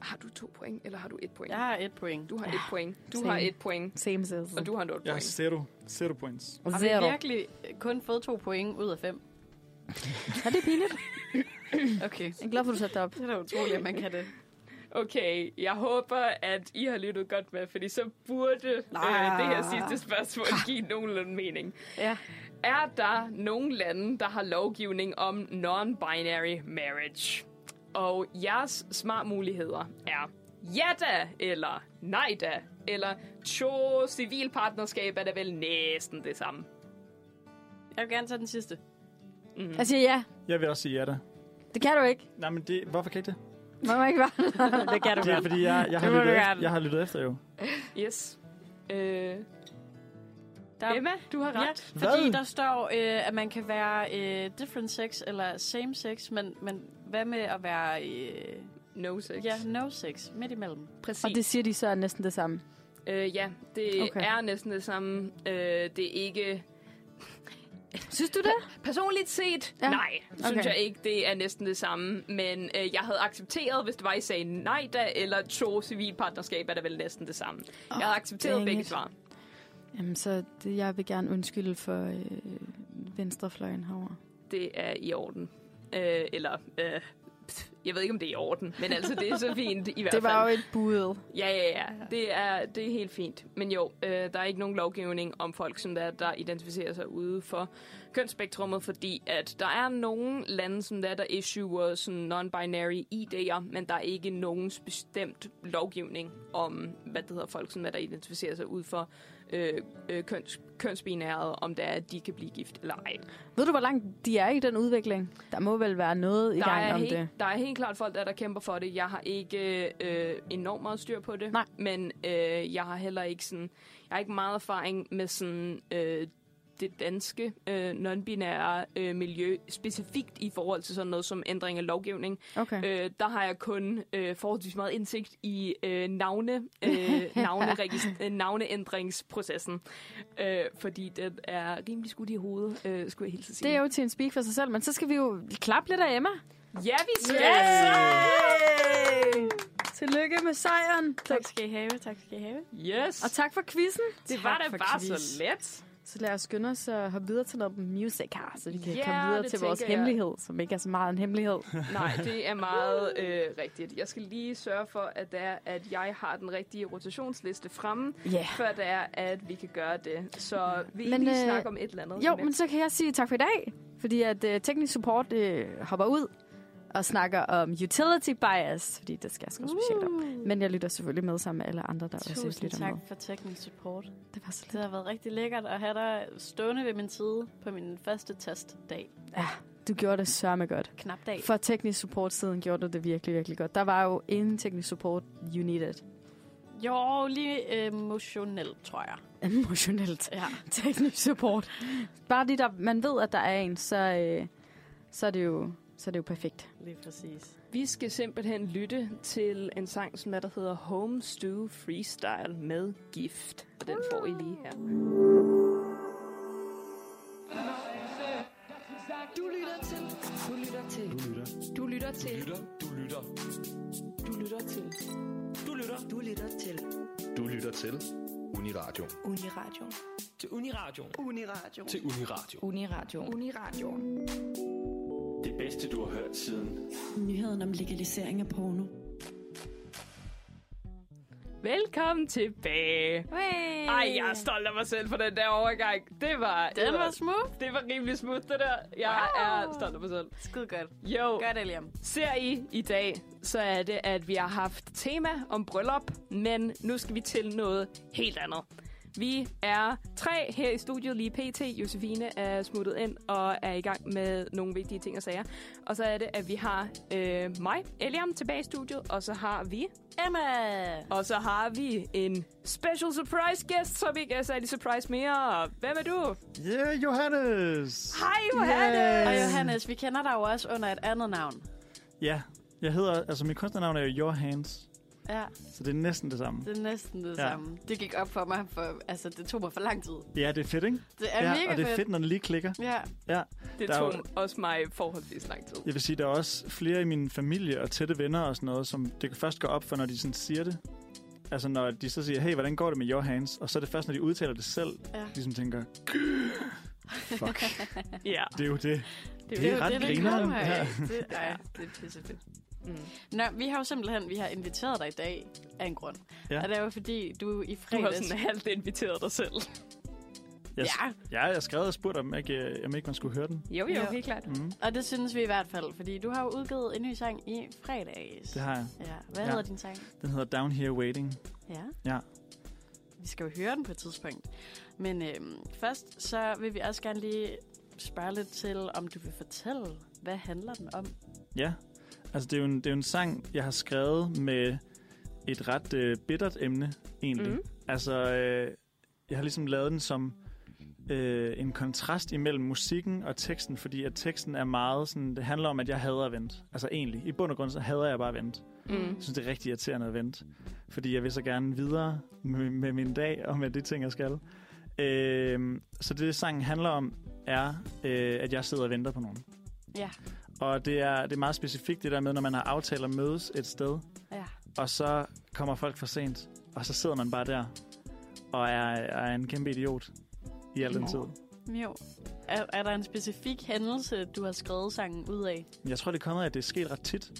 E: Har du to point, eller har du et point?
C: Jeg har et point.
E: Du har et point. Du
D: same.
E: har et point.
D: Same says.
E: Og du har nul
I: Jeg har
E: point.
I: zero. Zero points.
C: Har
D: Zero.
C: vi virkelig øh, kun fået to point ud af
D: *laughs*
C: fem?
D: Er det pinligt?
C: *laughs* Okay.
D: Jeg er glad for, at du satte dig op.
C: Det er da utroligt, at man kan det.
E: Okay, jeg håber, at I har lyttet godt med, fordi så burde øh, det her sidste
C: *laughs*
E: spørgsmål give nogenlunde mening.
C: Ja.
E: Er der nogle lande, der har lovgivning om non-binary marriage? Og jeres smartmuligheder er ja da, eller nej da, eller tjo, civilpartnerskab er da vel næsten det samme.
C: Jeg vil gerne tage den sidste.
D: Jeg siger ja.
I: Jeg vil også sige ja da.
D: Det kan du ikke.
I: Nej, men det, hvorfor kan jeg ikke det?
D: Må man *laughs* ikke være.
C: Det kan du
I: Det er, fordi jeg, jeg, har,
C: Det må du
I: lyttet efter,
C: gerne.
I: jeg har lyttet efter jo.
E: Yes. Øh,
C: Der,
E: Emma, du har
C: Ja,
E: ret.
C: fordi
I: Hvad?
C: der står, øh, at man kan være øh, different sex eller same sex, men, men hvad med at være øh,
E: No sex.
C: ja, no sex midt imellem?
E: præcis.
D: Og det siger de så er næsten det samme.
E: Øh, ja, det okay.
D: Okay.
E: er næsten det samme. Øh, det er ikke...
D: Synes du det?
E: Personligt set, ja.
D: Ja.
E: nej, synes
D: Okay.
E: jeg ikke, det er næsten det samme. Men øh, jeg havde accepteret, hvis det var, I sagde nej da, eller to civilpartnerskab er det vel næsten det samme. Oh, jeg havde accepteret
D: dang
E: begge
D: it.
E: svar.
D: Jamen, så det, jeg vil gerne undskylde for øh, venstrefløjen herovre.
E: Det er i orden. Øh, eller, øh, pff, jeg ved ikke, om det er i orden, men altså, det er så fint i hvert
D: *laughs* Det
E: fald.
D: var jo et bud.
E: Ja, ja, ja. Det er, det er helt fint. Men jo, øh, der er ikke nogen lovgivning om folk, som der, der identificerer sig ude for kønsspektrummet, fordi at der er nogle lande, som der, der issuer sådan non-binary ID'er, men der er ikke nogen bestemt lovgivning om, hvad det hedder folk, som der, der identificerer sig ud for øh, øh, køns, kønsbinæret, om det er, at de kan blive gift eller ej.
D: Ved du, hvor langt de er i den udvikling? Der må vel være noget i
E: Der
D: gang
E: er,
D: om
E: helt,
D: det.
E: der er helt klart folk, der, der kæmper for det. Jeg har ikke øh, enormt meget styr på det,
D: Nej.
E: men øh, jeg har heller ikke sådan, jeg har ikke meget erfaring med sådan øh, det danske øh, non-binære øh, miljø, specifikt i forhold til sådan noget som ændring af lovgivning.
D: Okay.
E: Øh, der har jeg kun øh, forholdsvis meget indsigt i øh, navne,
D: *laughs*
E: øh, navneregis- øh, navneændringsprocessen, øh, fordi den er rimelig skudt i hovedet, øh, skulle jeg hilse sige.
D: Det er jo til en speak for sig selv, men så skal vi jo klappe lidt af Emma.
E: Ja, vi skal!
D: Tillykke med sejren.
C: Tak skal I have, tak skal I have.
E: Yes!
D: Og tak for quizzen.
E: det var da
C: for
E: bare
C: quiz.
E: så let.
D: Så lad os skynde os at hoppe videre til noget music her, så vi kan
E: Ja,
D: komme videre
E: det
D: til vores
E: tænker jeg.
D: hemmelighed, som ikke er så meget en hemmelighed.
E: Nej, *laughs* det er meget øh, rigtigt. Jeg skal lige sørge for, at, det er, at jeg har den rigtige rotationsliste fremme,
D: Ja.
E: før det er, at vi kan gøre det. Så vi
D: Men,
E: men, lige
D: øh,
E: snakke om et eller andet.
D: Jo,
E: imens.
D: men så kan jeg sige tak for i dag, fordi at øh, teknisk support øh, hopper ud og snakker om utility bias, fordi det skal jeg skrive specielt om. Men jeg lytter selvfølgelig med sammen med alle andre, der også
C: Tusind
D: lytter
C: tak
D: med.
C: for teknisk support.
D: Det var så
C: Det har været rigtig lækkert at have dig stående ved min side på min første testdag.
D: lidt. Du gjorde det sørme godt.
C: Knap dag.
D: For teknisk support siden gjorde du det virkelig, virkelig godt. Der var jo ingen teknisk support, you needed.
C: Jo, lige emotionelt, tror jeg.
D: Emotionelt.
C: Ja.
D: *laughs* Teknisk support. Bare det, der man ved, at der er en, så, øh, så, er, det jo, så er det jo perfekt.
C: Lige præcis.
E: Vi skal simpelthen lytte til en sang, som er, der hedder Home Stew Freestyle med Gift. Og den får I lige her.
H: Du lytter til. Du lytter til.
E: Du lytter til...
F: Lytter, du lytter,
E: Du lytter til...
F: du lytter
H: Du lytter til.
G: Du lytter til Uniradio.
B: Uniradio.
F: til Uniradioen.
B: Uniradio.
F: Til Uniradio.
B: Uniradio.
F: Det bedste, du har hørt siden
H: Nyheden om legalisering af porno.
E: Velkommen tilbage.
C: Hey.
E: Ej, jeg er stolt af mig selv for den der overgang. Det var...
C: Den var smooth.
E: det var rimelig smooth, det der. Jeg
C: Wow.
E: er stolt af mig selv.
C: Skide godt.
E: Jo,
C: Gør det, Liam.
E: ser I i dag, så er det, at vi har haft tema om bryllup, men nu skal vi til noget helt andet. Vi er tre her i studiet lige pt. Josefine er smuttet ind og er i gang med nogle vigtige ting og sager. Og så er det, at vi har øh, mig, Eliam, tilbage i studiet, og så har vi...
C: Emma.
E: Og så har vi en special surprise guest, som ikke er særlig surprise mere. Hvem er du?
I: Yeah, Johannes!
E: Hej, Johannes!
C: Og Johannes, vi kender dig jo også under et andet navn.
I: Ja, jeg hedder, altså mit kunstnernavn er jo Johannes,
C: Ja,
I: så det er næsten det samme.
C: det er næsten det
I: Ja.
C: samme. Det gik op for mig, for altså, det tog mig for lang tid.
I: Ja, det er fedt, ikke?
C: Det er
I: ja,
C: mega
I: og det er fedt,
C: fedt.
I: når det lige klikker.
C: Ja,
I: Ja,
E: Det
I: Der er
E: tog
I: jo-
E: også mig forholdsvis lang tid.
I: jeg vil sige, der er også flere i min familie og tætte venner og sådan noget, som det kan først gå op for, når de sådan siger det. Altså når de så siger, hey, hvordan går det med Johannes? Og så er det først, når de udtaler det selv,
C: Ja.
I: de ligesom tænker, fuck,
E: Ja.
I: det er jo det.
C: det,
I: Det er
C: jo
I: ret grineren.
C: kommer af.
I: Ja.
C: Det, ej, det er pissefedt. Mm. Nå, vi har jo simpelthen vi har inviteret dig i dag af en grund.
I: Ja.
C: Ja. Og det er jo fordi, du i
E: Du har
C: fredags...
E: sådan halvt inviteret dig selv.
I: Jeg,
C: Ja.
I: ja, jeg skrev og spurgte, om ikke, øh, om ikke man skulle høre den.
E: Jo,
C: Jo.
E: helt klart.
I: Mm,
C: Og det synes vi i hvert fald, fordi du har jo udgivet en ny sang i fredags.
I: det har jeg.
C: Ja, hvad
I: Ja.
C: hedder din sang?
I: Den hedder Down Here Waiting.
C: Ja.
I: Ja.
C: Vi skal jo høre den på et tidspunkt. Men øhm, først så vil vi også gerne lige spørge lidt til, om du vil fortælle, hvad handler den om?
I: Ja, altså det er, jo en, det er jo en sang, jeg har skrevet med et ret øh, bittert emne, egentlig.
E: Mhm.
I: Mm. Altså, øh, jeg har ligesom lavet den som øh, en kontrast imellem musikken og teksten, fordi at teksten er meget sådan, det handler om, at jeg hader at vente. Altså egentlig, i bund og grund, så hader jeg bare at vente.
E: Mm.
I: Jeg synes, det er rigtig irriterende at vente, fordi jeg vil så gerne videre med, med min dag og med de ting, jeg skal. Øh, så det, sangen handler om, er, øh, at jeg sidder og venter på nogen.
C: Ja.
I: Og det er, det er meget specifikt det der med, når man har aftaler at mødes et sted,
C: Ja.
I: og så kommer folk for sent, og så sidder man bare der og er, er en kæmpe idiot i al den tid.
C: Jo. Er, er der en specifik hændelse, du har skrevet sangen ud af?
I: Men Jeg tror, det er kommet af, at det er sket ret tit,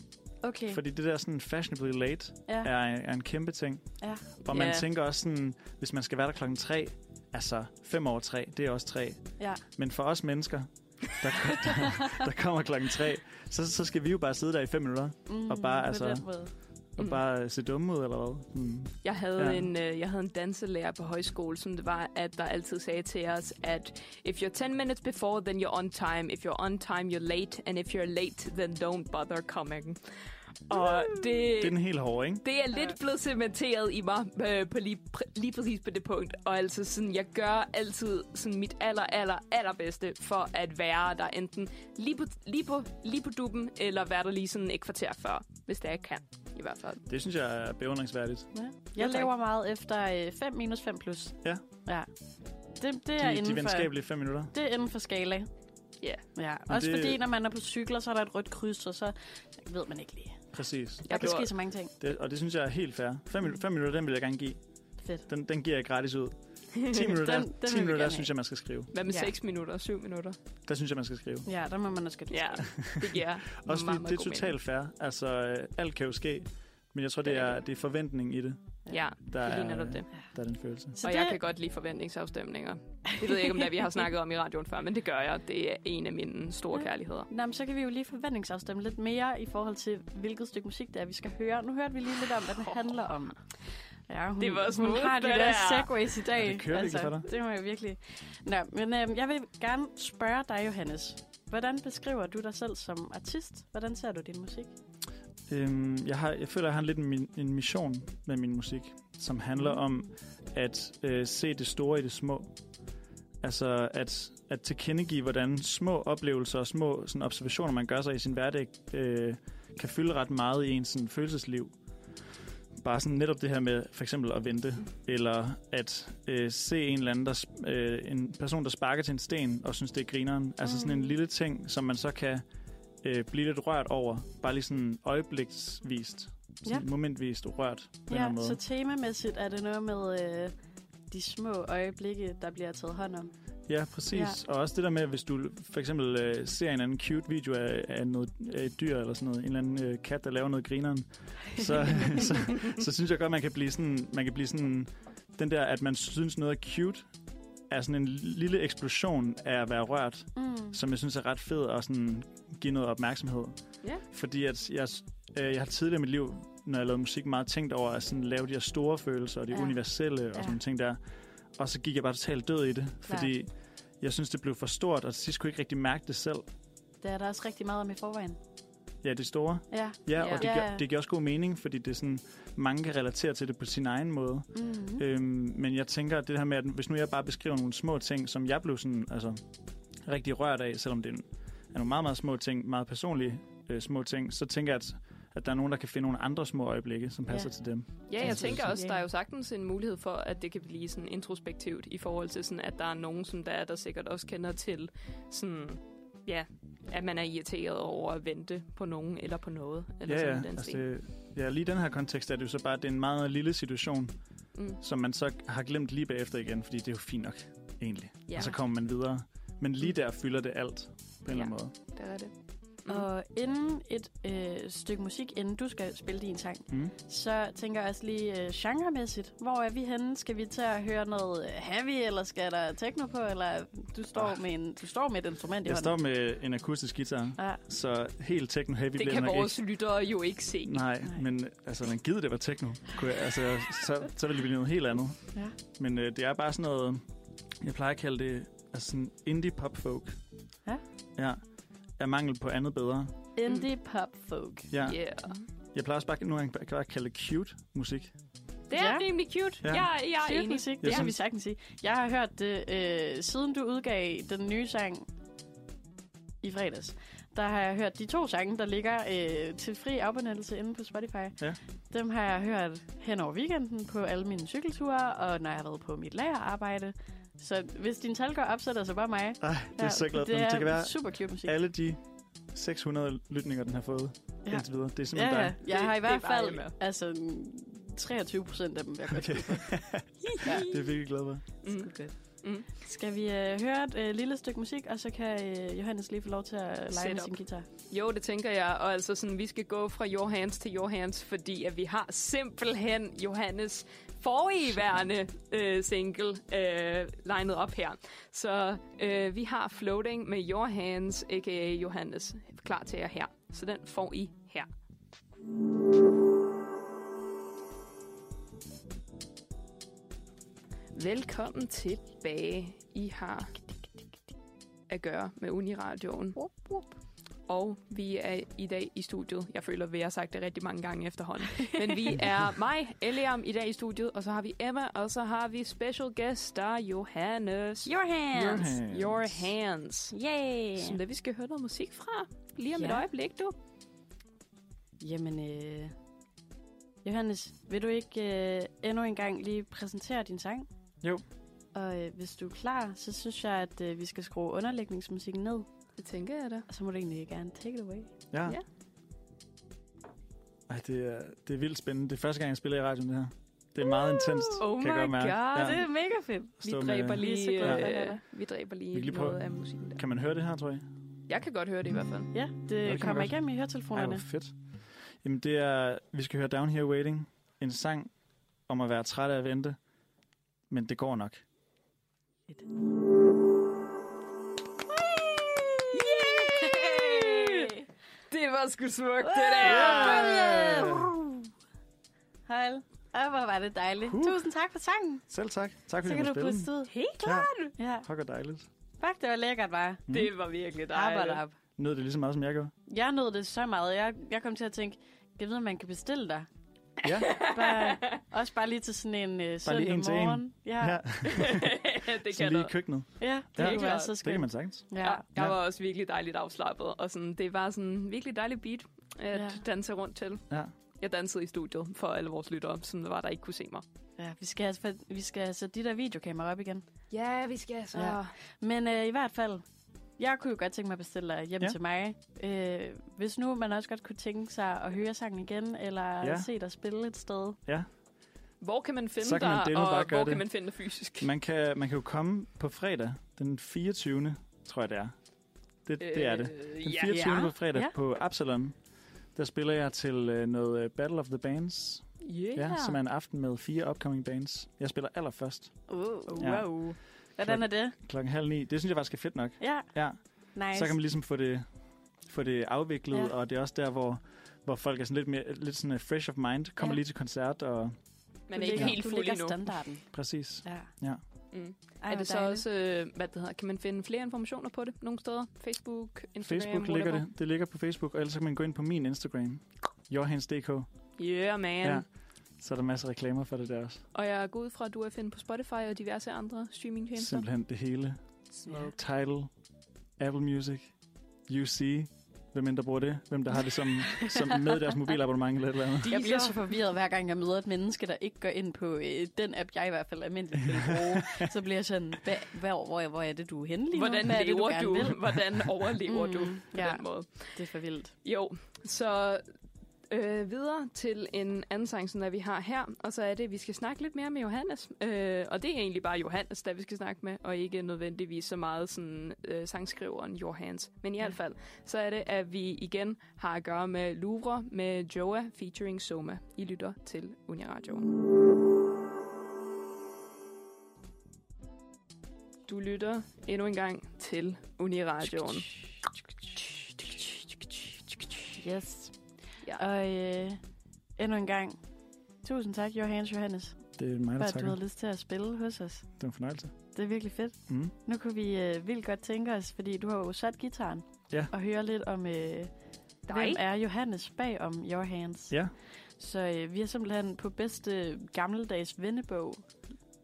C: Okay.
I: fordi det der sådan fashionably late
C: ja.
I: er, er en kæmpe ting.
C: Ja.
I: Og man
E: Ja.
I: tænker også sådan, hvis man skal være der klokken tre, altså fem over tre, det er også tre.
C: Ja.
I: Men for os mennesker, der, *laughs* der, der kommer klokken tre, så, så skal vi jo bare sidde der i fem minutter
C: Mm,
I: og bare,
C: på
I: altså-
C: den måde.
I: og
E: Mm.
I: bare øh, se dumme ud eller hvad. Mm.
E: Jeg havde,
I: Ja.
E: ja. en, øh, jeg havde en danselærer på højskole, som det var, at der altid sagde til os, at if you're 10 minutes before, then you're on time. If you're on time, you're late. And if you're late, then don't bother coming. Og det,
I: Det er den helt hårde, ikke?
E: det er lidt blevet cementeret i mig øh, på lige, pr- lige præcis på det punkt. Og altså sådan, jeg gør altid sådan mit aller, aller, allerbedste for at være der enten lige på, lige på, lige på duppen, eller være der lige sådan et kvarter før, hvis det er, jeg kan i hvert fald.
I: Det synes jeg er beundringsværdigt.
C: Ja. Jeg
E: Ja, tak.
C: lever meget efter 5 minus 5 plus.
I: Ja.
C: ja. Det, det er
I: De, de
C: inden for...
I: venskabelige fem minutter.
C: Det er inden for skala. Ja.
I: Men
C: Også
I: det-
C: fordi, når man er på cykler, så er der et rødt kryds, og så ved man ikke lige.
I: Præcis.
C: Der kan
E: gjorde-
C: ske så mange ting.
I: Det, og det synes jeg er helt fair. 5, 5 minutter, den vil jeg gerne give.
C: Fedt.
I: Den, den giver jeg
E: *laughs*
I: gratis
C: *laughs*
I: ud. 10 minutter,
C: Den- den
I: den, den
C: vil
I: 10
C: vi
I: minutter der
C: gerne
I: synes
C: have.
I: jeg, man skal skrive.
E: Hvad med
C: Ja.
E: 6 minutter? 7 minutter?
I: Der synes jeg, man skal skrive.
C: Ja, der må man også godt
E: Ja, det *laughs* giver
I: Også
E: meget,
I: fordi
E: meget
I: det er
E: god
I: totalt fair. Altså, øh, alt kan jo ske. Men jeg tror, det
E: Det er
I: er, det er forventningen i det,
E: mening. Ja,
I: der
E: det er lige
I: er,
E: netop det.
I: der er den følelse.
E: Så og Altså, det... jeg kan godt lide forventningsafstemninger. Det ved jeg ikke, om det er, vi har snakket om i radioen før, men det gør jeg. Det er en af mine store kærligheder.
C: Nå, men så kan vi jo lige forventningsafstemme lidt mere i forhold til, hvilket stykke musik det er, vi skal høre. Nu hørte vi lige lidt om, hvad den handler om. Ja, hun,
E: Det var
C: hun
E: smooth,
C: har de
E: det
C: der
E: der.
C: segways i dag. Altså,
I: Ja, det kører virkelig for dig.
C: Det må jeg virkelig. Nå, men øh, jeg vil gerne spørge dig, Johannes. Hvordan beskriver du dig selv som artist? Hvordan ser du din musik?
I: Øhm, jeg, har, jeg føler, jeg har lidt en, min- en mission med min musik, som handler om at øh, se det store i det små. Altså at, at tilkendegive, hvordan små oplevelser og små sådan, observationer, man gør sig i sin hverdag, øh, kan fylde ret meget i ens sådan, følelsesliv. Bare sådan netop det her med for eksempel at vente, eller at øh, se en eller anden, der, sp- øh, en person, der sparker til en sten og synes, det er grineren. Altså sådan en
C: Mm.
I: lille ting, som man så kan øh, blive lidt rørt over. Bare lige sådan øjebliksvist, sådan ja. momentvist rørt på ja, en eller
C: Ja,
I: anden måde.
C: så temamæssigt er det noget med øh, de små øjeblikke, der bliver taget hånd om.
I: Ja, præcis. Ja. Og også det der med, hvis du for eksempel øh, ser en anden cute video af, af, noget, af et dyr eller sådan noget, en eller anden øh, kat, der laver noget grineren, så, så, så synes jeg godt, man kan blive sådan, man kan blive sådan, den der, at man synes noget er cute, er sådan en lille eksplosion af at være rørt,
C: Mm.
I: som jeg synes er ret fed at sådan give noget opmærksomhed.
C: Ja.
I: Fordi at jeg, øh, jeg har tidligere i mit liv, når jeg lavede musik, meget tænkt over at sådan lave de her store følelser og de
C: Ja.
I: ja. universelle og
C: Ja.
I: sådan nogle ting der. Og så gik jeg bare totalt død i det, fordi jeg synes, det blev for stort, og til sidst kunne jeg ikke rigtig mærke det selv.
C: Det er der også rigtig meget om i forvejen.
I: Ja, det store.
C: Ja.
I: Ja,
E: Ja.
I: og det,
C: Ja,
I: giver,
C: ja.
I: det giver også god mening, fordi det er sådan, mange kan relatere til det på sin egen måde.
C: Mm.
I: Øhm, men jeg tænker, at det her med, at hvis nu jeg bare beskriver nogle små ting, som jeg blev sådan, altså, rigtig rørt af, selvom det er en- er nogle meget, meget små ting, meget personlige øh, små ting, så tænker jeg, at, at der er nogen, der kan finde nogle andre små øjeblikke, som
C: Ja.
I: passer til dem.
E: Ja, jeg
C: Altså,
E: tænker
C: sådan-
E: også, der er jo sagtens en mulighed for, at det kan blive sådan introspektivt i forhold til, sådan, at der er nogen, som der, er, der sikkert også kender til, sådan, ja, at man er irriteret over at vente på nogen eller på noget. Eller
I: Ja,
E: sådan
I: ja,
E: den
I: altså,
E: stil.
I: det- ja, lige i den her kontekst er det jo så bare, at det er en meget lille situation,
E: Mm.
I: som man så har glemt lige bagefter igen, fordi det er jo fint nok, egentlig.
E: Ja,
I: Og så kommer man videre. Men lige der fylder det alt, på en eller anden måde.
E: der er det. Mm.
C: Og inden et øh, stykke musik, inden du skal spille din sang,
I: Mm.
C: så tænker jeg også lige øh, genremæssigt. Hvor er vi henne? Skal vi til at høre noget øh, heavy, eller skal der techno på? Eller du står,
I: Ah.
C: med, en, du står med et instrument i
I: Jeg
C: hånden.
I: står med en akustisk guitar,
C: Ja.
I: så helt techno-heavy
E: Det
I: bliver
E: kan
I: nok ikke.
E: vores lyttere jo ikke se.
I: Nej,
C: Nej.
I: men altså, man gider det var techno. Kunne jeg, altså, så, så ville det blive noget helt andet.
C: Ja.
I: Men øh, det er bare sådan noget, jeg plejer at kalde det altså sådan indie pop folk.
C: Ja.
I: Ja. Er mangel på andet bedre.
C: Indie pop folk.
I: Ja. Yeah.
E: Yeah.
I: Jeg plejer også bare nogle gange bare at kalde det cute musik.
E: Det er
C: Ja.
E: rimelig cute.
I: Ja.
E: Ja. Jeg, jeg er
C: Cute
E: enig.
C: musik,
I: Jeg
C: det kan vi
I: synes-
C: sagtens sige. Jeg har hørt det, øh, siden du udgav den nye sang i fredags. Der har jeg hørt de to sange, der ligger øh, til fri afbenyttelse inde på Spotify.
I: Ja.
C: Dem har jeg hørt hen over weekenden på alle mine cykelture, og når jeg har været på mit lagerarbejde. Så hvis din tal går op, så er det altså bare mig.
I: Ej, det er ja, så glad for.
C: det er
I: Det kan være
C: super cute musik.
I: alle de 600 lytninger, den har fået
C: Ja.
I: ja. indtil videre. Det er simpelthen
C: ja,
I: dig.
C: ja. Jeg har i
E: Det- det
C: hvert
E: er bare
C: fald
E: Emma.
C: altså, 23 procent af dem, jeg godt *laughs*
I: Okay. det er jeg virkelig glad for.
E: Mm.
C: Skal vi øh, høre et øh, lille stykke musik, og så kan øh, Johannes lige få lov til at lege
E: Sæt
C: med
E: op.
C: sin guitar?
E: Jo, det tænker jeg. Og altså sådan, vi skal gå fra your hands til your hands, fordi at vi har simpelthen Johannes forrige værende øh, single øh, legnet op her. Så øh, vi har Floating med Your Hands, a.k.a. Johannes, klar til jer her. Så den får I her. Velkommen tilbage. I har at gøre med Uniradioen. Og vi er i dag i studiet. Jeg føler, at vi har sagt det rigtig mange gange efterhånden. Men vi er mig, Eliam, i dag i studiet, og så har vi Emma, og så har vi special guest, der er Johannes.
C: Your
I: Your
C: hands!
I: hands.
E: Your hands.
C: Yay!
E: Som det, vi skal høre noget musik fra. Lige om
C: Ja.
E: et øjeblik, du.
C: Jamen, øh, Johannes, vil du ikke øh, endnu en gang lige præsentere din sang?
I: Jo.
C: Og øh, hvis du er klar, så synes jeg, at øh, vi skal skrue underlægningsmusikken ned.
E: Det tænker jeg da.
C: Så må du egentlig gerne take it away.
I: Ja.
E: Ja.
I: Ej, det er, det er vildt spændende. Det er første gang, jeg spiller i radioen, det her. Det er meget intenst,
E: Oh
I: kan jeg godt
E: my
I: mærke.
E: god,
I: Ja.
C: Det er mega fedt.
E: Vi
I: Stå med-
E: dræber
C: Vi er så
E: lige,
C: glade for
E: øh,
C: hinanden.
E: vi dræber lige,
I: Vi kan lige
E: noget
I: prøve-
E: af musikken der.
I: Kan man høre det her, tror jeg?
E: Jeg kan godt høre det i hvert fald.
C: Ja,
I: det
C: det
I: kan
C: kommer
I: man godt.
C: igennem i
I: Ej, hvor
C: høretelefonerne.
I: fedt. Jamen, det er, vi skal høre Down Here Waiting. En sang om at være træt af at vente. Men det går nok.
E: Det var sgu smukt, det
C: Hej. Ej, hvor var det dejligt.
I: Uh.
C: Tusind tak for sangen.
I: Selv tak. Tak fordi
C: Så kan
I: måtte
C: du
I: spille
C: puste ud. Helt
I: Ja,
C: klart. Ja,
I: tak og dejligt.
C: fuck, det var lækkert, var.
I: Mm.
E: Det var virkelig dejligt.
C: Arbejde op.
I: Nød det lige så meget, som jeg gjorde.
C: Jeg nød det så meget. Jeg, jeg kom til at tænke, jeg ved, man kan bestille dig.
I: Ja.
C: *laughs* Bare, også bare lige til sådan en øh, søndag
I: en til en.
C: morgen. Ja,
I: Ja,
C: ja.
E: *laughs* det
I: så
E: kan
I: lige
E: der.
I: i køkkenet.
C: ja det
I: Ja.
C: kunne være så
I: Det kan
C: skønt.
I: man sagtens.
E: Ja,
C: Ja.
E: jeg
I: Ja.
E: var også virkelig dejligt afslappet, og sådan, det var sådan en virkelig dejlig beat at
C: Ja.
E: ja. danse rundt til.
I: Ja.
E: Jeg dansede i studiet for alle vores lyttere, som var der ikke kunne se mig.
C: ja, vi skal, altså, vi skal have sat de der videokameraer op igen.
E: Ja, vi skal så.
C: Ja. Men øh, i hvert fald, jeg kunne jo godt tænke mig at bestille dig hjem
I: Ja.
C: ja. til mig. Øh, hvis nu man også godt kunne tænke sig at høre sangen igen, eller
I: Ja.
C: ja. se dig spille et sted.
E: Hvor kan man finde
I: Så kan man
E: dig,
I: dælme bare
E: og
I: gøre
E: hvor
I: det.
E: kan man finde dig fysisk?
I: Man kan, man kan jo komme på fredag, den 24. tror jeg det er. Det, det
E: Øh,
I: er det. Den 24.
C: Ja.
I: på fredag
C: Ja.
I: på Absalon. Der spiller jeg til øh, noget øh, Battle of the Bands,
E: Yeah.
I: ja, som er en aften med fire upcoming bands. Jeg spiller allerførst
C: Uh,
I: Ja.
C: wow. Hvordan er det?
I: klokken halv ni. Det synes jeg faktisk er fedt nok.
C: Ja,
I: Ja.
C: nice.
I: Så kan man ligesom få det, få det afviklet, ja.
C: Ja.
I: og det er også der, hvor, hvor folk er sådan lidt, mere, lidt sådan øh, fresh of mind, kommer ja.
C: Ja.
I: lige til koncert, og
E: Man er ikke
I: ligger-
E: helt
C: du
E: fuld
C: ligger
E: endnu.
C: standarden.
I: præcis.
C: Ja.
E: Mm.
C: Ej,
E: er det så også, øh, hvad det hedder, kan man finde flere informationer på det nogle steder? Facebook, Instagram,
I: Facebook ligger det. Det ligger på Facebook, og ellers så kan man gå ind på min Instagram, johands.dk.
E: det. Yeah, man.
I: Ja. Så er der masser af reklamer for det der også.
E: Og jeg går ud fra, at du er at finde på Spotify og diverse andre streamingtjenester.
I: Simpelthen det hele.
C: Smukt.
I: Tidal, Apple Music, UC. Hvem end der bruger det? Hvem der har
C: *laughs*
I: det som, som med i deres mobilabonnement eller et eller andet?
C: Jeg bliver så forvirret, hver gang jeg møder et menneske, der ikke går ind på øh, den app, jeg i hvert fald almindeligt vil
I: *laughs*
C: bruge. så bliver jeg sådan, hvad, hvad, hvor, hvor er det, du er henne lige nu?
E: Hvordan
C: hvad er det,
E: lever
C: gerne
E: du?
C: vil?
E: Hvordan overlever du
C: *laughs* Mm,
E: på
C: ja.
E: den måde?
C: Det er for vildt.
E: Jo, så øh, videre til en anden sang, som der vi har her. Og så er det, at vi skal snakke lidt mere med Johannes. Øh, og det er egentlig bare Johannes, der vi skal snakke med, og ikke nødvendigvis så meget sådan, øh, sangskriveren Johannes. Men i hvert fald, så er det, at vi igen har at gøre med Louvre med Joa featuring Soma. I lytter til Uniradioen. Du lytter endnu en gang til Uniradioen.
C: Yes.
E: Ja.
C: Og øh, endnu en gang, tusind tak, Johannes Johannes,
I: Det er
C: for
I: mig, der
C: at du
I: takker.
C: havde lyst til at spille hos os.
I: Det var en fornøjelse.
C: Det er virkelig fedt.
I: Mm.
C: Nu kunne vi øh, vildt godt tænke os, fordi du har jo sat gitaren,
I: Ja.
C: og høre lidt om, øh, hvem er Johannes bag om Your Hands.
I: Ja.
C: Så øh, vi har simpelthen på bedste gammeldags vennebog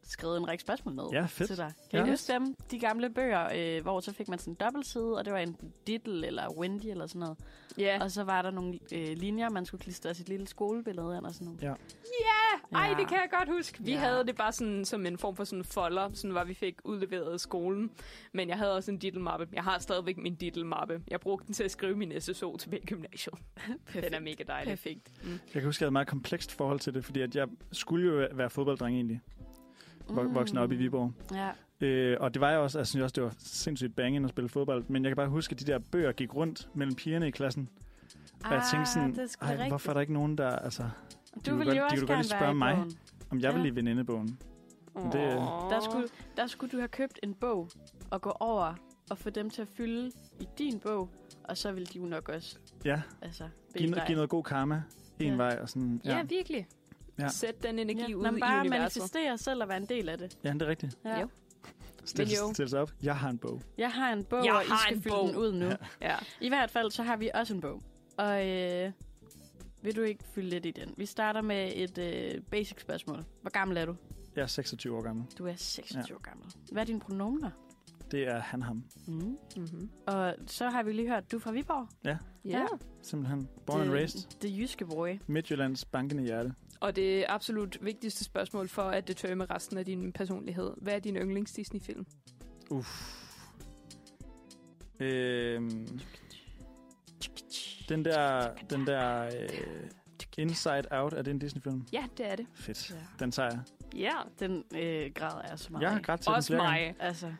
C: skrevet en række spørgsmål med
I: Ja, fedt.
C: til dig. Kan
I: Ja.
C: I huske dem? De gamle bøger, øh, hvor så fik man sådan en dobbeltside, og det var en diddle eller Wendy eller sådan noget.
E: Ja,
C: Og så var der nogle øh, linjer, man skulle klistre sit lille skolebillede ind og sådan noget.
I: Ja.
E: Ja, ej,
C: Ja.
E: det kan jeg godt huske. Vi
C: Ja.
E: ja. havde det bare sådan, som en form for sådan en folder, sådan var vi fik udleveret af skolen. Men jeg havde også en diddelmappe. Jeg har stadigvæk min diddelmappe. Jeg brugte den til at skrive min SSO til gymnasiet. Den er mega dejlig. Mm.
C: Perfekt.
I: Jeg kan huske, at jeg havde et meget komplekst forhold til det, fordi at jeg skulle jo være fodbolddreng egentlig, Vok- voksen op i Viborg.
C: Mm. Ja.
I: Øh, og det var jeg også, altså, jeg synes også, det var sindssygt bange at spille fodbold, men jeg kan bare huske, at de der bøger gik rundt mellem pigerne i klassen, og jeg tænkte sådan,
C: Ah, det er sgu da
I: Ej,
C: rigtigt.
I: hvorfor er der ikke nogen, der, altså, de
C: Du
I: kunne
C: ville
I: godt-
C: jo
I: de
C: også
I: kunne godt
C: gerne
I: lige spørge
C: være i
I: mig.
C: bogen.
I: om jeg ville
C: Ja.
I: i venindebogen. Men det-
E: Åh.
C: Der skulle, der skulle du have købt en bog og gå over og få dem til at fylde i din bog, og så ville de jo nok også
I: Ja,
C: altså,
I: giv,
C: dig.
I: giv noget god karma en
C: Ja.
I: vej, og sådan, ja.
E: Ja, virkelig.
I: Ja.
E: Ja. Sæt den energi
C: ja.
E: ud
C: Nå, men bare
E: i universet.
C: manifestere selv og være en del af det.
I: ja, det er rigtigt.
C: Ja.
E: Jo.
I: Stil,
E: Men jo.
I: stil sig op. Jeg har en bog.
C: Jeg har en bog,
E: Jeg
C: og I
E: har
C: skal
E: en
C: fylde
E: bog.
C: den ud nu.
I: Ja.
C: Ja.
E: Ja.
C: I hvert fald, så har vi også en bog. Og øh, vil du ikke fylde lidt i den? Vi starter med et øh, basic spørgsmål. Hvor gammel er du?
I: Jeg er 26 år gammel.
C: Du er 26 ja. år gammel. Hvad er dine pronomener?
I: Det er han ham.
C: Mm.
E: Mm-hmm.
C: Og så har vi lige hørt, du er fra Viborg.
E: Ja. ja.
C: Ja.
I: Simpelthen. Born and
C: Det-
I: raised.
C: Det jyske boy.
I: Midtjyllands bankende hjerte.
E: Og det absolut vigtigste spørgsmål for at determine resten af din personlighed. Hvad er din yndlings Disney-film?
I: Uff. Øhm, den der, den der øh, Inside Out, er det en Disney-film?
E: Ja, det er det.
I: Fedt.
C: Ja.
I: Den tager jeg.
C: Ja, den øh, græder jeg så meget.
I: Jeg har
C: af.
I: grædt til den
E: Også
I: flere gange.
E: mig.
C: Altså,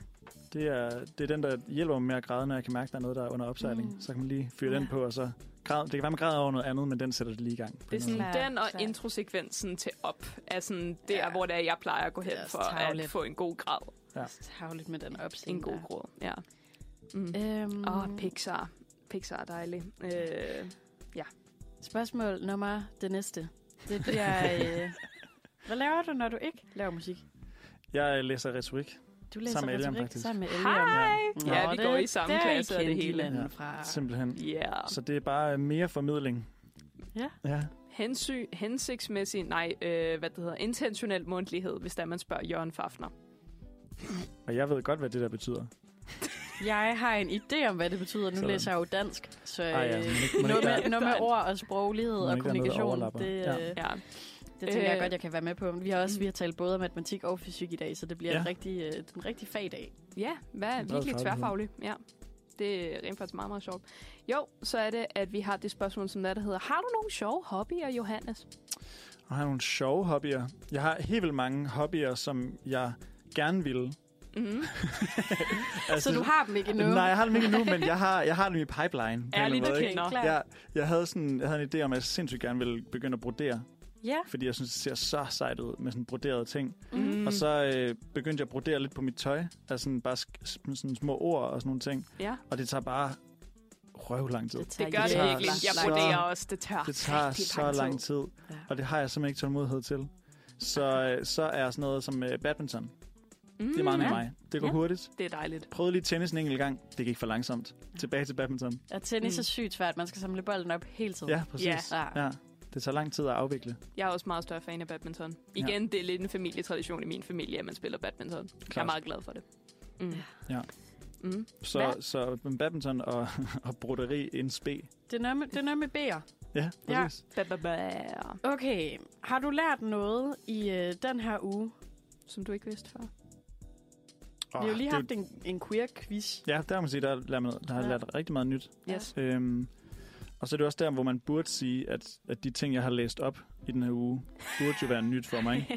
I: Det er, det er den, der hjælper mig med at græde, når jeg kan mærke, at der er noget, der er under opsejling.
C: Mm.
I: Mm. Så kan man lige fyre
C: Ja.
I: ja. den på, og så græde. Det kan være, man græder over noget andet, men den sætter det lige i gang. på
E: Det er
I: en
E: sådan,
I: eller anden
C: Klart,
E: den og
C: klart.
E: introsekvensen til op er sådan der,
C: Ja.
E: ja. hvor det er, jeg plejer at gå
C: Det er
E: hen
C: også
E: for at
C: tarveligt.
E: få en god grad.
I: Ja.
C: ja. tavligt med den opsigt.
E: En god grad, ja. Mm.
C: Øhm,
E: Åh, oh, Pixar. Pixar er dejlig. Øh,
C: Spørgsmål nummer det næste. Det bliver... øh,
I: *laughs*
C: hvad laver du, når du ikke laver musik?
I: måde. Jeg læser retorik.
C: Du læser
I: Sammen med Elian,
C: retorik
I: faktisk.
C: sammen med Elian.
E: hej!
C: Nå,
E: Ja, vi
C: det-
E: går i samme
C: der
E: klasse og
C: kendte
E: det hele.
C: hinanden
I: Ja.
C: Fra.
I: Simpelthen.
E: Ja.
I: Så det er bare mere formidling.
C: Ja.
I: Ja.
E: Hensy, hensigtsmæssig, nej, øh, hvad det hedder, intentionel mundtlighed, hvis der man spørger Jørgen Fafner.
I: Og jeg ved godt, hvad det der betyder.
C: Jeg har en idé om, hvad det betyder. Nu
I: Sådan.
C: læser jeg jo dansk, så
I: Ej, ja.
C: øh,
I: Må- må
C: noget,
I: ikke
C: med,
I: der-
C: noget med ord og sproglighed
I: Må
C: og
I: ikke være noget, der
C: kommunikation,
I: overlapper.
C: det, øh,
I: Ja.
E: Ja.
C: det tænker jeg
E: Øh.
C: godt, jeg kan være med på. Vi har også vi har talt både om matematik og fysik i dag, så det bliver
I: Ja.
C: en rigtig, øh, den rigtig fagdag.
E: Ja, hvad er
I: En bred
E: virkelig
I: faglighed.
E: tværfaglig. Ja. Det er rent faktisk meget, meget sjovt. Jo, så er det, at vi har det spørgsmål, som der, der hedder, har du nogle sjove hobbyer, Johannes?
I: Og har nogle sjove hobbyer. Jeg har helt vildt mange hobbyer, som jeg gerne ville.
E: Mm-hmm.
C: Så du har dem ikke endnu?
I: Altså- Nej, jeg har dem ikke endnu, men jeg har, jeg har dem i pipeline. på en eller anden
E: Ærligt,
I: måde,
E: okay,
I: ikke?
E: nå.
I: jeg, jeg, havde sådan, jeg havde en idé om, at jeg sindssygt gerne ville begynde at brodere,
C: Ja.
I: fordi jeg synes, det ser så sejt ud med sådan broderede ting.
E: Mm.
I: Mm. Og så øh, begyndte jeg at brodere lidt på mit tøj, altså sådan bare sk- sådan, sådan små ord og sådan nogle ting,
E: Ja,
I: og det tager bare røv lang tid.
C: tager
E: det gør det
I: tager
E: virkelig. Jeg
I: så-
E: broderer også, Ah, det tør.
I: Det tager
E: rigtig
I: så lang tid,
C: Ja.
I: og det har jeg simpelthen ikke tålmodighed til. Så, øh, så er sådan noget som øh, badminton.
E: Mm.
I: Det er meget med mig. Det går
C: Ja.
I: hurtigt.
E: Det er dejligt.
I: Prøvede lige tennis en enkelt gang. Det gik for langsomt. Tilbage til badminton.
C: Og tennis
E: Mm.
C: er sygt svært. Man skal samle bolden op hele tiden.
I: Ja, præcis.
E: Ja.
C: Ja.
I: Ja. Det tager lang tid at afvikle.
E: Jeg er også meget større fan af badminton. Igen, det er lidt en familietradition i min familie, at man spiller badminton. Jeg er
I: Klart.
E: meget glad for det. Mm.
I: Ja.
E: Mm.
I: Så,
E: Hvad?
I: så badminton og, *laughs* og broderi en spe.
C: Det, er noget med, det er noget med B'er.
I: Ja,
C: Ja.
I: præcis.
E: Ba, ba, ba,
C: Okay, har du lært noget i øh, den her uge?
E: Som du ikke vidste før.
I: Ja.
C: Vi har jo lige haft
I: det.
C: en, en queer-quiz.
I: Ja, der må man sige, der, lærer man, der har
C: Ja.
I: ja. lært rigtig meget nyt.
E: Yes.
I: Øhm, og så er det også der, hvor man burde sige, at, at de ting, jeg har læst op i den her uge, burde jo være nyt for mig.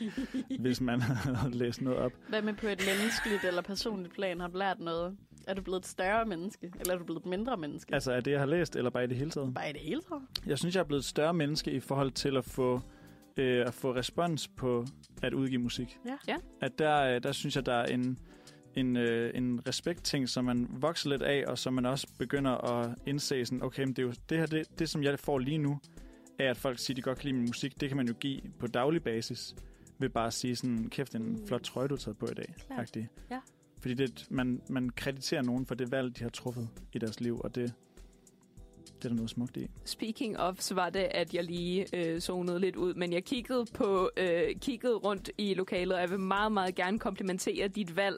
I: ikke? Hvis man *laughs* har læst noget op.
C: Hvad med på et menneskeligt eller personligt plan? Har du lært noget? Er du blevet et større menneske, eller er du blevet et mindre menneske?
I: Altså er det, jeg har læst, eller bare i det hele taget?
C: Bare i det hele taget.
I: Jeg synes, jeg er blevet et større menneske i forhold til at få, øh, at få respons på at udgive musik.
C: Ja.
E: Ja.
I: At der, øh, der synes jeg, der er en, en, øh, en respektting, som man vokser lidt af, og som man også begynder at indse, sådan, okay, men det, er jo, det her, det, det som jeg får lige nu, er at folk siger, de godt kan lide min musik, det kan man jo give på daglig basis, ved bare at sige sådan, kæft, det er en flot trøje, du har taget på i dag.
C: Mm. Klart.
I: agtig.
C: Ja.
I: Fordi det, man, man krediterer nogen for det valg, de har truffet i deres liv, og det, det er der noget smukt i.
E: Speaking of, så var det, at jeg lige øh, zonede lidt ud, men jeg kiggede på øh, kiggede rundt i lokalet, og jeg vil meget, meget gerne komplimentere dit valg,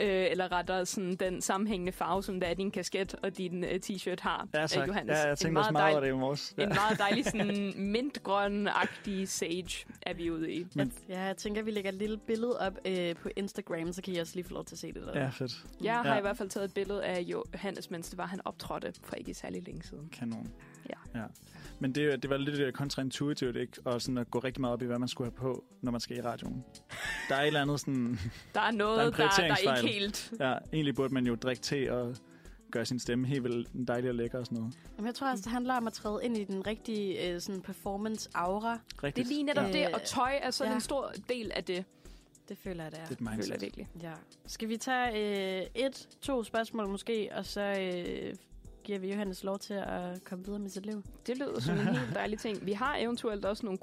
E: øh, eller rettere sådan, den sammenhængende farve, som der er din kasket og din øh, t-shirt har,
I: Ja,
E: øh,
I: tak.
E: Johannes.
I: Ja, jeg
E: en
I: tænkte
E: meget
I: også meget over
E: dejl-
I: det i morges.
E: En meget dejlig sådan mintgrøn-agtig sage er vi ude i.
I: Men-
C: At, ja, jeg tænker, vi lægger et lille billede op øh, på Instagram, så kan I også lige få lov til at se det der.
I: Ja, fedt.
E: Jeg har
I: Ja.
E: i hvert fald taget et billede af Johannes, mens det var, han optrådte for ikke særlig længe siden.
I: Kanon.
E: Ja.
I: ja. Men det, det var lidt øh, kontraintuitivt, ikke? Og sådan at gå rigtig meget op i, hvad man skulle have på, når man skal i radioen. Der er et eller andet sådan...
E: Der er
I: Der er
E: noget,
I: en
E: der, der, der
I: prioriteringsfejl.
E: ikke helt...
I: Ja, egentlig burde man jo drikke te og gøre sin stemme helt vildt dejlig og lækker og sådan noget.
C: Jamen, jeg tror også, det handler om at træde ind i den rigtige øh, sådan performance-aura.
E: Det er
I: Rigtigt.
E: lige netop
C: Ja.
E: ja. det, og tøj er sådan
C: Ja.
E: ja. en stor del af det,
C: Det føler jeg, det er.
I: Det er et
E: føler jeg
I: mindset.
E: virkelig.
C: Ja. Skal vi tage øh, et, to spørgsmål måske, og så øh, giver vi Johannes lov til at komme videre med sit liv?
E: Det lyder som en helt dejlig ting. Vi har eventuelt også nogle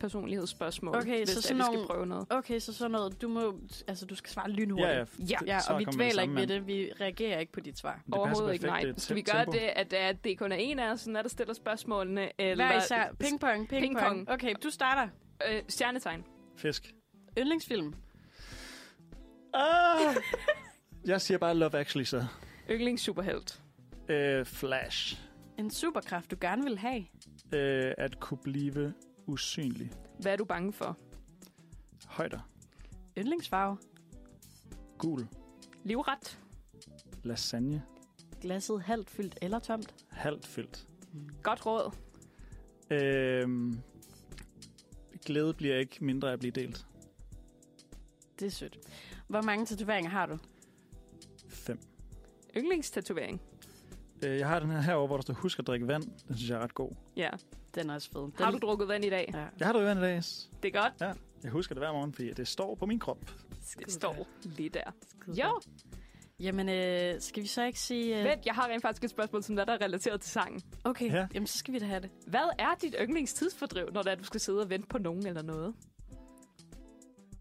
E: quickfire-personlighedsspørgsmål,
C: Okay,
E: hvis
C: så
E: det er,
C: sådan
E: vi skal
C: nogle-
E: prøve noget.
C: Okay, så sådan noget, du må, altså du skal svare lynhurtigt.
I: Ja, ja.
E: Ja,
C: Ja,
I: Svar
C: og vi
I: kommer med det
C: dvæler
I: samme,
C: ikke ved
I: mand.
C: det. Vi reagerer ikke på dit svar.
I: Men det passer
E: Overhovedet ikke,
I: perfekt,
E: nej.
I: det er
E: Skal vi
I: tem-
E: gøre
I: tempo.
E: det, at, at det kun er en af os, sådan er der stiller spørgsmålene? Eller
C: Hver især. Ping pong, ping,
E: Ping
C: pong.
E: pong.
C: Okay, du starter.
E: Øh, stjernetegn.
I: Fisk.
C: Yndlingsfilm.
I: Ah! Jeg siger bare Love Actually så.
E: Yndlingssuperhelt.
I: Øh, flash.
C: En superkraft, du gerne vil have.
I: Øh, at kunne blive usynlig.
E: Hvad er du bange for?
I: Højder.
C: Yndlingsfarve.
I: Gul.
E: Livret.
I: Lasagne.
C: Glasset halvt fyldt eller tomt?
I: Halvt fyldt.
E: Godt råd.
I: Øhm, glæde bliver ikke mindre af at blive delt.
C: Det er sødt. Hvor mange tatoveringer har du?
I: 5.
E: Yndlingstatovering.
I: Øh, jeg har den her herovre, hvor der står, husk at drikke vand. Den synes jeg er ret god.
E: Ja.
C: Den er også fed. Den...
E: Har du drukket vand i dag?
C: Ja.
I: Jeg har drukket vand i dag.
E: Det er godt.
I: Jeg husker det hver morgen, fordi det står på min krop.
E: Det står lige der. Jo,
C: Jamen, øh, skal vi så ikke sige... Øh...
E: vent, jeg har rent faktisk et spørgsmål, som der er relateret til sangen.
C: Okay,
I: Ja.
C: ja. jamen så skal vi da have det.
E: Hvad er dit yndlingstidsfordriv, når det er, du skal sidde og vente på nogen eller noget?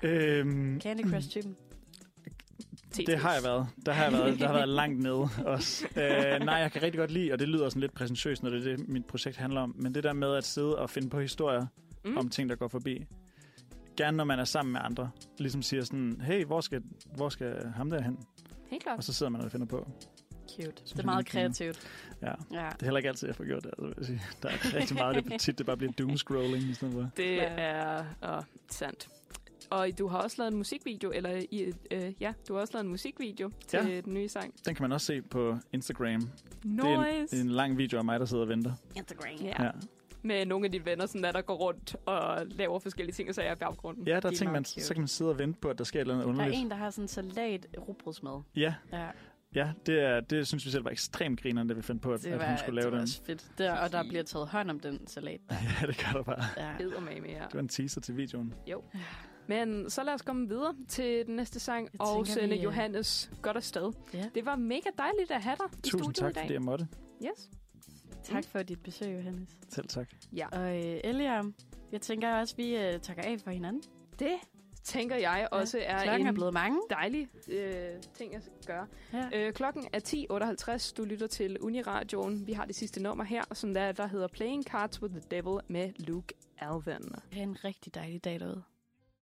I: Øhm,
C: Candy Crush-typen.
I: det har jeg været. Der har jeg været, der har været langt nede også. Øh, nej, jeg kan rigtig godt lide, og det lyder sådan lidt præsentøst, når det er det, mit projekt handler om. Men det der med at sidde og finde på historier
E: Mm.
I: mm. om ting, der går forbi. Gerne når man er sammen med andre. Ligesom siger sådan, hey, hvor skal, hvor skal ham der hen?
E: Helt klart.
I: Og så sidder man og finder på.
C: Cute. Det
I: jeg,
C: er
I: den er
C: meget
I: fin.
C: kreativt.
I: Ja.
C: Ja.
I: Det er heller ikke altid, jeg får gjort det. Altså, vil jeg sige. der er rigtig meget,
C: *laughs*
I: det tit det bare bliver doomscrolling i stedet for.
E: Det
C: Ja.
E: er åh, sandt. Og du har også lavet en musikvideo, eller i, øh, ja, du har også lavet en musikvideo til
I: Ja.
E: den nye sang.
I: Den kan man også se på Instagram. Det
E: Nice.
I: er en, en lang video af mig, der sidder og venter.
C: Instagram.
E: Ja.
I: Ja.
E: Med nogle af dine venner, sådan der, der går rundt og laver forskellige ting, og så er jeg i baggrunden.
I: Ja, der er
C: Det er
I: ting, man,
C: meget cute.
I: så kan man sidde og vente på, at der sker et eller andet
C: Der er
I: underligt.
C: en, der har sådan en salat rugbrødsmad.
I: Ja,
C: Ja,
I: ja det, er, det synes vi selv var ekstremt grinerende, da vi fandt på, at,
C: det
I: at
C: var,
I: hun skulle lave
C: det var
I: den.
C: også fedt. Der, og der bliver taget hånd om den salat.
I: *laughs* ja, det gør der bare.
C: Ja.
E: Eddermame, ja.
I: Det var en teaser til videoen.
E: Men så lad os komme videre til den næste sang
C: Jeg
E: og
C: tænker,
E: sende
C: vi, øh,
E: Johannes godt afsted.
C: Ja.
E: Det var mega dejligt at have dig i
I: Tusind
E: studiet i
I: tak,
E: dag.
I: fordi jeg måtte.
E: Yes.
C: Tak for dit besøg, Johannes.
I: Selv tak.
C: Og øh, Eliam, jeg tænker også, vi øh, takker af for hinanden.
E: Det tænker jeg også er
C: Klokken
E: en
C: er blevet mange.
E: dejlig øh, ting at gøre.
C: Ja.
E: Øh, klokken er 10.58. Du lytter til Uniradioen. Vi har det sidste nummer her, som der, der hedder Playing Cards with the Devil med Luke Alvin.
C: Ha' en rigtig dejlig dag derude.